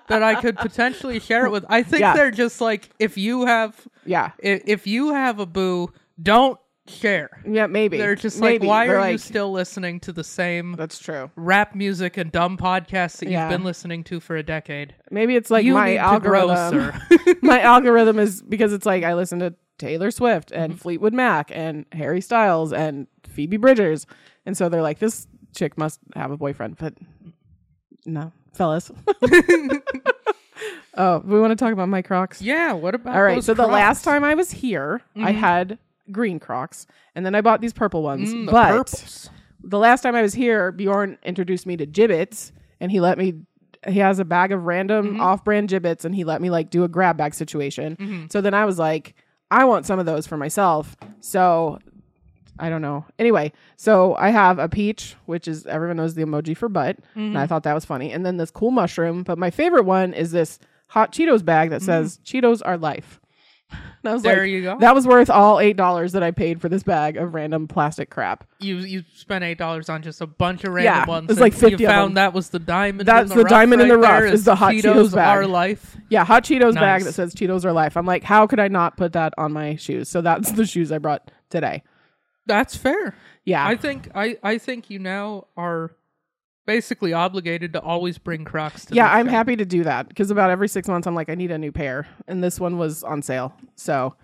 [SPEAKER 2] that I could potentially share it with. I think
[SPEAKER 3] Yeah.
[SPEAKER 2] they're just like, if you have,
[SPEAKER 3] yeah,
[SPEAKER 2] i- if you have a boo, don't share.
[SPEAKER 3] yeah, maybe
[SPEAKER 2] They're just
[SPEAKER 3] Maybe.
[SPEAKER 2] like, why
[SPEAKER 3] They're
[SPEAKER 2] are you
[SPEAKER 3] like,
[SPEAKER 2] still listening to the same
[SPEAKER 3] That's true.
[SPEAKER 2] rap music and dumb podcasts that
[SPEAKER 3] Yeah.
[SPEAKER 2] you've been listening to for a decade?
[SPEAKER 3] Maybe it's like
[SPEAKER 2] you
[SPEAKER 3] my
[SPEAKER 2] need
[SPEAKER 3] algorithm.
[SPEAKER 2] to grow, sir.
[SPEAKER 3] my algorithm is because it's like I listen to Taylor Swift and
[SPEAKER 2] Mm-hmm.
[SPEAKER 3] Fleetwood Mac and Harry Styles and Phoebe Bridgers. And so they're like, this chick must have a boyfriend, but no, fellas. oh, we want to talk about my Crocs.
[SPEAKER 2] yeah. What about
[SPEAKER 3] All right.
[SPEAKER 2] those
[SPEAKER 3] So the last
[SPEAKER 2] Crocs? Mm-hmm.
[SPEAKER 3] time I was here, I had green Crocs and then I bought these purple ones.
[SPEAKER 2] Mm, the
[SPEAKER 3] but
[SPEAKER 2] purples.
[SPEAKER 3] the last time I was here, Bjorn introduced me to gibbets, and he let me. He has a bag of random
[SPEAKER 2] Mm-hmm.
[SPEAKER 3] off-brand gibbets, and he let me like do a grab bag situation.
[SPEAKER 2] Mm-hmm.
[SPEAKER 3] So then I was like, I want some of those for myself. So I don't know. Anyway, so I have a peach, which is everyone knows the emoji for butt, and
[SPEAKER 2] Mm-hmm.
[SPEAKER 3] I thought that was funny. And then this cool mushroom, but my favorite one is this hot Cheetos bag that says Cheetos are life. And I was
[SPEAKER 2] Mm-hmm. There
[SPEAKER 3] like,
[SPEAKER 2] you go.
[SPEAKER 3] That was worth all eight dollars that I paid for this bag of random plastic crap.
[SPEAKER 2] you you spent eight dollars on just a bunch of random
[SPEAKER 3] Yeah,
[SPEAKER 2] ones.
[SPEAKER 3] it's
[SPEAKER 2] and
[SPEAKER 3] like 50
[SPEAKER 2] You
[SPEAKER 3] of
[SPEAKER 2] found
[SPEAKER 3] them.
[SPEAKER 2] that was the diamond.
[SPEAKER 3] That's
[SPEAKER 2] in
[SPEAKER 3] the
[SPEAKER 2] rough
[SPEAKER 3] diamond in
[SPEAKER 2] right
[SPEAKER 3] the rough,
[SPEAKER 2] there
[SPEAKER 3] is the hot Cheetos bag.
[SPEAKER 2] Our life.
[SPEAKER 3] Yeah, hot Cheetos bag
[SPEAKER 2] Nice.
[SPEAKER 3] that says Cheetos are life. I'm like, how could I not put that on my shoes? So that's the shoes I brought today.
[SPEAKER 2] That's fair.
[SPEAKER 3] Yeah.
[SPEAKER 2] I think I I think you now are basically obligated to always bring Crocs. to
[SPEAKER 3] yeah,
[SPEAKER 2] the
[SPEAKER 3] I'm
[SPEAKER 2] show.
[SPEAKER 3] happy to do that because about every six months I'm like, I need a new pair, and this one was on sale. So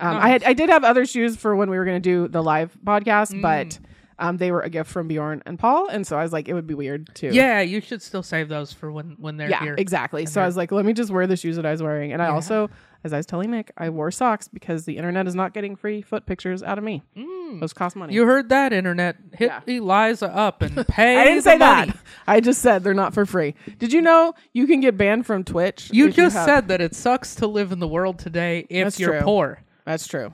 [SPEAKER 3] um, I had I did have other shoes for when we were going to do the live podcast,
[SPEAKER 2] Mm.
[SPEAKER 3] but um, they were a gift from Bjorn and Paul, and so I was like, it would be weird too.
[SPEAKER 2] Yeah, you should still save those for when when they're
[SPEAKER 3] Yeah,
[SPEAKER 2] here.
[SPEAKER 3] exactly. So I was like, let me just wear the shoes that I was wearing. And I also, as I was telling Mick, I wore socks because the internet is not getting free foot pictures out of me.
[SPEAKER 2] Mm.
[SPEAKER 3] Those cost money.
[SPEAKER 2] You heard that, internet. Hit
[SPEAKER 3] Yeah.
[SPEAKER 2] Eliza up and pay.
[SPEAKER 3] I didn't
[SPEAKER 2] the
[SPEAKER 3] say
[SPEAKER 2] money.
[SPEAKER 3] that. I just said they're not for free. Did you know you can get banned from Twitch?
[SPEAKER 2] You
[SPEAKER 3] if
[SPEAKER 2] just
[SPEAKER 3] have-
[SPEAKER 2] said that it sucks to live in the world today if
[SPEAKER 3] That's
[SPEAKER 2] you're
[SPEAKER 3] true.
[SPEAKER 2] poor.
[SPEAKER 3] that's true.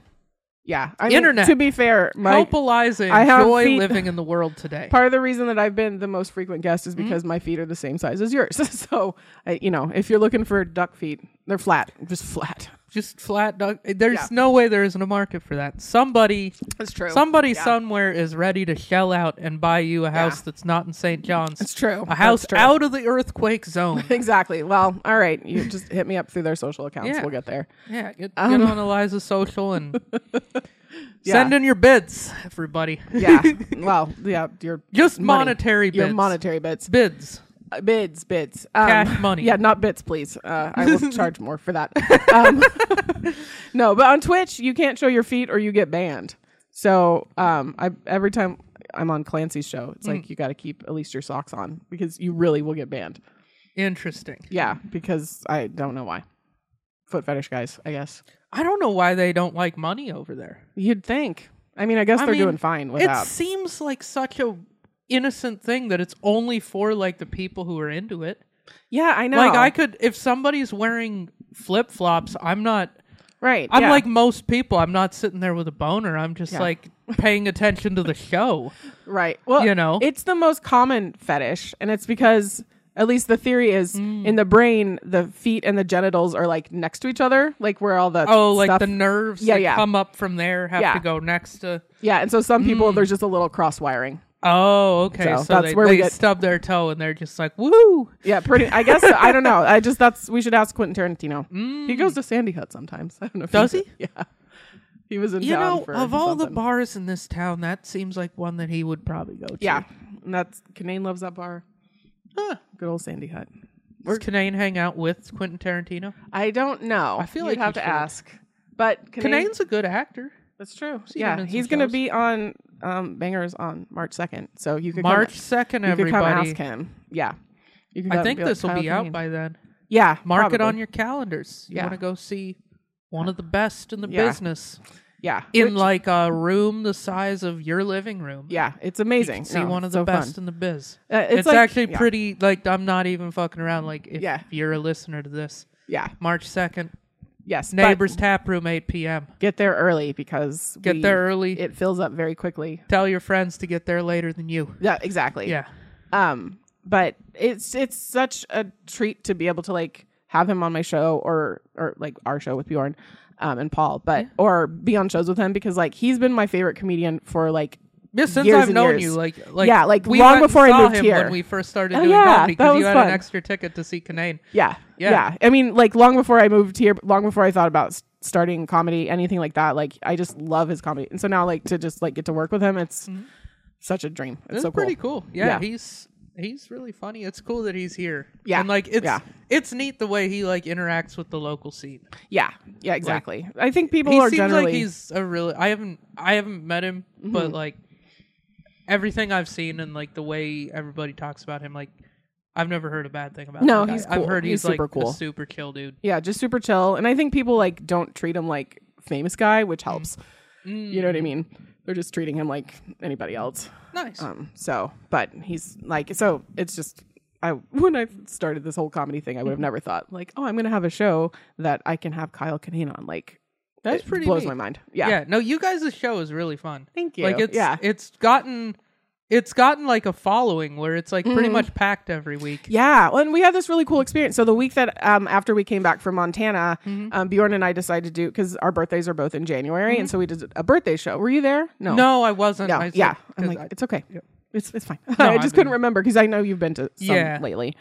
[SPEAKER 3] Yeah, I mean,
[SPEAKER 2] Internet.
[SPEAKER 3] To be fair, my
[SPEAKER 2] Help Eliza
[SPEAKER 3] I have
[SPEAKER 2] enjoy
[SPEAKER 3] feet-
[SPEAKER 2] living in the world today.
[SPEAKER 3] part of the reason that I've been the most frequent guest
[SPEAKER 2] Mm-hmm.
[SPEAKER 3] is because my feet are the same size as yours. so I, you know, if you're looking for duck feet, they're flat, just flat.
[SPEAKER 2] just flat dog. There's
[SPEAKER 3] Yeah.
[SPEAKER 2] no way there isn't a market for that. Somebody,
[SPEAKER 3] That's true.
[SPEAKER 2] somebody somewhere is ready to shell out and buy you a house
[SPEAKER 3] Yeah.
[SPEAKER 2] that's not in St. John's.
[SPEAKER 3] It's true.
[SPEAKER 2] A house
[SPEAKER 3] That's true.
[SPEAKER 2] out of the earthquake zone.
[SPEAKER 3] Exactly. Well, all right. You just hit me up through their social accounts.
[SPEAKER 2] Yeah.
[SPEAKER 3] We'll get there.
[SPEAKER 2] yeah, get, get on Eliza social and
[SPEAKER 3] Um, Yeah.
[SPEAKER 2] send in your bids, everybody.
[SPEAKER 3] Yeah. well, yeah. Your
[SPEAKER 2] Just
[SPEAKER 3] money.
[SPEAKER 2] monetary
[SPEAKER 3] Your
[SPEAKER 2] bids.
[SPEAKER 3] monetary bits.
[SPEAKER 2] bids.
[SPEAKER 3] Uh, bids, bids. Um,
[SPEAKER 2] Cash money.
[SPEAKER 3] Yeah, not bits, please. Uh, I will charge more for that. Um, no, but on Twitch, you can't show your feet or you get banned. So um, I every time I'm on Clancy's show, it's
[SPEAKER 2] Mm.
[SPEAKER 3] like you got to keep at least your socks on because you really will get banned.
[SPEAKER 2] Interesting.
[SPEAKER 3] Yeah, because I don't know why. Foot fetish guys, I guess.
[SPEAKER 2] I don't know why they don't like money over there.
[SPEAKER 3] You'd think. I mean, I guess
[SPEAKER 2] I
[SPEAKER 3] they're
[SPEAKER 2] mean,
[SPEAKER 3] doing fine
[SPEAKER 2] It
[SPEAKER 3] without.
[SPEAKER 2] seems like such a innocent thing that it's only for like the people who are into it.
[SPEAKER 3] Yeah, I know.
[SPEAKER 2] Like I could, if somebody's wearing flip flops, I'm not.
[SPEAKER 3] right.
[SPEAKER 2] I'm
[SPEAKER 3] yeah.
[SPEAKER 2] like most people. I'm not sitting there with a boner. I'm just
[SPEAKER 3] Yeah.
[SPEAKER 2] like paying attention to the show.
[SPEAKER 3] Right. Well,
[SPEAKER 2] You know?
[SPEAKER 3] it's the most common fetish, and it's because at least the theory is
[SPEAKER 2] Mm.
[SPEAKER 3] in the brain, the feet and the genitals are like next to each other, like where all the
[SPEAKER 2] Oh, like
[SPEAKER 3] stuff-
[SPEAKER 2] the nerves
[SPEAKER 3] Yeah,
[SPEAKER 2] that
[SPEAKER 3] yeah.
[SPEAKER 2] come up from there have
[SPEAKER 3] Yeah.
[SPEAKER 2] to go next to.
[SPEAKER 3] yeah. And so some
[SPEAKER 2] mm.
[SPEAKER 3] people there's just a little cross wiring.
[SPEAKER 2] Oh, okay.
[SPEAKER 3] So
[SPEAKER 2] So,
[SPEAKER 3] that's
[SPEAKER 2] they,
[SPEAKER 3] where we
[SPEAKER 2] they
[SPEAKER 3] get-
[SPEAKER 2] stub their toe and they're just like, "Woo!"
[SPEAKER 3] Yeah, pretty. I guess I don't know. I just that's we should ask Quentin Tarantino. He goes to Sandy Hut sometimes. I don't know. If
[SPEAKER 2] Mm. Does
[SPEAKER 3] he? Yeah. He was in
[SPEAKER 2] You
[SPEAKER 3] town
[SPEAKER 2] know,
[SPEAKER 3] for
[SPEAKER 2] of all the
[SPEAKER 3] something.
[SPEAKER 2] bars in this town, that seems like one that he would probably go to.
[SPEAKER 3] Yeah, and that's Canaan loves that bar. Good old Sandy Hut.
[SPEAKER 2] Does Canaan hang out with Quentin Tarantino?
[SPEAKER 3] I don't know.
[SPEAKER 2] I feel like
[SPEAKER 3] You'd have
[SPEAKER 2] you
[SPEAKER 3] to
[SPEAKER 2] should.
[SPEAKER 3] ask. But Canadian,
[SPEAKER 2] Canaan's a good actor.
[SPEAKER 3] that's true.
[SPEAKER 2] seen him
[SPEAKER 3] Yeah,
[SPEAKER 2] in some
[SPEAKER 3] he's going to
[SPEAKER 2] shows.
[SPEAKER 3] be on um, Bangers on March second, so you could come-
[SPEAKER 2] March second,
[SPEAKER 3] you could come
[SPEAKER 2] everybody.
[SPEAKER 3] ask him. Yeah, you can. go
[SPEAKER 2] I
[SPEAKER 3] and
[SPEAKER 2] think
[SPEAKER 3] be like,
[SPEAKER 2] this will
[SPEAKER 3] "Kyle
[SPEAKER 2] be out
[SPEAKER 3] Kinane."
[SPEAKER 2] by then.
[SPEAKER 3] Yeah,
[SPEAKER 2] Mark it
[SPEAKER 3] probably.
[SPEAKER 2] on your calendars. You
[SPEAKER 3] Yeah.
[SPEAKER 2] want to go see one of the best in the
[SPEAKER 3] Yeah.
[SPEAKER 2] business
[SPEAKER 3] yeah
[SPEAKER 2] in
[SPEAKER 3] Which-
[SPEAKER 2] like a room the size of your living room.
[SPEAKER 3] Yeah, it's
[SPEAKER 2] You
[SPEAKER 3] amazing.
[SPEAKER 2] can see
[SPEAKER 3] No,
[SPEAKER 2] one of
[SPEAKER 3] it's
[SPEAKER 2] the
[SPEAKER 3] so fun.
[SPEAKER 2] best in the biz.
[SPEAKER 3] Uh,
[SPEAKER 2] It's,
[SPEAKER 3] like-
[SPEAKER 2] actually
[SPEAKER 3] yeah,
[SPEAKER 2] pretty. Like I'm not even fucking around. Like if
[SPEAKER 3] Yeah.
[SPEAKER 2] you're a listener to this,
[SPEAKER 3] Yeah.
[SPEAKER 2] March second,
[SPEAKER 3] Yes. but
[SPEAKER 2] neighbors tap room, eight p.m.
[SPEAKER 3] get there early because
[SPEAKER 2] Get
[SPEAKER 3] we-
[SPEAKER 2] there early.
[SPEAKER 3] It fills up very quickly.
[SPEAKER 2] Tell your friends to get there later than you.
[SPEAKER 3] Yeah. Exactly.
[SPEAKER 2] Yeah,
[SPEAKER 3] Um. But it's it's such a treat to be able to like have him on my show or or like our show with Bjorn, um, and Paul, but or be on shows with him because like he's been my favorite comedian for like
[SPEAKER 2] yeah. Since
[SPEAKER 3] Years
[SPEAKER 2] I've
[SPEAKER 3] and
[SPEAKER 2] known
[SPEAKER 3] years.
[SPEAKER 2] you, like, like
[SPEAKER 3] Yeah, like,
[SPEAKER 2] we
[SPEAKER 3] long
[SPEAKER 2] went and
[SPEAKER 3] before I
[SPEAKER 2] saw
[SPEAKER 3] moved
[SPEAKER 2] him
[SPEAKER 3] here.
[SPEAKER 2] when we first started
[SPEAKER 3] Oh,
[SPEAKER 2] doing
[SPEAKER 3] yeah,
[SPEAKER 2] comedy
[SPEAKER 3] that
[SPEAKER 2] because you
[SPEAKER 3] was
[SPEAKER 2] had
[SPEAKER 3] fun.
[SPEAKER 2] an extra ticket to see Canaan.
[SPEAKER 3] Yeah.
[SPEAKER 2] Yeah.
[SPEAKER 3] Yeah. I mean, like long before I moved here, long before I thought about s- starting comedy, anything like that, like I just love his comedy. And so now like to just like get to work with him, it's such a dream. It's
[SPEAKER 2] It's
[SPEAKER 3] so cool.
[SPEAKER 2] Mm-hmm. pretty cool. Yeah,
[SPEAKER 3] Yeah.
[SPEAKER 2] he's he's really funny. It's cool that he's here.
[SPEAKER 3] Yeah,
[SPEAKER 2] and like it's
[SPEAKER 3] yeah.
[SPEAKER 2] it's neat the way he like interacts with the local scene.
[SPEAKER 3] Yeah. Yeah, exactly. I think people
[SPEAKER 2] he
[SPEAKER 3] are
[SPEAKER 2] seems
[SPEAKER 3] generally Mm-hmm.
[SPEAKER 2] like he's a really. I haven't I haven't met him, but like everything I've seen and like the way everybody talks about him, like I've never heard a bad thing about.
[SPEAKER 3] No,
[SPEAKER 2] that guy.
[SPEAKER 3] he's
[SPEAKER 2] I've
[SPEAKER 3] cool.
[SPEAKER 2] heard he's,
[SPEAKER 3] He's super
[SPEAKER 2] like a
[SPEAKER 3] cool.
[SPEAKER 2] super chill dude.
[SPEAKER 3] yeah, just super chill. And I think people like don't treat him like famous guy, which
[SPEAKER 2] Mm.
[SPEAKER 3] helps. You know what I mean? They're just treating him like anybody else.
[SPEAKER 2] Nice.
[SPEAKER 3] Um, so, but he's like, so it's just, I when I started this whole comedy thing, I would have never thought like, oh, I'm gonna have a show that I can have Kyle Kinane on. Like,
[SPEAKER 2] That's
[SPEAKER 3] it
[SPEAKER 2] pretty
[SPEAKER 3] blows
[SPEAKER 2] neat.
[SPEAKER 3] my mind.
[SPEAKER 2] yeah.
[SPEAKER 3] Yeah,
[SPEAKER 2] No, you guys' show is really fun.
[SPEAKER 3] Thank you.
[SPEAKER 2] Like it's
[SPEAKER 3] Yeah.
[SPEAKER 2] it's gotten it's gotten like a following where it's like
[SPEAKER 3] Mm-hmm.
[SPEAKER 2] pretty much packed every week.
[SPEAKER 3] Yeah, well, and we had this really cool experience. So the week that um, after we came back from Montana,
[SPEAKER 2] Mm-hmm.
[SPEAKER 3] um, Bjorn and I decided to do because our birthdays are both in January, and so we did a birthday show. Were you there? No,
[SPEAKER 2] No, I wasn't.
[SPEAKER 3] Oh. no,
[SPEAKER 2] I said-
[SPEAKER 3] yeah. I'm
[SPEAKER 2] 'cause
[SPEAKER 3] like,
[SPEAKER 2] I-
[SPEAKER 3] it's okay. It's it's fine.
[SPEAKER 2] No,
[SPEAKER 3] I
[SPEAKER 2] I've
[SPEAKER 3] just couldn't
[SPEAKER 2] been-
[SPEAKER 3] remember because I know you've been to some
[SPEAKER 2] Yeah.
[SPEAKER 3] lately.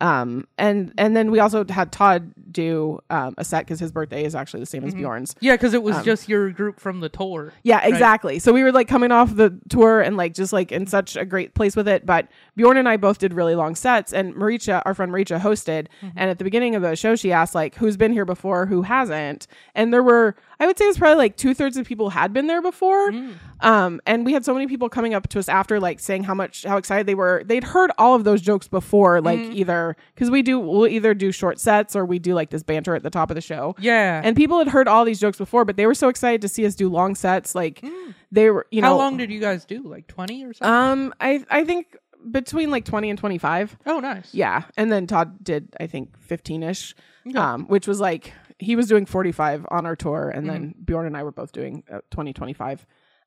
[SPEAKER 3] Um, and and then we also had Todd do um, a set because his birthday is actually the same
[SPEAKER 2] Mm-hmm.
[SPEAKER 3] as Bjorn's.
[SPEAKER 2] Yeah, because it was just your group from the tour.
[SPEAKER 3] um, Yeah, exactly. So we were like coming off the tour and like just like in such a great place with it. But Bjorn and I both did really long sets, and Maricha, our friend Maricha, hosted. And at the beginning of the show, she asked like, "Who's been here before? Who hasn't?" And there were, I would say, it's probably like two thirds of people had been there before. Um, and we had so many people coming up to us after like saying how much how excited they were. They'd heard all of those jokes before, like either because we do we'll either do short sets or we do like this banter at the top of the show.
[SPEAKER 2] Yeah.
[SPEAKER 3] And people had heard all these jokes before, but they were so excited to see us do long sets. Like they were, you
[SPEAKER 2] Mm. how
[SPEAKER 3] know,
[SPEAKER 2] long did you guys do? Like twenty or something?
[SPEAKER 3] um, I I think between like twenty and twenty five.
[SPEAKER 2] oh, nice.
[SPEAKER 3] Yeah, and then Todd did I think fifteen ish, um, which was like he was doing forty five on our tour, and
[SPEAKER 2] Mm-hmm.
[SPEAKER 3] then Bjorn and I were both doing uh, twenty twenty five.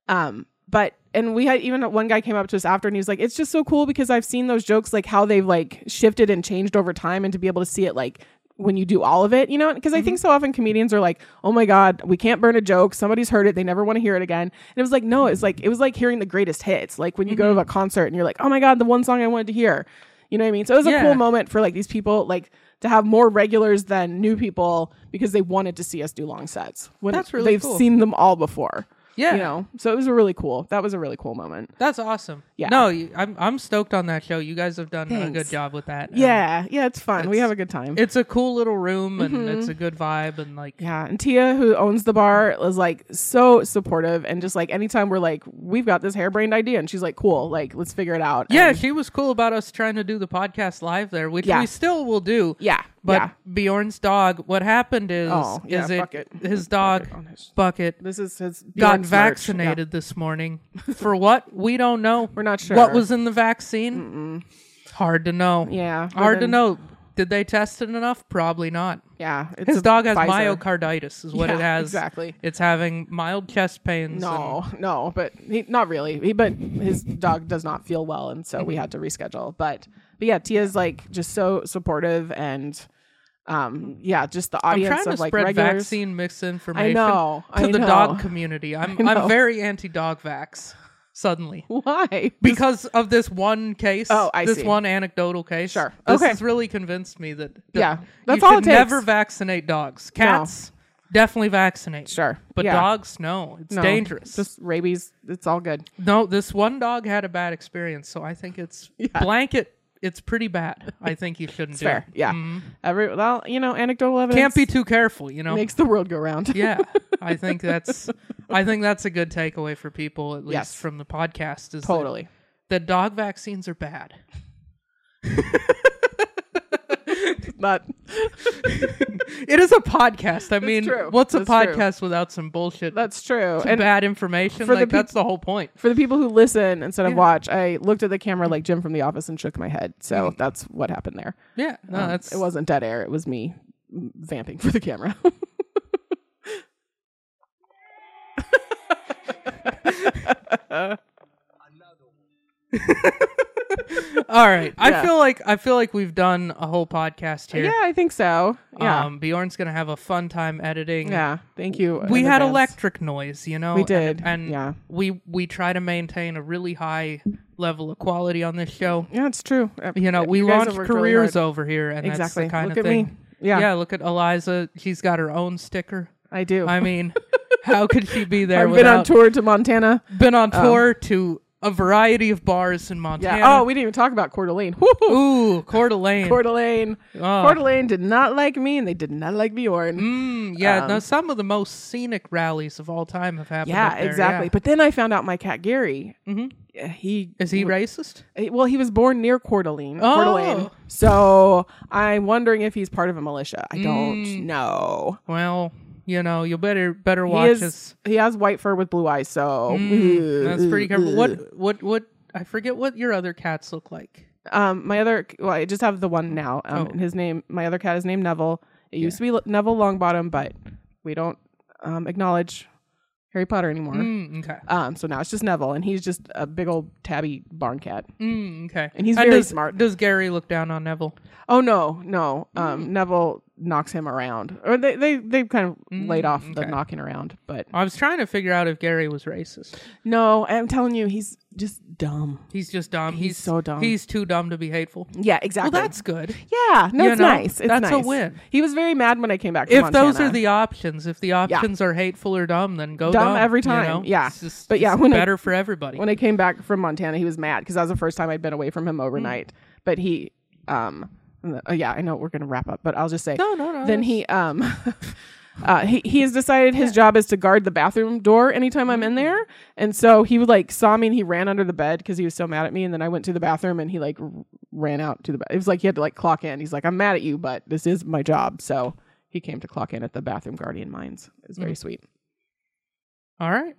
[SPEAKER 3] Um, but and we had even one guy came up to us after and he was like, "It's just so cool because I've seen those jokes like how they've like shifted and changed over time, and to be able to see it like." when you do all of it, you know, because I
[SPEAKER 2] Mm-hmm.
[SPEAKER 3] think so often comedians are like, "Oh my god, we can't burn a joke. Somebody's heard it. They never want to hear it again." And it was like, no, it's like it was like hearing the greatest hits. Like when you
[SPEAKER 2] Mm-hmm.
[SPEAKER 3] go to a concert and you're like, "Oh my god, the one song I wanted to hear." You know what I mean? So it was
[SPEAKER 2] Yeah.
[SPEAKER 3] a cool moment for like these people like to have more regulars than new people because they wanted to see us do long sets. When
[SPEAKER 2] That's really
[SPEAKER 3] they've
[SPEAKER 2] cool.
[SPEAKER 3] seen them all before.
[SPEAKER 2] Yeah.
[SPEAKER 3] You know. So it was a really cool. That was a really cool moment.
[SPEAKER 2] That's awesome.
[SPEAKER 3] Yeah.
[SPEAKER 2] No, you, I'm I'm stoked on that show. You guys have done a
[SPEAKER 3] Thanks.
[SPEAKER 2] good job with that. and
[SPEAKER 3] Yeah. Yeah, it's fun. we
[SPEAKER 2] It's-
[SPEAKER 3] have a good time.
[SPEAKER 2] it's a cool little room and it's a good vibe and like
[SPEAKER 3] Mm-hmm. Yeah, and Tia, who owns the bar, was like so supportive and just like anytime we're like, we've got this harebrained idea, and she's like, cool, like let's figure it out.
[SPEAKER 2] yeah,
[SPEAKER 3] And-
[SPEAKER 2] she was cool about us trying to do the podcast live there, which
[SPEAKER 3] Yeah.
[SPEAKER 2] we still will do.
[SPEAKER 3] yeah,
[SPEAKER 2] But
[SPEAKER 3] yeah.
[SPEAKER 2] Bjorn's dog, what happened is,
[SPEAKER 3] Oh, yeah,
[SPEAKER 2] is it
[SPEAKER 3] Bucket.
[SPEAKER 2] his dog
[SPEAKER 3] On his-
[SPEAKER 2] Bucket
[SPEAKER 3] This is his
[SPEAKER 2] got
[SPEAKER 3] Bjorn's merch. Yeah.
[SPEAKER 2] vaccinated this morning. For what? We don't know.
[SPEAKER 3] We're not sure.
[SPEAKER 2] What was in the vaccine? Hard to know.
[SPEAKER 3] Yeah,
[SPEAKER 2] Hard to
[SPEAKER 3] within-
[SPEAKER 2] know. Did they test it enough? Probably not.
[SPEAKER 3] Yeah, it's
[SPEAKER 2] His
[SPEAKER 3] a
[SPEAKER 2] dog has
[SPEAKER 3] Pfizer.
[SPEAKER 2] myocarditis, is what
[SPEAKER 3] Yeah,
[SPEAKER 2] it has.
[SPEAKER 3] exactly.
[SPEAKER 2] It's having mild chest pains.
[SPEAKER 3] No, no, but he, not really. He, but his dog does not feel well, and so we had to reschedule. But but yeah, Tia's like just so supportive, and um, yeah, just the
[SPEAKER 2] and- I'm
[SPEAKER 3] audience
[SPEAKER 2] trying
[SPEAKER 3] of
[SPEAKER 2] to
[SPEAKER 3] like
[SPEAKER 2] spread
[SPEAKER 3] regulars.
[SPEAKER 2] vaccine misinformation
[SPEAKER 3] I know,
[SPEAKER 2] to
[SPEAKER 3] I
[SPEAKER 2] the
[SPEAKER 3] know.
[SPEAKER 2] dog community. I'm
[SPEAKER 3] I
[SPEAKER 2] I'm
[SPEAKER 3] know.
[SPEAKER 2] very anti dog vax suddenly.
[SPEAKER 3] Why?
[SPEAKER 2] Because of this one case,
[SPEAKER 3] Oh, I
[SPEAKER 2] this
[SPEAKER 3] see.
[SPEAKER 2] one anecdotal case.
[SPEAKER 3] Sure.
[SPEAKER 2] This
[SPEAKER 3] Okay.
[SPEAKER 2] has really convinced me that, that
[SPEAKER 3] Yeah.
[SPEAKER 2] you
[SPEAKER 3] That's all
[SPEAKER 2] should
[SPEAKER 3] it takes.
[SPEAKER 2] never vaccinate dogs. Cats definitely vaccinate.
[SPEAKER 3] Sure.
[SPEAKER 2] But
[SPEAKER 3] Yeah.
[SPEAKER 2] dogs, no. It's
[SPEAKER 3] No,
[SPEAKER 2] dangerous.
[SPEAKER 3] Just rabies. It's all good.
[SPEAKER 2] no, this one dog had a bad experience, so I think it's blanket it's pretty bad. I think you shouldn't
[SPEAKER 3] It's
[SPEAKER 2] do
[SPEAKER 3] fair.
[SPEAKER 2] it.
[SPEAKER 3] Yeah.
[SPEAKER 2] Mhm.
[SPEAKER 3] Every well, you know, anecdotal evidence
[SPEAKER 2] Can't be too careful, you know.
[SPEAKER 3] makes the world go round.
[SPEAKER 2] yeah. I think that's I think that's a good takeaway for people at least
[SPEAKER 3] Yes.
[SPEAKER 2] from the podcast is that-
[SPEAKER 3] totally.
[SPEAKER 2] that dog vaccines are bad.
[SPEAKER 3] But
[SPEAKER 2] It is a podcast. I mean,
[SPEAKER 3] true.
[SPEAKER 2] what's a
[SPEAKER 3] That's true.
[SPEAKER 2] podcast without some bullshit?
[SPEAKER 3] that's true.
[SPEAKER 2] some
[SPEAKER 3] And
[SPEAKER 2] bad information.
[SPEAKER 3] for the
[SPEAKER 2] Like
[SPEAKER 3] peop-
[SPEAKER 2] that's the whole point.
[SPEAKER 3] for the people who listen instead of
[SPEAKER 2] Yeah.
[SPEAKER 3] watch, I looked at the camera like Jim from The Office and shook my head. So that's what happened there.
[SPEAKER 2] Yeah, Mm-hmm. no,
[SPEAKER 3] Um,
[SPEAKER 2] that's
[SPEAKER 3] it wasn't dead air. It was me vamping for the camera.
[SPEAKER 2] all right. I
[SPEAKER 3] Yeah.
[SPEAKER 2] feel like I feel like we've done a whole podcast here.
[SPEAKER 3] yeah, I think so. Yeah.
[SPEAKER 2] Um, Bjorn's gonna have a fun time editing.
[SPEAKER 3] yeah. Thank you.
[SPEAKER 2] We
[SPEAKER 3] in
[SPEAKER 2] had
[SPEAKER 3] advance.
[SPEAKER 2] electric noise, you know.
[SPEAKER 3] We
[SPEAKER 2] and-
[SPEAKER 3] did.
[SPEAKER 2] and,
[SPEAKER 3] yeah.
[SPEAKER 2] we we try to maintain a really high level of quality on this show.
[SPEAKER 3] Yeah, it's true. Uh,
[SPEAKER 2] You know, we
[SPEAKER 3] guys have
[SPEAKER 2] launched
[SPEAKER 3] worked really
[SPEAKER 2] careers
[SPEAKER 3] hard.
[SPEAKER 2] over here, and
[SPEAKER 3] exactly.
[SPEAKER 2] that's the kind
[SPEAKER 3] Look
[SPEAKER 2] of
[SPEAKER 3] at
[SPEAKER 2] thing.
[SPEAKER 3] me. Yeah,
[SPEAKER 2] yeah, look at Eliza. She's got her own sticker.
[SPEAKER 3] I do.
[SPEAKER 2] I mean, how could she be there?
[SPEAKER 3] I've been on
[SPEAKER 2] without-
[SPEAKER 3] tour to Montana.
[SPEAKER 2] Been on tour to a variety of bars in
[SPEAKER 3] um, Yeah.
[SPEAKER 2] Montana.
[SPEAKER 3] Oh, we didn't even talk about Coeur d'Alene. Woo-hoo.
[SPEAKER 2] ooh, Coeur d'Alene.
[SPEAKER 3] Coeur d'Alene.
[SPEAKER 2] Oh.
[SPEAKER 3] Coeur d'Alene did not like me, and they did not like Bjorn.
[SPEAKER 2] Mm, yeah,
[SPEAKER 3] um,
[SPEAKER 2] no, some of the most scenic rallies of all time have happened.
[SPEAKER 3] yeah,
[SPEAKER 2] up there,
[SPEAKER 3] exactly. But then I found out my cat Gary.
[SPEAKER 2] Mhm.
[SPEAKER 3] uh, He
[SPEAKER 2] Is he racist?
[SPEAKER 3] he- Well, he was born near Coeur d'Alene. Coeur d'Alene.
[SPEAKER 2] Oh.
[SPEAKER 3] So I'm wondering if he's part of a militia. I don't
[SPEAKER 2] Mm.
[SPEAKER 3] know.
[SPEAKER 2] Well, you know, you better better
[SPEAKER 3] He
[SPEAKER 2] watch
[SPEAKER 3] is.
[SPEAKER 2] us.
[SPEAKER 3] He has white fur with blue eyes. So
[SPEAKER 2] Mm, that's pretty careful.
[SPEAKER 3] Ugh.
[SPEAKER 2] What what what? I forget what your other cats look like.
[SPEAKER 3] Um, my other, well, I just have the one now. Um,
[SPEAKER 2] Oh.
[SPEAKER 3] and his name, my other cat is named Neville. It used to be L- Neville Longbottom, but we don't um, acknowledge Harry Potter anymore.
[SPEAKER 2] Mm, okay.
[SPEAKER 3] Um, so now it's just Neville, and he's just a big old tabby barn cat.
[SPEAKER 2] Mm, okay.
[SPEAKER 3] And he's very
[SPEAKER 2] does,
[SPEAKER 3] smart.
[SPEAKER 2] Does Gary look down on Neville?
[SPEAKER 3] Oh no, no, um,
[SPEAKER 2] Mm.
[SPEAKER 3] Neville knocks him around, or they they they kind of laid off the
[SPEAKER 2] Mm, okay.
[SPEAKER 3] knocking around, but
[SPEAKER 2] I was trying to figure out if Gary was racist.
[SPEAKER 3] no, I'm telling you, he's just dumb.
[SPEAKER 2] He's just dumb. He's,
[SPEAKER 3] so dumb.
[SPEAKER 2] He's too dumb to be hateful.
[SPEAKER 3] Yeah,
[SPEAKER 2] Well,
[SPEAKER 3] exactly.
[SPEAKER 2] that's good.
[SPEAKER 3] yeah, no,
[SPEAKER 2] you
[SPEAKER 3] it's
[SPEAKER 2] know,
[SPEAKER 3] nice. It's
[SPEAKER 2] that's a
[SPEAKER 3] nice.
[SPEAKER 2] win.
[SPEAKER 3] He was very mad when I came back. From
[SPEAKER 2] If those
[SPEAKER 3] Montana.
[SPEAKER 2] are the options, if the options are hateful or dumb, then go
[SPEAKER 3] Dumb
[SPEAKER 2] dumb,
[SPEAKER 3] every
[SPEAKER 2] you
[SPEAKER 3] time,
[SPEAKER 2] know?
[SPEAKER 3] yeah.
[SPEAKER 2] It's just-
[SPEAKER 3] But yeah,
[SPEAKER 2] it's
[SPEAKER 3] when I-
[SPEAKER 2] better for everybody.
[SPEAKER 3] when I came back from Montana, he was mad because that was the first time I'd been away from him overnight. But he, um, uh, yeah, I know we're gonna wrap up, but I'll just say
[SPEAKER 2] No, no, no,
[SPEAKER 3] Then
[SPEAKER 2] that's-
[SPEAKER 3] he, um, uh, he he has decided his job is to guard the bathroom door anytime I'm in there, and so he would like saw me and he ran under the bed because he was so mad at me, and then I went to the bathroom and he like r- ran out to the bed. It was like he had to like clock in. He's like, I'm mad at you, but this is my job, so. He came to clock in at the bathroom guardian mines. It was very sweet.
[SPEAKER 2] All right.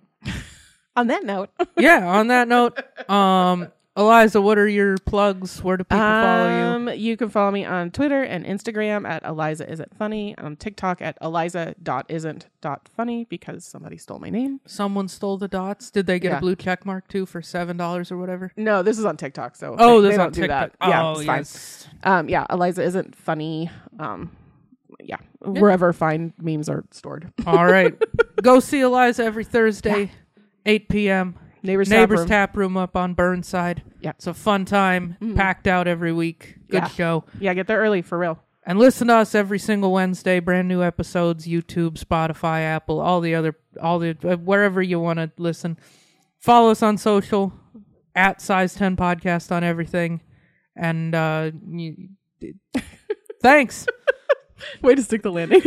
[SPEAKER 3] On that note,
[SPEAKER 2] Yeah. On that note, um, Eliza, what are your plugs? Where do people follow you?
[SPEAKER 3] um, you? can follow me on Twitter and Instagram at Eliza Isn't Funny, on TikTok at Eliza.isn't.funny because somebody stole my name.
[SPEAKER 2] Someone stole the dots. Did they get
[SPEAKER 3] yeah.
[SPEAKER 2] a blue check mark too for seven dollars or whatever?
[SPEAKER 3] No, this is on TikTok, so
[SPEAKER 2] Oh,
[SPEAKER 3] they,
[SPEAKER 2] this
[SPEAKER 3] they
[SPEAKER 2] on
[SPEAKER 3] don't
[SPEAKER 2] TikTok.
[SPEAKER 3] do that. Yeah,
[SPEAKER 2] oh,
[SPEAKER 3] it's
[SPEAKER 2] yes.
[SPEAKER 3] fine. Um, yeah, Eliza Isn't Funny. Um, yeah, wherever fine memes are stored.
[SPEAKER 2] All right. Go see Eliza every Thursday, 8 p.m.
[SPEAKER 3] Neighbors, Tap
[SPEAKER 2] Neighbors
[SPEAKER 3] Room.
[SPEAKER 2] Tap Room up on Burnside.
[SPEAKER 3] Yeah. Mm.
[SPEAKER 2] It's a fun time, packed out every week. Good
[SPEAKER 3] Yeah.
[SPEAKER 2] show.
[SPEAKER 3] Yeah, get there early for real.
[SPEAKER 2] And listen to us every single Wednesday. Brand new episodes, YouTube, Spotify, Apple, all the other, all the, uh, wherever you want to listen. Follow us on social at Size 10 Podcast on everything. And uh, you, thanks.
[SPEAKER 3] Way to stick the landing.